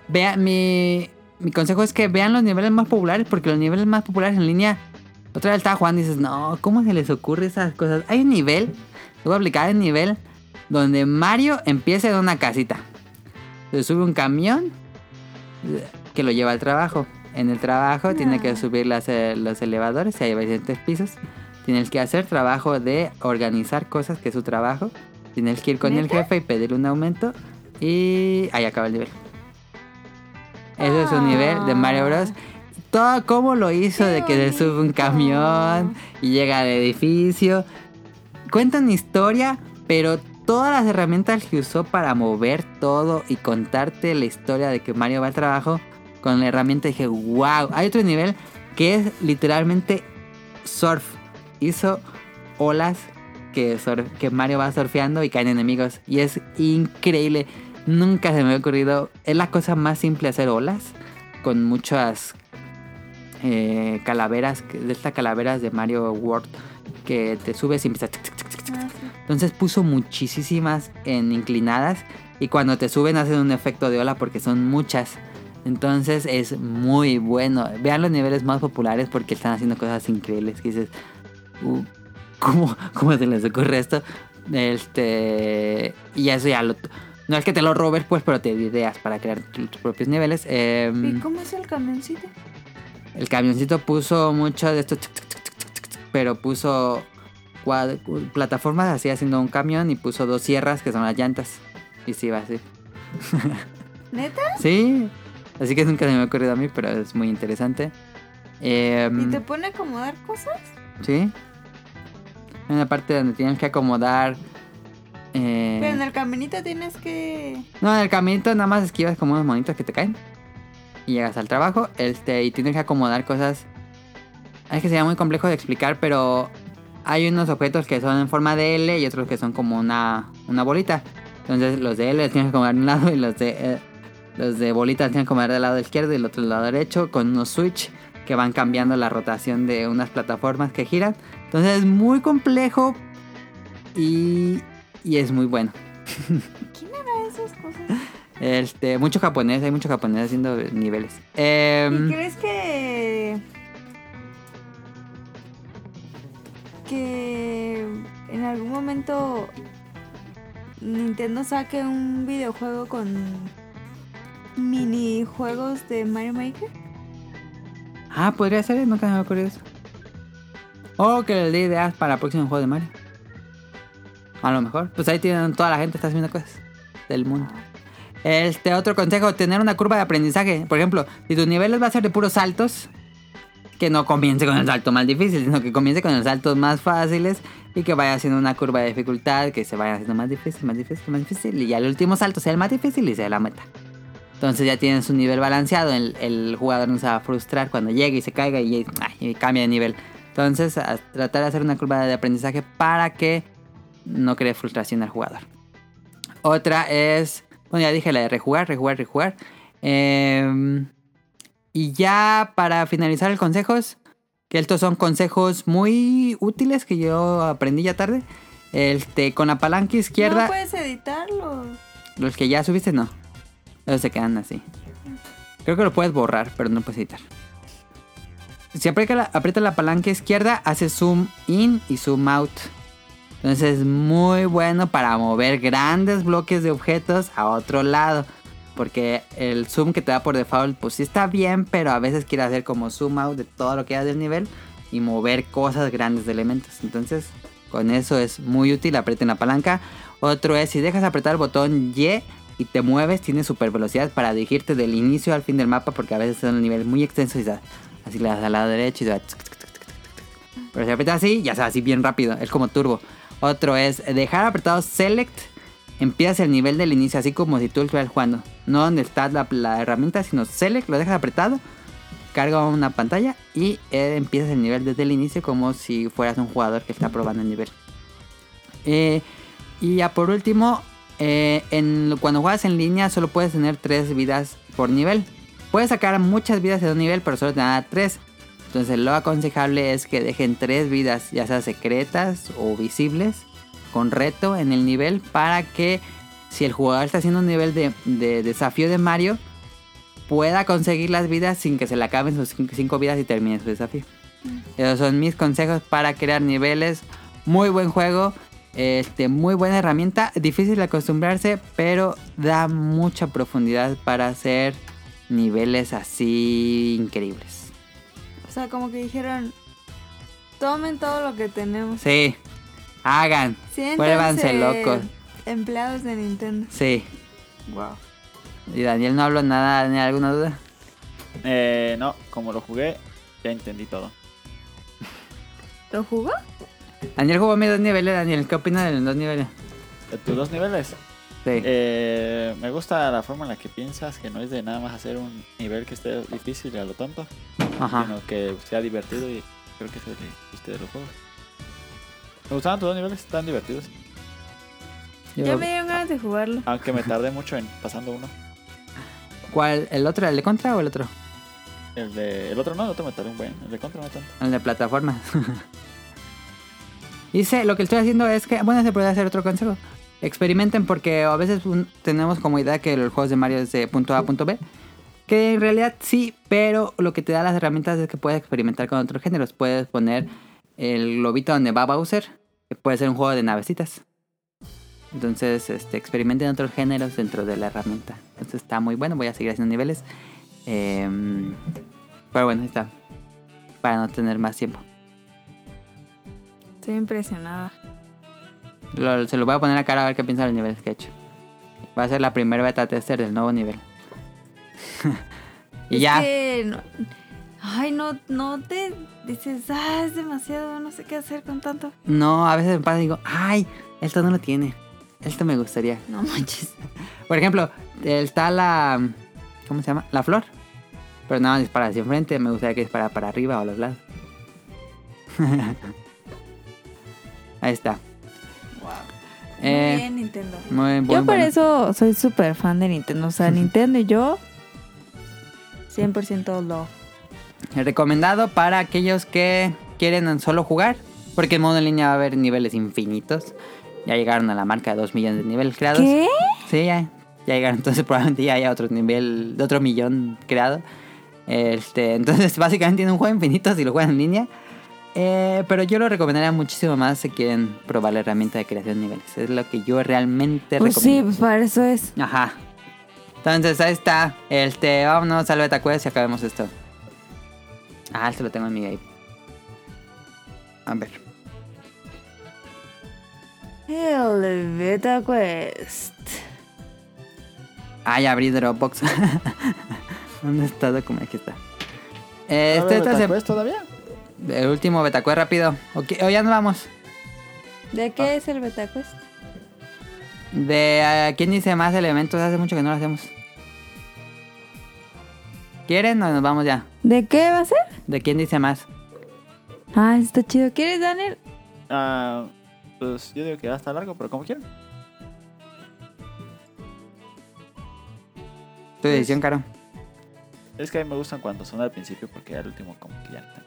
Speaker 4: Vea, mi, mi consejo es que vean los niveles más populares, porque los niveles más populares en línea. Otra vez estaba jugando y dices, no, ¿cómo se les ocurre esas cosas? Hay un nivel, lo voy a aplicar el nivel, donde Mario empieza en una casita. Se sube un camión que lo lleva al trabajo. En el trabajo tiene que subir las, eh, los elevadores, hay diferentes pisos. Tienes que hacer trabajo de organizar cosas, que es su trabajo. Tienes que ir con el jefe y pedirle un aumento. Y ahí acaba el nivel. Ese es un nivel de Mario Bros. Todo cómo lo hizo,
Speaker 3: Ah. Qué
Speaker 4: de que se sube un
Speaker 3: bonito.
Speaker 4: camión y llega al edificio. Cuentan historia, pero todas las herramientas que usó para mover todo y contarte la historia de que Mario va al trabajo, con la herramienta dije, wow, hay otro nivel que es literalmente surf. Hizo olas que, sur- que Mario va surfeando y caen enemigos. Y es increíble. Nunca se me había ocurrido. Es la cosa más simple hacer olas. Con muchas eh, calaveras. que- De estas calaveras de Mario World. Que te subes y empiezas. tic, tic, tic, tic, tic.
Speaker 3: Ah,
Speaker 4: Entonces puso muchísimas en inclinadas. Y cuando te suben hacen un efecto de ola porque son muchas. Entonces es muy bueno. Vean los niveles más populares porque están haciendo cosas increíbles. Que dices, "Uh, ¿cómo, cómo se les ocurre esto? Este. Y eso ya lo. No es que te lo robes, pues, pero te di ideas para crear tu- tus propios niveles. Em,
Speaker 3: ¿Y cómo es el camioncito?
Speaker 4: el camioncito puso mucho de esto, tuc, tuc, tuc, tuc, tuc, tuc, pero puso cuad- plataformas así haciendo un camión y puso dos sierras que son las llantas. Y sí, va así.
Speaker 3: ¿Neta?
Speaker 4: Sí, así que nunca se me ha ocurrido a mí, pero es muy interesante. Em,
Speaker 3: ¿Y te pone a acomodar cosas?
Speaker 4: Sí. Hay una parte donde tienes que acomodar. eh,
Speaker 3: Pero en el caminito tienes que...
Speaker 4: No, en el caminito nada más esquivas como unos monitos que te caen. Y llegas al trabajo. Este, y tienes que acomodar cosas. Es que sería muy complejo de explicar, pero hay unos objetos que son en forma de L y otros que son como una, una bolita. Entonces los de L los tienes que acomodar de un lado y los de, eh, los de bolita los tienes que acomodar del lado izquierdo y el otro del lado derecho con unos switch que van cambiando la rotación de unas plataformas que giran. Entonces es muy complejo y, y es muy bueno.
Speaker 3: ¿Quién hará esas cosas?
Speaker 4: Este, mucho japonés, hay mucho japonés haciendo niveles. Em,
Speaker 3: ¿Y crees que... que en algún momento Nintendo saque un videojuego con minijuegos de Mario Maker?
Speaker 4: ah, podría ser, nunca se me ocurrió eso. O que le dé ideas para el próximo juego de Mario. A lo mejor. Pues ahí tienen toda la gente está haciendo cosas del mundo. Este otro consejo, tener una curva de aprendizaje. Por ejemplo, si tus niveles va a ser de puros saltos, que no comience con el salto más difícil, sino que comience con los saltos más fáciles y que vaya haciendo una curva de dificultad, que se vaya haciendo más difícil, más difícil, más difícil, y ya el último salto sea el más difícil y sea la meta. Entonces ya tienen su nivel balanceado, el, el jugador no se va a frustrar cuando llegue y se caiga y, ay, y cambia de nivel. Entonces, a tratar de hacer una curva de aprendizaje para que no cree frustración al jugador. Otra es, bueno, ya dije la de rejugar, rejugar, rejugar. Eh, y ya para finalizar el consejos, que estos son consejos muy útiles que yo aprendí ya tarde. Este, con la palanca izquierda,
Speaker 3: No pues, puedes editarlo.
Speaker 4: los que ya subiste no. Esos se quedan así. Creo que lo puedes borrar, pero no puedes editar. Si aprietas la, aprietas la palanca izquierda, hace zoom in y zoom out. Entonces es muy bueno para mover grandes bloques de objetos a otro lado. Porque el zoom que te da por default, pues sí está bien, pero a veces quiere hacer como zoom out de todo lo que hay del nivel y mover cosas grandes de elementos. Entonces, con eso es muy útil, aprieten la palanca. Otro es, si dejas apretar el botón Y y te mueves, tienes super velocidad para dirigirte del inicio al fin del mapa, porque a veces son niveles muy extensos y da- así le das al lado derecho y da tsk, tsk, tsk, tsk, tsk. Pero si aprietas así, ya sea así bien rápido, es como turbo. Otro es dejar apretado select, empiezas el nivel del inicio, así como si tú estuvieras jugando. No donde está la, la herramienta, sino select, lo dejas apretado, carga una pantalla y eh, empiezas el nivel desde el inicio como si fueras un jugador que está probando el nivel. Eh, y ya por último, eh, en- cuando juegas en línea solo puedes tener 3 vidas por nivel. Puedes sacar muchas vidas de un nivel, pero solo te da 3. Entonces lo aconsejable es que dejen 3 vidas, ya sea secretas o visibles, con reto en el nivel para que si el jugador está haciendo un nivel de, de desafío de Mario, pueda conseguir las vidas sin que se le acaben sus 5 vidas y termine su desafío. Esos son mis consejos para crear niveles. Muy buen juego. Este, muy buena herramienta. Difícil de acostumbrarse, pero da mucha profundidad para hacer niveles así increíbles.
Speaker 3: O sea, como que dijeron, tomen todo lo que tenemos.
Speaker 4: Sí. Hagan.
Speaker 3: Siéntanse
Speaker 4: Vuélvanse locos.
Speaker 3: Empleados de Nintendo.
Speaker 4: Sí.
Speaker 3: Wow.
Speaker 4: Y Daniel no habló nada, Daniel, ¿alguna duda?
Speaker 5: Eh, no, como lo jugué, ya entendí todo.
Speaker 3: ¿Lo jugó?
Speaker 4: Daniel jugó mis dos niveles, Daniel. ¿Qué opinas de los dos niveles?
Speaker 5: De tus dos niveles.
Speaker 4: Sí.
Speaker 5: Eh, me gusta la forma en la que piensas, que no es de nada más hacer un nivel que esté difícil a lo tonto,
Speaker 4: Ajá.
Speaker 5: sino que sea divertido y creo que es el chiste de los juegos. Me gustaban tus dos niveles, están divertidos.
Speaker 3: Ya
Speaker 4: Yo-
Speaker 3: me dieron ganas de jugarlo.
Speaker 5: Aunque me tardé mucho en pasando uno.
Speaker 4: ¿Cuál? ¿El otro? ¿El de contra o el otro?
Speaker 5: El de. El otro no, el otro me tardé un buen. El de contra no tanto.
Speaker 4: El de plataformas. Dice, lo que estoy haciendo es que, bueno, se puede hacer otro consejo. Experimenten porque a veces un- tenemos como idea que los juegos de Mario es de punto A a punto B. Que en realidad sí, pero lo que te da las herramientas es que puedes experimentar con otros géneros. Puedes poner el globito donde va Bowser, que puede ser un juego de navecitas. Entonces, este, experimenten otros géneros dentro de la herramienta. Entonces está muy bueno, voy a seguir haciendo niveles. Em, pero bueno, ahí está para no tener más tiempo.
Speaker 3: Estoy impresionada.
Speaker 4: Lo- se lo voy a poner a cara a ver qué piensa los niveles que he hecho. Va a ser la primera beta tester del nuevo nivel. y
Speaker 3: Es
Speaker 4: ya.
Speaker 3: que no- ay, no, no te dices, ah, es demasiado, no sé qué hacer con tanto.
Speaker 4: No, a veces me pasa y digo, ay, esto no lo tiene. Esto me gustaría.
Speaker 3: No manches.
Speaker 4: Por ejemplo, está la. ¿Cómo se llama? La flor. Pero nada, más dispara hacia enfrente. Me gustaría que disparara para arriba o a los lados. Ahí está. Eh,
Speaker 3: Muy bien, Nintendo.
Speaker 4: muy, muy
Speaker 3: yo por
Speaker 4: bueno.
Speaker 3: eso soy súper fan de Nintendo. O sea, Nintendo y yo, 100% lo.
Speaker 4: Recomendado para aquellos que quieren solo jugar, porque en modo en línea va a haber niveles infinitos. Ya llegaron a la marca de 2 millones de niveles creados.
Speaker 3: ¿Qué?
Speaker 4: Sí, ya, ya llegaron. Entonces probablemente ya haya otro nivel, de otro millón creado. Este, entonces básicamente tiene un juego infinito si lo juegan en línea. Eh, pero yo lo recomendaría muchísimo más si quieren probar la herramienta de creación de niveles. Es lo que yo realmente
Speaker 3: Pues sí,
Speaker 4: recomiendo.
Speaker 3: pues para eso es.
Speaker 4: Ajá. Entonces ahí está. Este, vámonos al beta quest y acabemos esto. Ah, este lo tengo en mi game. A ver.
Speaker 3: El Beta Quest.
Speaker 4: Ah, ya abrí Dropbox. ¿Dónde está? Como aquí está. Eh,
Speaker 5: A
Speaker 4: este,
Speaker 5: ver,
Speaker 4: este es
Speaker 5: ¿Betacuest todavía?
Speaker 4: el, el último Betacue rápido. Ok, oh, ya nos vamos.
Speaker 3: ¿De
Speaker 5: Ah.
Speaker 3: qué es el Betacuest?
Speaker 4: De eh, quién dice más elementos, hace mucho que no lo hacemos. ¿Quieren o nos vamos ya?
Speaker 3: ¿De qué va a ser?
Speaker 4: ¿De quién dice más?
Speaker 3: Ah, está chido. ¿Quieres, Daniel?
Speaker 5: Ah, pues yo digo que ya está largo, pero como quieran.
Speaker 4: Tu decisión, Caro.
Speaker 5: Es que a mí me gustan cuando son al principio porque al último como que ya no están.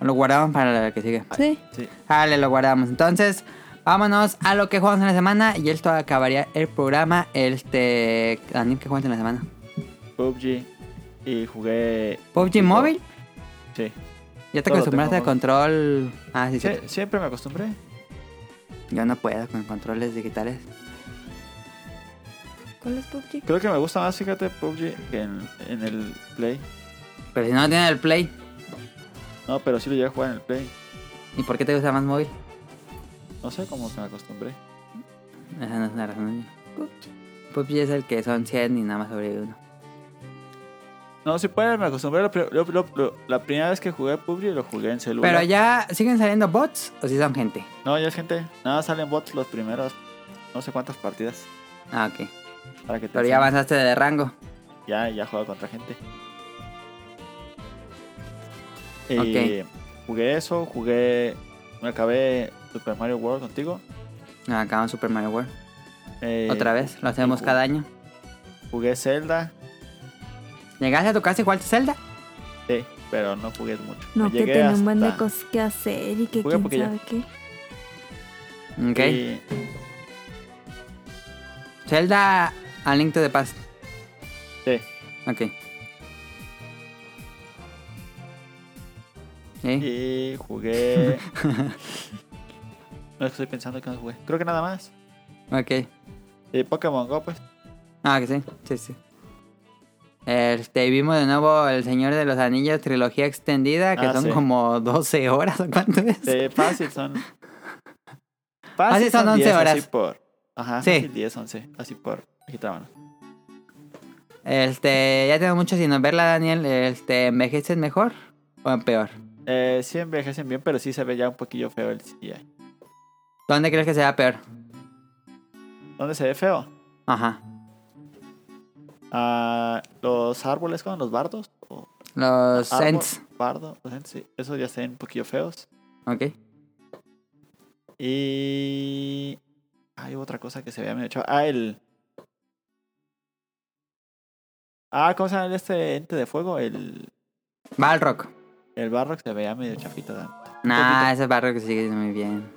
Speaker 4: Lo guardamos para la que sigue.
Speaker 3: Sí.
Speaker 5: Sí.
Speaker 4: Dale, lo guardamos. Entonces, vámonos a lo que jugamos en la semana. Y esto acabaría el programa. Este. Daniel, ¿qué juegas en la semana?
Speaker 5: PUBG y jugué...
Speaker 4: PUBG Mobile.
Speaker 5: Sí.
Speaker 4: Ya te
Speaker 5: Todo
Speaker 4: acostumbraste al
Speaker 5: tengo
Speaker 4: control. Ah, sí,
Speaker 5: Sí,
Speaker 4: cierto.
Speaker 5: Siempre me acostumbré.
Speaker 4: Yo no puedo con controles digitales.
Speaker 3: ¿Cuál es PUBG?
Speaker 5: Creo que me gusta más, fíjate, PUBG que en, en el Play.
Speaker 4: Pero si no tienen el Play,
Speaker 5: No, pero sí lo llegué a jugar en el Play.
Speaker 4: ¿y por qué te gusta más móvil?
Speaker 5: No sé cómo que me acostumbré.
Speaker 4: Esa no es la razón. PUBG es el que son 100 y nada más sobre uno.
Speaker 5: No, sí puede, me acostumbré. Lo pri- lo- lo- lo- la primera vez que jugué PUBG lo jugué en celular.
Speaker 4: Pero ya siguen saliendo bots o si son gente.
Speaker 5: No, ya es gente. Nada, salen bots los primeros no sé cuántas partidas.
Speaker 4: Ah, ok.
Speaker 5: Para que te
Speaker 4: Pero ya
Speaker 5: enseñen.
Speaker 4: avanzaste de rango.
Speaker 5: Ya, ya juego contra gente. Y Eh, jugué eso, jugué... Me acabé Super Mario World contigo.
Speaker 4: Nos Ah, acabamos Super Mario World.
Speaker 5: Eh,
Speaker 4: Otra vez, lo hacemos
Speaker 5: ju-
Speaker 4: cada año.
Speaker 5: Jugué Zelda.
Speaker 4: ¿Llegaste a tu casa y jugaste Zelda?
Speaker 5: Sí, pero no jugué mucho.
Speaker 3: No, que
Speaker 5: Pues Llegué
Speaker 3: tiene un buen de
Speaker 5: hasta-
Speaker 3: cosas que hacer y que
Speaker 5: Jugué porque
Speaker 3: quién
Speaker 5: ya.
Speaker 3: sabe qué.
Speaker 4: Ok.
Speaker 5: Y-
Speaker 4: Zelda a Link to the Past.
Speaker 5: sí.
Speaker 4: Ok. ¿Sí?
Speaker 5: Y jugué. no es que estoy pensando que no jugué. Creo que nada más.
Speaker 4: Ok.
Speaker 5: Y Pokémon Go, pues.
Speaker 4: Ah, que sí. Sí, sí. Este, vimos de nuevo El Señor de los Anillos, trilogía extendida, que
Speaker 5: Ah,
Speaker 4: son
Speaker 5: sí.
Speaker 4: como 12 horas o cuánto es.
Speaker 5: De fácil son.
Speaker 4: Fácil son 11
Speaker 5: Así
Speaker 4: horas.
Speaker 5: por. Ajá,
Speaker 4: Sí.
Speaker 5: fácil 10, 11. Así por. Aquí está, mano.
Speaker 4: Este, ya tengo mucho sin verla, Daniel. Este, ¿envejeces mejor o peor?
Speaker 5: Eh, sí envejecen bien, pero sí se ve ya un poquillo feo el CGI.
Speaker 4: ¿Dónde crees que sea peor?
Speaker 5: ¿Dónde se ve feo?
Speaker 4: Ajá.
Speaker 5: Ah, los árboles con los bardos. O
Speaker 4: Los
Speaker 5: árbol,
Speaker 4: Ents.
Speaker 5: Bardo, los Ents, sí. Esos ya se ven un poquillo feos.
Speaker 4: Ok.
Speaker 5: Y. Hay otra cosa que se vea medio chava. Ah, el. Ah, ¿cómo se llama este ente de fuego? El,
Speaker 4: Balrock.
Speaker 5: el barro que se veía medio chapito. Dan.
Speaker 4: Nah,
Speaker 5: poquito.
Speaker 4: ese Balrock sigue muy bien.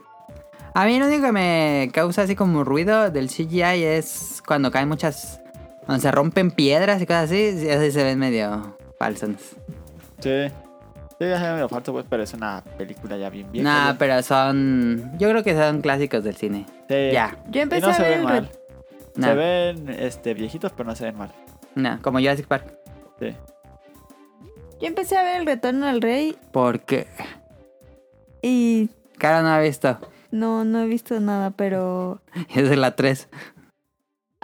Speaker 4: A mí lo único que me causa así como ruido del CGI es cuando caen muchas. Cuando se rompen piedras y cosas así, sí, así se ven medio falsas.
Speaker 5: Sí. Sí, ya se ve medio falso, pues, pero es una película ya bien vieja.
Speaker 4: Nah,
Speaker 5: ya.
Speaker 4: pero son. Yo creo que son clásicos del cine.
Speaker 5: Sí.
Speaker 4: Ya.
Speaker 3: Yo
Speaker 5: Y
Speaker 3: empecé
Speaker 5: no
Speaker 3: a
Speaker 5: se
Speaker 3: ver
Speaker 5: ven
Speaker 3: el
Speaker 5: mal.
Speaker 4: Nah,
Speaker 5: Se ven este, viejitos, pero no se ven mal.
Speaker 4: nah, como Jurassic Park.
Speaker 5: Sí.
Speaker 3: Yo empecé a ver el retorno al rey
Speaker 4: Porque.
Speaker 3: y
Speaker 4: Cara no ha visto.
Speaker 3: no, no he visto nada, pero.
Speaker 4: Esa es la 3.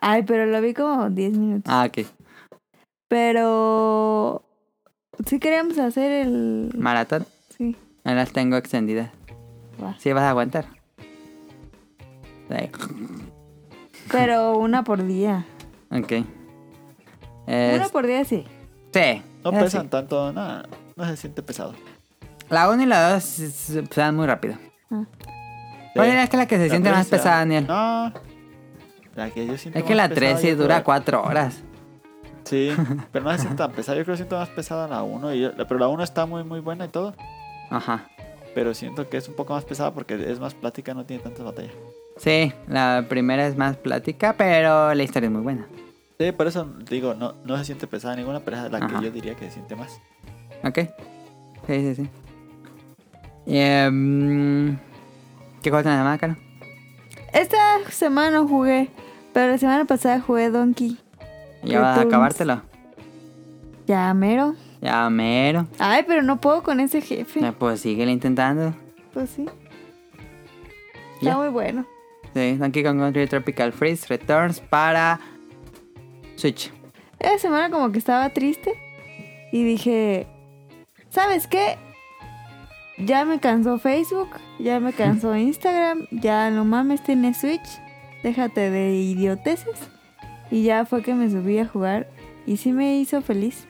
Speaker 3: Ay, pero lo vi como 10 minutos.
Speaker 4: Ah, ok.
Speaker 3: Pero sí queríamos hacer el.
Speaker 4: Maratón.
Speaker 3: Sí.
Speaker 4: No las tengo extendidas.
Speaker 3: Va.
Speaker 4: Sí, vas a aguantar. Sí.
Speaker 3: Pero una por día.
Speaker 4: Ok.
Speaker 3: Una
Speaker 4: Es-
Speaker 3: por día sí.
Speaker 4: Ah, Sí.
Speaker 5: No
Speaker 4: es
Speaker 5: pesan
Speaker 4: así.
Speaker 5: tanto, nada. No se siente pesado.
Speaker 4: La 1 y la 2 se se dan muy rápido. ¿Cuál
Speaker 5: Sí.
Speaker 4: dirías que es la que se
Speaker 5: La
Speaker 4: siente
Speaker 5: tres
Speaker 4: más
Speaker 5: se da-
Speaker 4: pesada, Daniel?
Speaker 5: No. La que yo siento
Speaker 4: es que
Speaker 5: más
Speaker 4: la
Speaker 5: pesada,
Speaker 4: 3 sí
Speaker 5: yo
Speaker 4: dura
Speaker 5: creo-
Speaker 4: 4 horas.
Speaker 5: Sí, pero no se siente tan pesada. Yo creo que siento más pesada la 1. y yo- Pero la 1 está muy, muy buena y todo.
Speaker 4: Ajá.
Speaker 5: Pero siento que es un poco más pesada porque es más plática, no tiene tantas batallas.
Speaker 4: Sí, la primera es más plática, pero la historia es muy buena.
Speaker 5: Sí, por eso digo, no, no se siente pesada ninguna, pero es la
Speaker 4: Ajá.
Speaker 5: que yo diría que se siente más.
Speaker 4: Ok. Sí, sí, sí. Y, em, ¿Qué cosa nada más, cara?
Speaker 3: Esta semana no jugué, pero la semana pasada jugué Donkey.
Speaker 4: Ya vas a
Speaker 3: Returns.
Speaker 4: acabártelo.
Speaker 3: Ya, mero.
Speaker 4: Ya mero.
Speaker 3: Ay, pero no puedo con ese jefe.
Speaker 4: Eh, Pues síguele intentando.
Speaker 3: Pues sí. Está
Speaker 4: Ya.
Speaker 3: muy bueno.
Speaker 4: Sí, Donkey Kong Country Tropical Freeze Returns para Switch.
Speaker 3: Esa semana como que estaba triste y dije, ¿Sabes qué? Ya me cansó Facebook, ya me cansó Instagram, ya no mames, tienes Switch, déjate de idioteces. Y ya fue que me subí a jugar y sí me hizo feliz.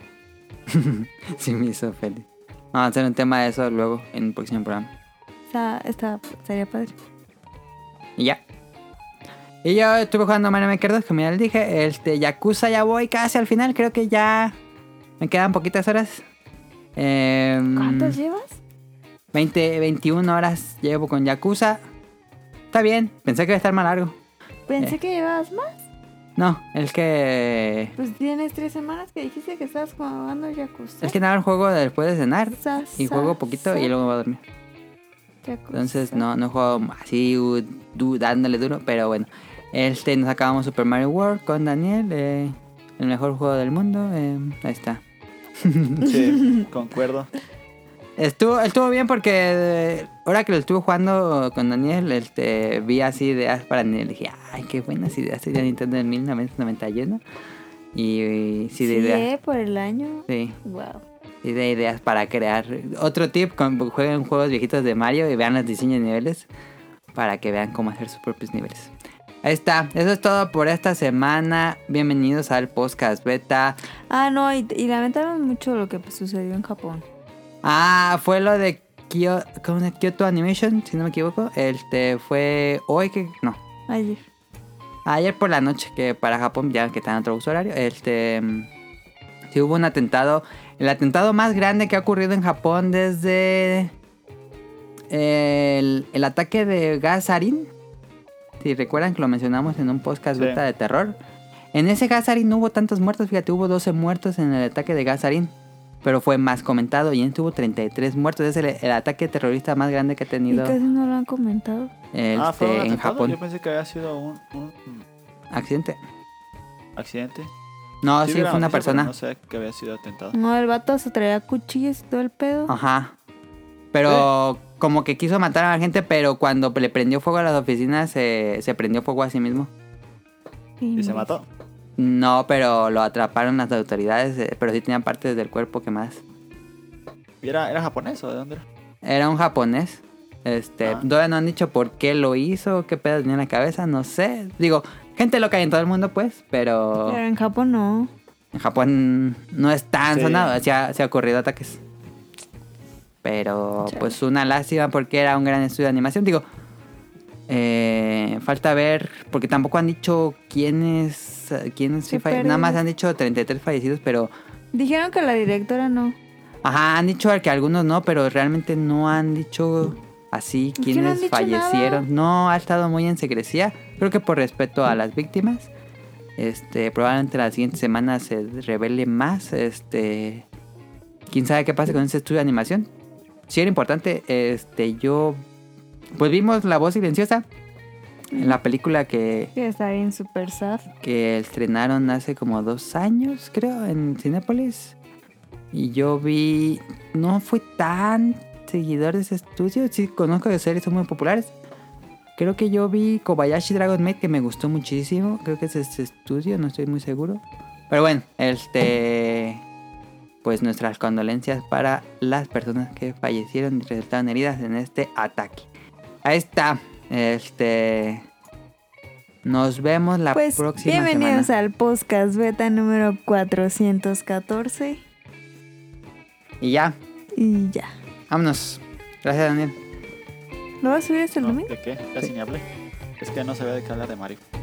Speaker 4: sí, me hizo feliz. Vamos a hacer un tema de eso luego en el próximo programa.
Speaker 3: O sea, está, estaría padre.
Speaker 4: Y ya. Y yo estuve jugando Mario Maker 2, como ya les dije. Este, Yakuza ya voy casi al final. Creo que ya me quedan poquitas horas. Em,
Speaker 3: ¿Cuántos llevas?
Speaker 4: 20, 21 horas llevo con Yakuza. Está bien, pensé que iba a estar más largo. Eh.
Speaker 3: Pensé que llevabas más.
Speaker 4: No, es que.
Speaker 3: Pues tienes tres semanas que dijiste que estabas jugando Yakuza.
Speaker 4: Es que nada, juego después de cenar.
Speaker 3: Sa,
Speaker 4: Y
Speaker 3: sa,
Speaker 4: juego poquito
Speaker 3: sa,
Speaker 4: y luego me voy a dormir.
Speaker 3: Yakuza.
Speaker 4: Entonces no, no juego así uh, du- dándole duro, pero bueno. Este nos acabamos Super Mario World con Daniel, eh, el mejor juego del mundo. eh, ahí está.
Speaker 5: Sí, concuerdo.
Speaker 4: Estuvo, estuvo bien porque eh, ahora que lo estuve jugando con Daniel, este, vi así ideas para Daniel. Dije, ay, qué buenas ideas tenía Nintendo en 1991. Y, y sí, de
Speaker 3: Sí,
Speaker 4: ideas.
Speaker 3: eh, por el año.
Speaker 4: Sí,
Speaker 3: Wow.
Speaker 4: sí de ideas para crear. Otro tip, con- jueguen juegos viejitos de Mario y vean los diseños de niveles para que vean cómo hacer sus propios niveles. Ahí está, eso es todo por esta semana. Bienvenidos al podcast beta.
Speaker 3: Ah, no, y, y lamentaron mucho lo que pues, sucedió en Japón.
Speaker 4: Ah, fue lo de Kyo- ¿cómo se llama? Kyoto Animation, si no me equivoco. Este fue hoy que. No.
Speaker 3: Ayer.
Speaker 4: Ayer por la noche, que para Japón, ya que está en otro uso horario. Este. mm, Sí hubo un atentado. El atentado más grande que ha ocurrido en Japón desde. eh, El, el ataque de gas sarin. Si recuerdan que lo mencionamos en un podcast
Speaker 5: Sí.
Speaker 4: beta de terror. En ese gas sarin no hubo tantos muertos, fíjate, hubo 12 muertos en el ataque de gas sarin. Pero fue más comentado y en este hubo 33 muertos. Es el, el ataque terrorista más grande que ha
Speaker 3: Y
Speaker 4: tenido
Speaker 3: casi no lo han comentado.
Speaker 5: ah,
Speaker 4: este,
Speaker 5: ¿fue un
Speaker 4: en
Speaker 5: atentado?
Speaker 4: Japón.
Speaker 5: Yo pensé que había sido un, un
Speaker 4: Accidente.
Speaker 5: accidente.
Speaker 4: No, Ah,
Speaker 5: Sí
Speaker 4: sí,
Speaker 5: vi la
Speaker 4: fue una
Speaker 5: noticia, pero
Speaker 4: persona.
Speaker 5: No sé que había sido atentado.
Speaker 3: No, el vato se traía cuchillas y todo el pedo.
Speaker 4: Ajá. Pero como que quiso matar a la gente, pero cuando le prendió fuego a las oficinas, se, se prendió fuego a sí mismo.
Speaker 5: Y se
Speaker 3: me-
Speaker 5: mató.
Speaker 4: No, pero lo atraparon las autoridades, eh, pero sí tenían partes del cuerpo que más.
Speaker 5: ¿Y era, era japonés o de dónde era?
Speaker 4: Era un japonés. Este,
Speaker 5: Ah.
Speaker 4: todavía no han dicho por qué lo hizo, qué pedo tenía en la cabeza, no sé. Digo, gente loca en todo el mundo, pues, pero
Speaker 3: Pero en Japón no.
Speaker 4: en Japón no es tan
Speaker 5: Sí.
Speaker 4: sonado, se ha, se ha ocurrido ataques. Pero
Speaker 3: Chale.
Speaker 4: pues una lástima porque era un gran estudio de animación. Digo, eh, falta ver, porque tampoco han dicho quiénes, quiénes sí
Speaker 3: Qué
Speaker 4: falle- Nada más
Speaker 3: pérdida.
Speaker 4: han dicho 33 fallecidos, pero...
Speaker 3: Dijeron que la directora no.
Speaker 4: Ajá, han dicho que algunos no, pero realmente no han dicho así
Speaker 3: que no han
Speaker 4: quiénes
Speaker 3: dicho
Speaker 4: fallecieron. No, ha estado muy en secrecía. Creo que por respeto a las víctimas. Este, probablemente la siguiente semana se revele más. Este, quién sabe qué pasa con ese estudio de animación. Si era importante, este, yo, pues vimos la voz silenciosa en la película que
Speaker 3: Que está bien super sad.
Speaker 4: que estrenaron hace como dos años, creo, en Cinépolis. Y yo vi. No fui tan seguidor de ese estudio. Sí, conozco que series son muy populares. Creo que yo vi Kobayashi Dragon Maid, que me gustó muchísimo. Creo que es ese estudio, no estoy muy seguro. Pero bueno, este. Pues nuestras condolencias para las personas que fallecieron y resultaron heridas en este ataque. Ahí está. Este. Nos vemos la
Speaker 3: pues
Speaker 4: próxima
Speaker 3: bienvenidos
Speaker 4: semana.
Speaker 3: al podcast beta número 414.
Speaker 4: Y ya,
Speaker 3: Y ya.
Speaker 4: vámonos. Gracias, Daniel.
Speaker 3: ¿Lo vas a subir hasta el
Speaker 5: No,
Speaker 3: domingo?
Speaker 5: ¿De qué? Casi ni hablé. Es que no sabía de qué hablar de Mario.